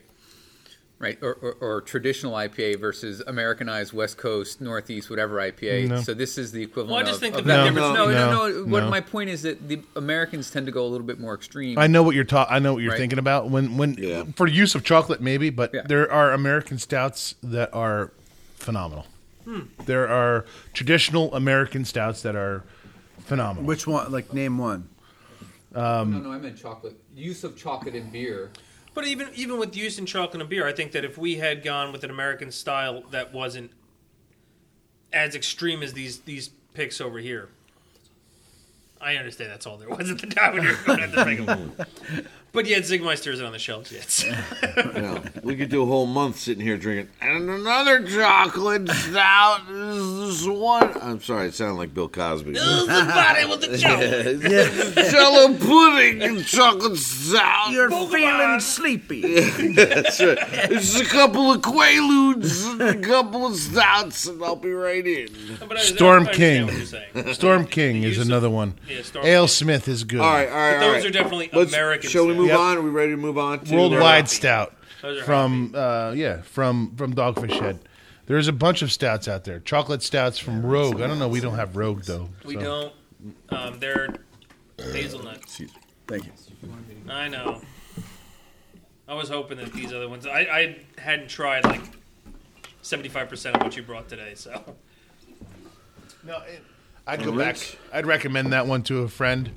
F: Right, or, or, or traditional IPA versus Americanized West Coast, Northeast, whatever IPA.
D: No.
F: So this is the equivalent.
B: Well, I just
F: of,
B: think
F: of
B: that
F: that
B: No,
F: difference. No,
D: no,
F: no,
D: no,
F: no. What
D: no.
F: my point is that the Americans tend to go a little bit more extreme.
D: I know what you're ta- I know what you're
F: Right.
D: thinking about when when
H: Yeah.
D: for use of chocolate maybe, but
F: Yeah.
D: there are American stouts that are phenomenal. There are traditional American stouts that are phenomenal.
E: Which one? Like, name one.
K: no, no, I meant chocolate. Use of chocolate in beer.
B: But even even with use in chocolate and beer, I think that if we had gone with an American style that wasn't as extreme as these these picks over here, I understand that's all there was at the time when you were going at the regular. but yet Zigmeister isn't on the shelves yet. so-
C: We could do a whole month sitting here drinking, and another chocolate stout. This is one. I'm sorry, it sounded like Bill Cosby.
B: Who's the body with the joke?
C: Jello pudding and chocolate stout.
M: You're feeling sleepy.
C: That's right. It's just a couple of quaaludes and a couple of stouts, and I'll be right in.
B: But I- I
D: Storm
B: understand
D: King.
B: what you're saying.
D: Storm King
B: The
D: is
B: use
D: another one.
B: Yeah, Storm
D: Ale
B: King.
D: Smith is good.
C: All right, all right, all
B: Those
C: right.
B: are definitely
C: Let's-
B: American.
C: Shall we
B: style.
C: move
D: Yep.
C: on? Are we ready to move on? To uh,
D: Worldwide stout
B: Those are
D: from uh, yeah from from Dogfish Head. There's a bunch of stouts out there. Chocolate stouts from Rogue. I don't know. We don't have Rogue though.
B: We
D: so.
B: don't. Um, they're hazelnut.
E: Thank you.
B: I know. I was hoping that these other ones. I, I hadn't tried like seventy five percent of what you brought today. So
D: No, it, I'd go back. I'd recommend that one to a friend.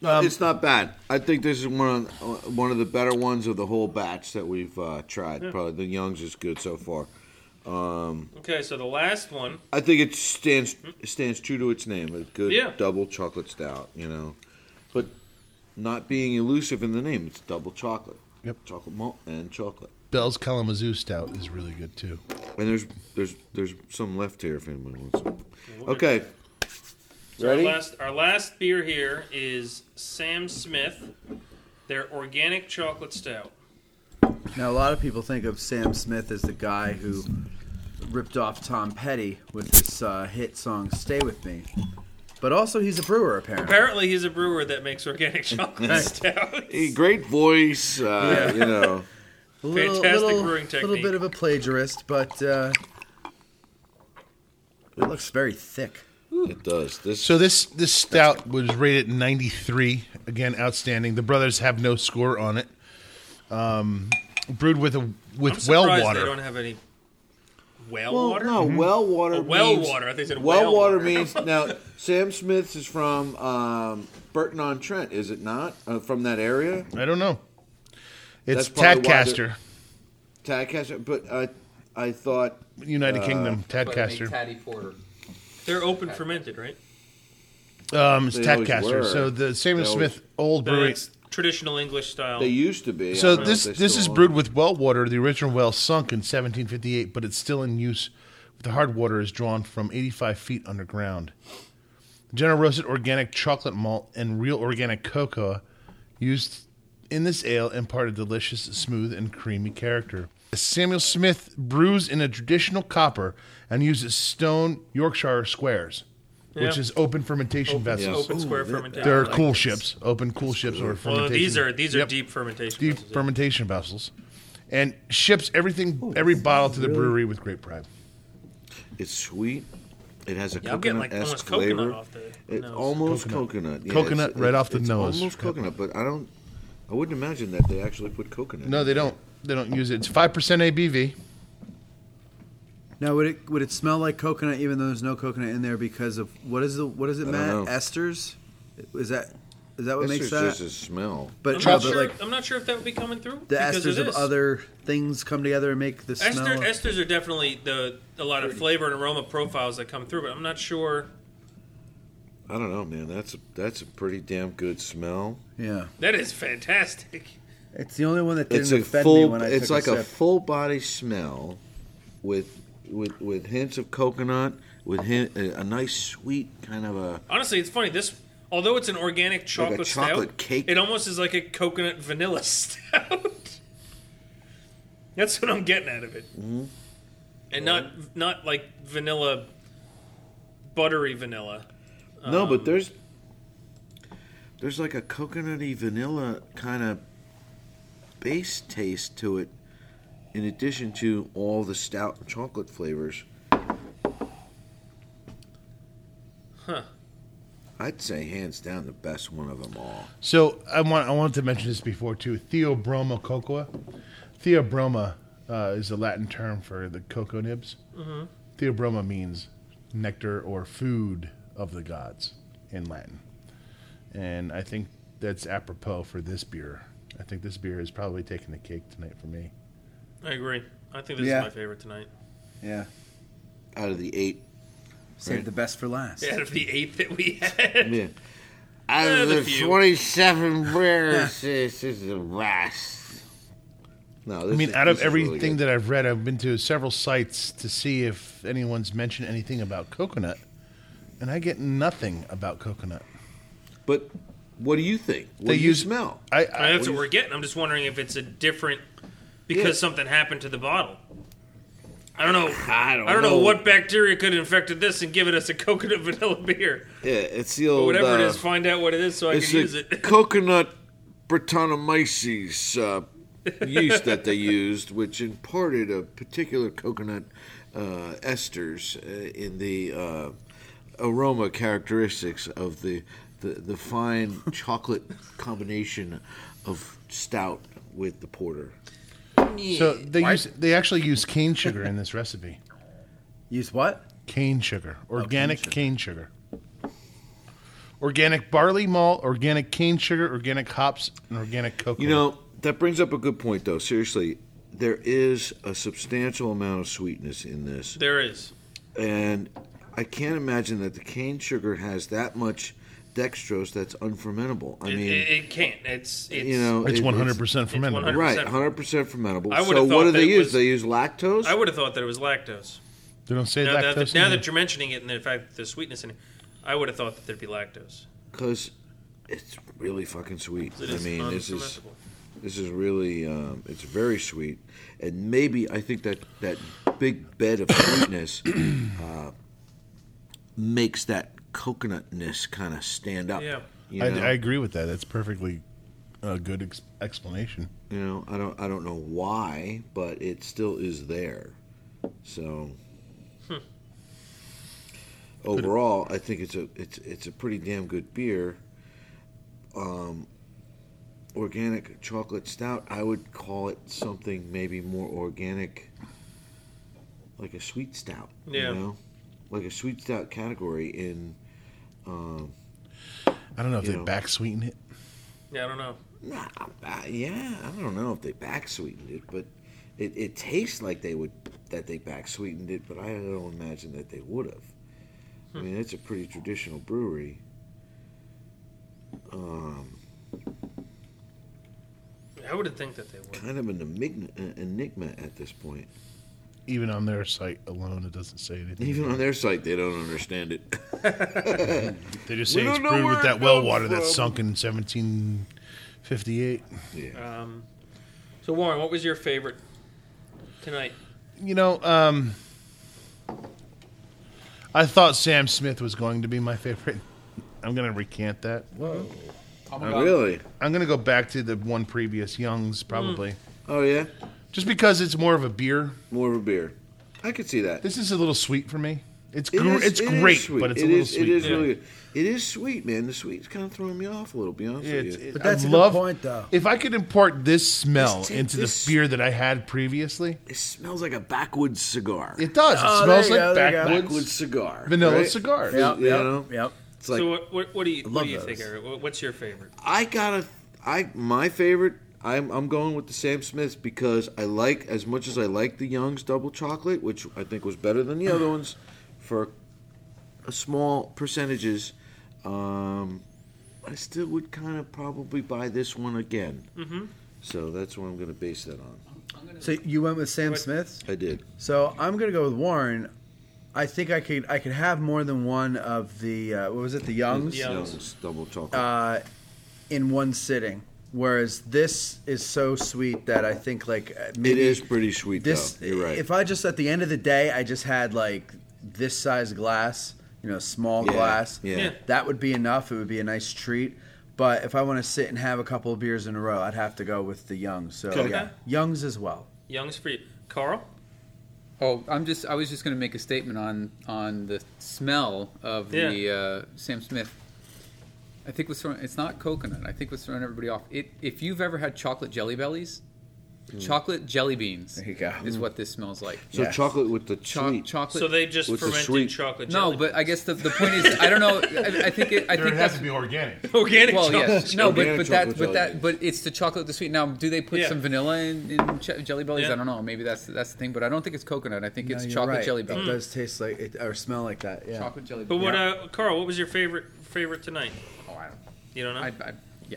C: Um, it's not bad. I think this is one of, uh, one of the better ones of the whole batch that we've uh, tried. Probably the Young's is good so far.
B: okay, so the last one.
C: I think it stands stands true to its name. A good
B: Yeah.
C: double chocolate stout, you know, but not being elusive in the name. It's double chocolate.
D: Yep.
C: Chocolate malt and chocolate.
D: Bell's Kalamazoo Stout is really good too.
C: And there's there's there's some left here if anyone wants. It. Okay.
B: So Our last, our last beer here is Sam Smith, their organic chocolate stout.
E: Now, a lot of people think of Sam Smith as the guy who ripped off Tom Petty with this uh, hit song "Stay with Me," but also he's a brewer apparently.
B: Apparently, he's a brewer that makes organic chocolate stout.
C: Hey, great voice. Uh, You know.
E: A little,
B: Fantastic
E: little,
B: brewing technique.
E: little bit of a plagiarist, but uh, it looks very thick.
C: It does. This
D: So this this stout was rated 93. Again, outstanding. The brothers have no score on it. Um, brewed with a
B: I'm
D: with well
B: surprised
D: water.
B: They don't have any well,
C: well,
B: water.
C: no well water.
B: Oh, well
C: means-
B: water. I think they said
C: well,
B: well
C: water,
B: water.
C: means now. Sam Smith's is from um, Burton on Trent, is it not? Uh, from that area,
D: I don't know. It's
C: That's probably why
D: Tadcaster,
C: Tadcaster. But I, I thought Uh,
D: United Kingdom.
F: But they make
D: Tadcaster.
F: Taddy Porter.
B: They're open fermented, right?
D: Um, it's
C: They always
D: Tadcaster.
C: were.
D: So the Samuel
C: They always-
D: Smith Old Brewery.
B: That's traditional English style.
C: they used to be. I
D: So
C: don't know if
D: this
C: they
D: this
C: still
D: is
C: are.
D: brewed with well water. The original well sunk in 1758, but it's still in use. The hard water is drawn from 85 feet underground. General roasted organic chocolate malt and real organic cocoa used in this ale impart a delicious, smooth, and creamy character. Samuel Smith brews in a traditional copper and uses stone Yorkshire squares, which
B: Yeah.
D: is open fermentation vessels.
B: open square fermentation.
D: They're cool ships, open cool ships or fermentation.
B: well, these are these are
D: Yep
B: deep fermentation.
D: deep
B: processes.
D: fermentation vessels and ships everything every bottle to the brewery with great pride
C: It's sweet. It has a
B: Yeah, I'm getting like
C: coconut
B: almost
C: esque
B: coconut
C: flavor.
B: off the
C: It's
B: nose.
C: almost coconut. Yeah,
D: Coconut
C: it's-
D: right
C: it's-
D: off the
C: it's
D: nose.
C: Almost
D: Yep.
C: coconut, but I don't. I wouldn't imagine that they actually put coconut.
D: no they don't they don't use it it's 5% abv
E: Now, would it would it smell like coconut even though there's no coconut in there because of what is the what is it, Matt?
C: know.
E: Esters? Is that is that
C: This
E: what makes
C: is
E: that?
C: just a smell.
E: but
B: I'm
E: no,
B: not,
E: but,
B: sure,
E: like
B: I'm not sure if that would be coming through.
E: the
B: because
E: esters of
B: this.
E: other things come together and make the smell.
B: Ester, esters are definitely the a lot of flavor and aroma profiles that come through, but I'm not sure.
C: I don't know, man. That's a, that's a pretty damn good smell.
E: yeah,
B: That is fantastic.
E: it's the only one that didn't
C: It's a
E: offend me
C: full.
E: when I
C: It's like
E: took a,
C: a,
E: sip.
C: full body smell, with with with hints of coconut, with hint, a, a nice sweet kind of a.
B: Honestly, it's funny. This, although it's an organic chocolate,
C: chocolate
B: stout,
C: cake.
B: it almost is like a coconut vanilla stout. That's what I'm getting out of it,
E: Mm-hmm.
B: and not not like vanilla, buttery vanilla.
C: no,
B: Um,
C: but there's there's like a coconutty vanilla kind of base taste to it, in addition to all the stout and chocolate flavors.
B: Huh.
C: I'd say hands down the best one of them all.
D: so i want i wanted to mention this before too theobroma cocoa theobroma uh, is the latin term for the cocoa nibs theobroma means nectar or food of the gods in latin and i think that's apropos for this beer i think this beer is probably taking the cake tonight for me
B: I agree. I think this
E: Yeah.
B: is my favorite tonight.
E: yeah.
C: Out of the eight,
E: Save the best for last.
B: out of the eight that we had.
N: Yeah. Out
B: Uh,
N: of
B: the
N: the
B: few.
N: 27 beers, this is the best.
C: No,
D: I
C: this
D: mean,
C: is-
D: out of
C: this is really
D: everything
C: good.
D: that I've read, I've been to several sites to see if anyone's mentioned anything about coconut, and I get nothing about coconut.
C: But what do you think? What
D: They
C: do you
D: use-
C: smell?
D: I,
B: I mean,
D: I,
B: that's what we're getting. I'm just wondering if it's a different because
C: Yeah.
B: something happened to the bottle. I don't know.
N: I don't
B: know.
N: know.
B: what bacteria could have infected this and given us a coconut vanilla beer.
C: Yeah, it's the old.
B: But whatever it
C: uh,
B: is, find out what it is so I
C: it's
B: can use
C: the
B: it.
C: coconut Brettanomyces uh, yeast that they used, which imparted a particular coconut uh, esters uh, in the uh, aroma characteristics of the, the, the fine chocolate combination of stout with the porter.
D: so they use they actually use cane sugar in this recipe.
E: Use what?
D: Cane sugar,
C: Oh,
D: organic cane, sugar. organic barley malt, organic cane sugar, organic hops, and organic coconut.
C: You know, that brings up a good point, though. Seriously, there is a substantial amount of sweetness in this.
B: there is.
C: and I can't imagine that the cane sugar has that much dextrose that's unfermentable. I
B: It,
C: mean,
B: it, it can't. It's, it's
C: you know,
D: it's
C: it-
D: one hundred percent
B: it's
D: fermented.
B: 100%
C: right, hundred percent fermentable.
B: I would've
C: so
B: thought
C: what do
B: that
C: they
B: it
C: use?
B: was-
C: they use lactose.
B: I would have thought that it was lactose.
D: They don't say
B: Now,
D: lactose.
B: that,
D: in
B: now
D: here.
B: that you're mentioning it and the fact that there's sweetness in it, I would have thought that there'd be lactose.
C: because it's really fucking sweet.
B: It
C: I
B: is
C: mean, this is
B: unfermentable.
C: this is really um, it's very sweet, and maybe I think that that big bed of sweetness uh, makes that coconutness kind of stand up.
B: Yeah.
C: you know?
D: I, I agree with that. That's perfectly a good ex- explanation.
C: You know, I don't I don't know why, but it still is there. So overall, I think it's a it's it's a pretty damn good beer. Um, organic chocolate stout. I would call it something maybe more organic, like a sweet stout.
B: Yeah.
C: You know? Like a sweet stout category in
D: I don't know if
C: You
D: they
C: know.
D: back sweeten it.
B: Yeah, I don't know.
C: Nah, I- yeah, I don't know if they back sweetened it, but it, it tastes like they would that they back sweetened it, but I don't imagine that they would have. I mean, it's a pretty traditional brewery.
B: I would have think that they would.
C: Kind of an enigma, an enigma at this point.
D: Even on their site alone, it doesn't say anything.
C: Even on their site, they don't understand it.
D: they just say
C: We
D: it's
C: don't know
D: brewed
C: where
D: with
C: it
D: that well
C: comes
D: water that's
C: from.
D: sunk in 1758.
C: yeah.
D: Uh,
B: Um, so, Warren, what was your favorite tonight?
D: You know, um, I thought Sam Smith was going to be my favorite. I'm going to recant that.
K: Oh my
C: Oh,
K: God.
C: really?
D: I'm going to go back to the one previous Young's, probably,
C: Oh yeah,
D: just because it's more of a beer.
C: more of a beer. I could see that.
D: This is a little sweet for me. It's
C: It
D: gr-
C: is-
D: it's
C: it is
D: great,
C: sweet.
D: but it's a
C: It
D: little
C: is-
D: sweet.
C: It is
B: Yeah.
C: really good. It is sweet, man. The sweet's kind of throwing me off a little. Be honest
D: It's,
C: with you.
E: But that's
D: I
E: a good
D: love,
E: point, though.
D: If I could import this smell
C: This ta-
D: into
C: this-
D: the beer that I had previously,
C: It smells like a backwoods cigar.
D: it does. It
E: Oh, there
D: smells
E: you
D: like
E: go, there you go.
D: backwoods,
C: backwoods cigar.
D: vanilla
C: right?
D: cigar.
C: Yeah.
E: Yep,
C: You know?
E: yep, yep.
C: It's like
B: so, what, what, what do you, what
E: love
B: do you
E: those.
B: think, Eric? What- What's your favorite?
C: I gotta. I my favorite. I'm I'm going with the Sam Smiths because I like as much as I like the Young's double chocolate, which I think was better than the other ones, for a small percentages. Um, I still would kind of probably buy this one again. Mm-hmm. So that's what I'm going to base that on.
E: So you went with Sam Smith's.
C: I did.
E: So I'm gonna go with Warren. I think I could I could have more than one of the uh, what was it the Youngs
B: Yeah.
C: Young's double chocolate.
E: uh, in one sitting, whereas this is so sweet that I think like uh,
C: it
E: maybe
C: is pretty sweet
E: this.
C: though. You're right.
E: If I just at the end of the day I just had like this size glass, you know, small
C: Yeah,
E: glass,
C: yeah. Yeah.
E: that would be enough. It would be a nice treat. But if I want to sit and have a couple of beers in a row, I'd have to go with the Youngs. So
B: Okay.
E: yeah, Youngs as well.
B: Young's for you. Carl?
F: Oh, I'm just. I was just going to make a statement on on the smell of the
B: Yeah.
F: uh, Sam Smith. I think what's throwing it's not coconut. I think what's throwing everybody off. It if you've ever had chocolate jelly bellies, Chocolate jelly beans. There
C: you go.
F: Is what this smells like.
C: So chocolate with the
F: Cho-
C: sweet.
F: chocolate.
B: So they just
C: With the
B: fermented
C: sweet-
B: chocolate.
F: no,
B: jelly.
F: but I guess the, the point is I don't know. I, I think it, I
D: There
F: think
D: has
F: that's
D: to be organic.
B: organic
F: well,
B: chocolate.
F: yes, no, but,
C: Organic
F: but that,
C: chocolate
F: but
C: jelly
F: that, but it's the chocolate, the sweet. Now, do they put
B: Yeah.
F: some vanilla in, in ch- jelly bellies?
B: Yeah.
F: I don't know. Maybe that's that's the thing. But I don't think it's coconut. I think
E: No,
F: it's
E: you're
F: chocolate
E: right. Mm.
F: jelly
E: It
F: belly.
E: does taste like it or smell like that. Yeah.
F: Chocolate jelly.
B: But
F: belly.
B: what, uh, Carl? What was your favorite favorite tonight?
F: Oh, I don't.
B: You don't know.
F: I, I, yeah.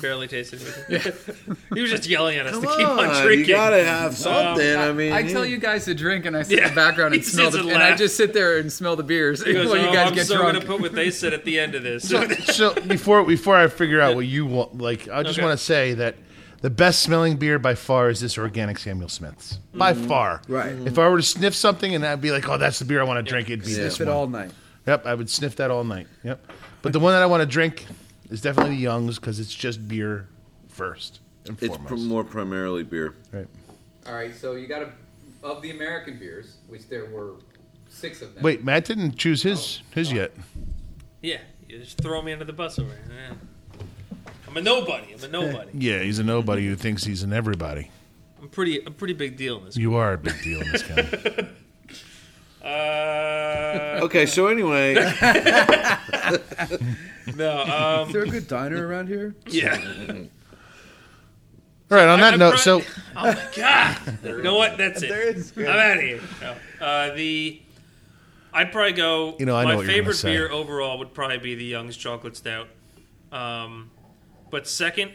B: barely tasted it. he was just yelling at us to keep
C: Come
B: on,
C: on,
B: drinking. Um,
C: you gotta have something. I mean,
F: I tell you guys to drink, and I sit
B: Yeah.
F: in the background and
B: He
F: smell
B: sits
F: the,
B: and
F: and I
B: laughs.
F: just sit there and smell the beers
B: He goes,
F: while you
B: "Oh,
F: guys
B: I'm
F: get
B: so
F: drunk.
B: gonna put what they said at the end of this.
D: so before before I figure out what you want, like I just
B: Okay.
D: want to say that the best smelling beer by far is this organic Samuel Smith's by far.
E: Right.
D: If I were to sniff something and I'd be like, oh, that's the beer I want to drink, it'd be
E: Sniff
D: this
E: it
D: one.
E: all night.
D: Yep, I would sniff that all night. Yep. But the one that I want to drink is definitely the Young's because it's just beer first and
H: It's
D: foremost.
H: pr- more primarily beer.
D: right.
K: All right, so you got a, of the American beers, which there were six of them.
D: Wait, Matt didn't choose his his yet.
B: yeah, you just throw me under the bus over here. Yeah. I'm a nobody. I'm a nobody.
D: Yeah, he's a nobody who thinks he's an everybody.
B: I'm pretty. I'm pretty big deal in this.
D: You are a big deal in this guy.
B: Uh,
C: Okay, so anyway,
B: no. Um,
E: Is there a good diner around here?
B: yeah.
D: All right. On that
B: I
D: note,
B: brought-
D: so
B: Oh my god. you know what? That's it. I'm out of here. No. Uh, the I'd probably go.
D: You know, I know
B: my
D: what you're gonna
B: favorite
D: say.
B: beer overall would probably be the Young's Chocolate Stout. Um, but second,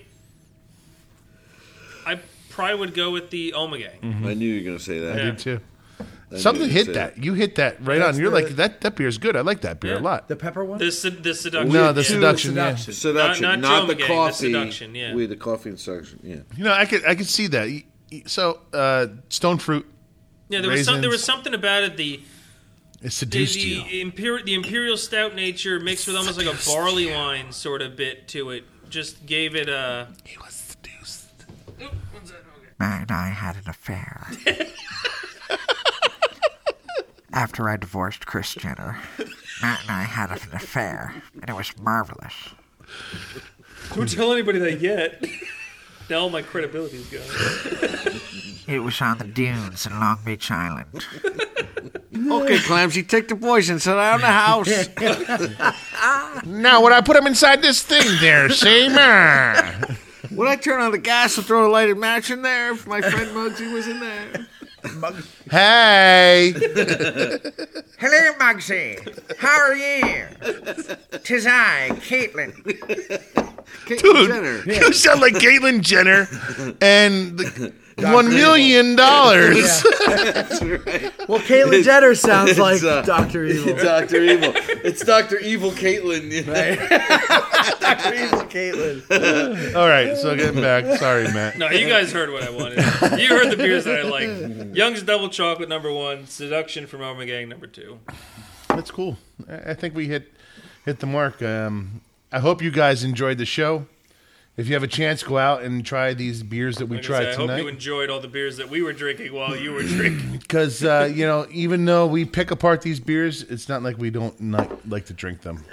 B: I probably would go with the Omega.
D: Mm-hmm.
H: I knew you were going to say that.
B: Yeah.
D: did too. Something
H: you'd
D: hit
H: say
D: that. You hit that right
E: That's
D: on. You're
E: the-
D: like that. That beer's good. I like that beer
B: Yeah.
D: a lot.
E: The pepper one?
B: The, sed- the seduction.
D: No, the
B: yeah.
D: seduction. yeah.
E: Seduction.
H: Seduction,
B: Not-
H: not,
B: not
H: the
B: Jomagay, the
H: coffee.
B: seduction, yeah.
H: With the coffee and seduction. Yeah.
D: You know, I could I could see that. Y- y- So uh, stone fruit
B: Yeah, there was some, there
D: Raisins.
B: was something about it. The
D: it
B: the,
D: seduced you.
B: the, imperial, the imperial stout nature mixed with almost like a barley wine sort of bit to it just gave it a.
D: He was seduced.
B: Oop, what's that? Okay.
G: And I had an affair. After I divorced Chris Jenner, Matt and I had an affair, and it was marvelous.
B: Don't tell anybody that yet. now all my credibility's gone.
G: It was on the dunes in Long Beach Island.
N: Okay, Clamsy, take the boys inside out of the house.
D: Now when I put him inside this thing there, see man.
N: when I turn on the gas, I'll throw a lighted match in there. If my friend Muggsy was in there.
D: Hey,
G: Hello, Muggsy. How are you? Tis I, Caitlin.
N: Caitlyn Jenner.
D: you sound like Caitlyn Jenner and the one million dollars.
E: Well, Caitlyn Jenner sounds
H: It's,
E: like
H: uh,
E: Doctor Evil.
H: Doctor Evil. It's Doctor Evil Caitlin.
E: Doctor Evil Caitlyn.
D: All right, so getting back. Sorry, Matt.
B: No, you guys heard what I wanted. You heard the beers that I like. Young's Double Chocolate number one, Seduction from Armageddon number two.
D: That's cool. I I think we hit hit the mark. Um, I hope you guys enjoyed the show. If you have a chance, go out and try these beers that we
B: Like I,
D: tried
B: said, I hope you
D: tonight.
B: enjoyed all the beers that we were drinking while you were drinking.
D: Because uh, you know, even though we pick apart these beers, it's not like we don't not like to drink them.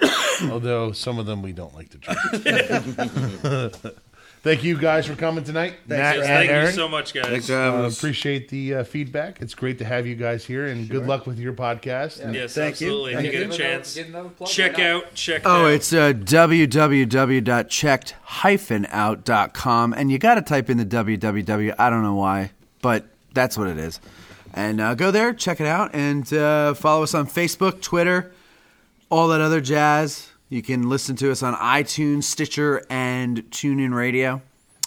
D: Although some of them we don't like to drink. Thank you guys for coming tonight.
B: Yes,
D: Matt and
B: thank you
D: Aaron.
B: so much, guys.
H: Thanks for having
D: Uh,
H: us.
D: appreciate the uh, feedback. It's great to have you guys here, and good luck with your podcast. And
B: Yes,
E: Thank you.
B: absolutely. If you
K: Give
B: get a
K: another-
B: chance,
K: give another plug,
B: check
K: why not?
B: out. Check
E: Oh,
B: out.
E: it's uh, www.checked-out.com, and you got to type in the www. I don't know why, but that's what it is. And uh, go there, check it out, and uh, follow us on Facebook, Twitter, all that other jazz. You can listen to us on iTunes, Stitcher, and TuneIn Radio.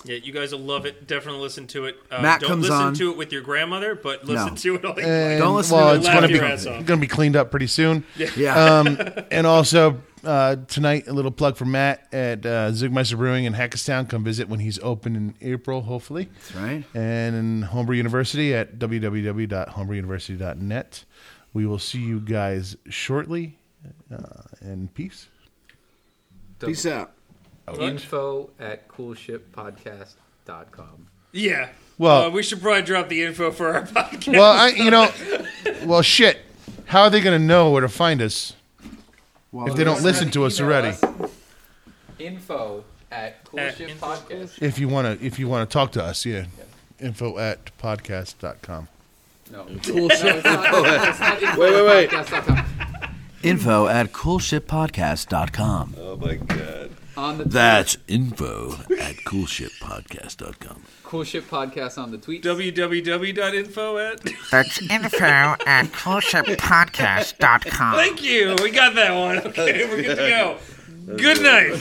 B: Yeah, you guys will love it. Definitely listen to it. Uh,
E: Matt
B: don't
E: comes
B: listen
E: on.
B: to it with your grandmother, but listen
E: No. Uh,
B: to it all you
D: And,
B: like.
E: Don't listen
D: well,
E: to
D: it's
E: them.
B: Laugh
D: going
B: your ass
D: to be
B: off.
D: going to be cleaned up pretty soon.
E: Yeah.
D: Um, and also uh, tonight, a little plug for Matt at uh, Zigmeister Brewing in Hackettstown. Come visit when he's open in April, hopefully. That's
E: right.
D: And in Homebrew University at www.homebrewuniversity.net. We will see you guys shortly. Uh, and peace.
N: Peace out.
F: Oh,
K: Info at coolshippodcast.com.
B: Yeah.
D: Well-
B: Uh, we should probably drop the info for our podcast.
D: Well, I, you know, well, shit. How are they going to know where to find us if they don't listen to us
K: Email
D: already?
K: Info at
B: At info-
K: coolshippodcast.
D: If you want to, if you want to talk to us, yeah. info at podcast.com.
F: No. no, it's not, it's not info
O: Wait, wait, wait.
F: podcast.com.
E: Info at coolshippodcast.com.
O: Oh my god.
F: On the
E: That's info at coolshippodcast.com.
F: Cool Ship Podcast on the tweet.
B: www.info at.
P: That's info at coolshippodcast.com.
B: Thank you. We got that one. Okay, we're good to go. Good night.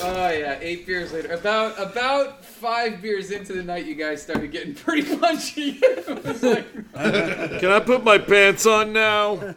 F: Oh yeah, eight beers later. About about five beers into the night, you guys started getting pretty punchy. It was like-
C: Can I put my pants on now?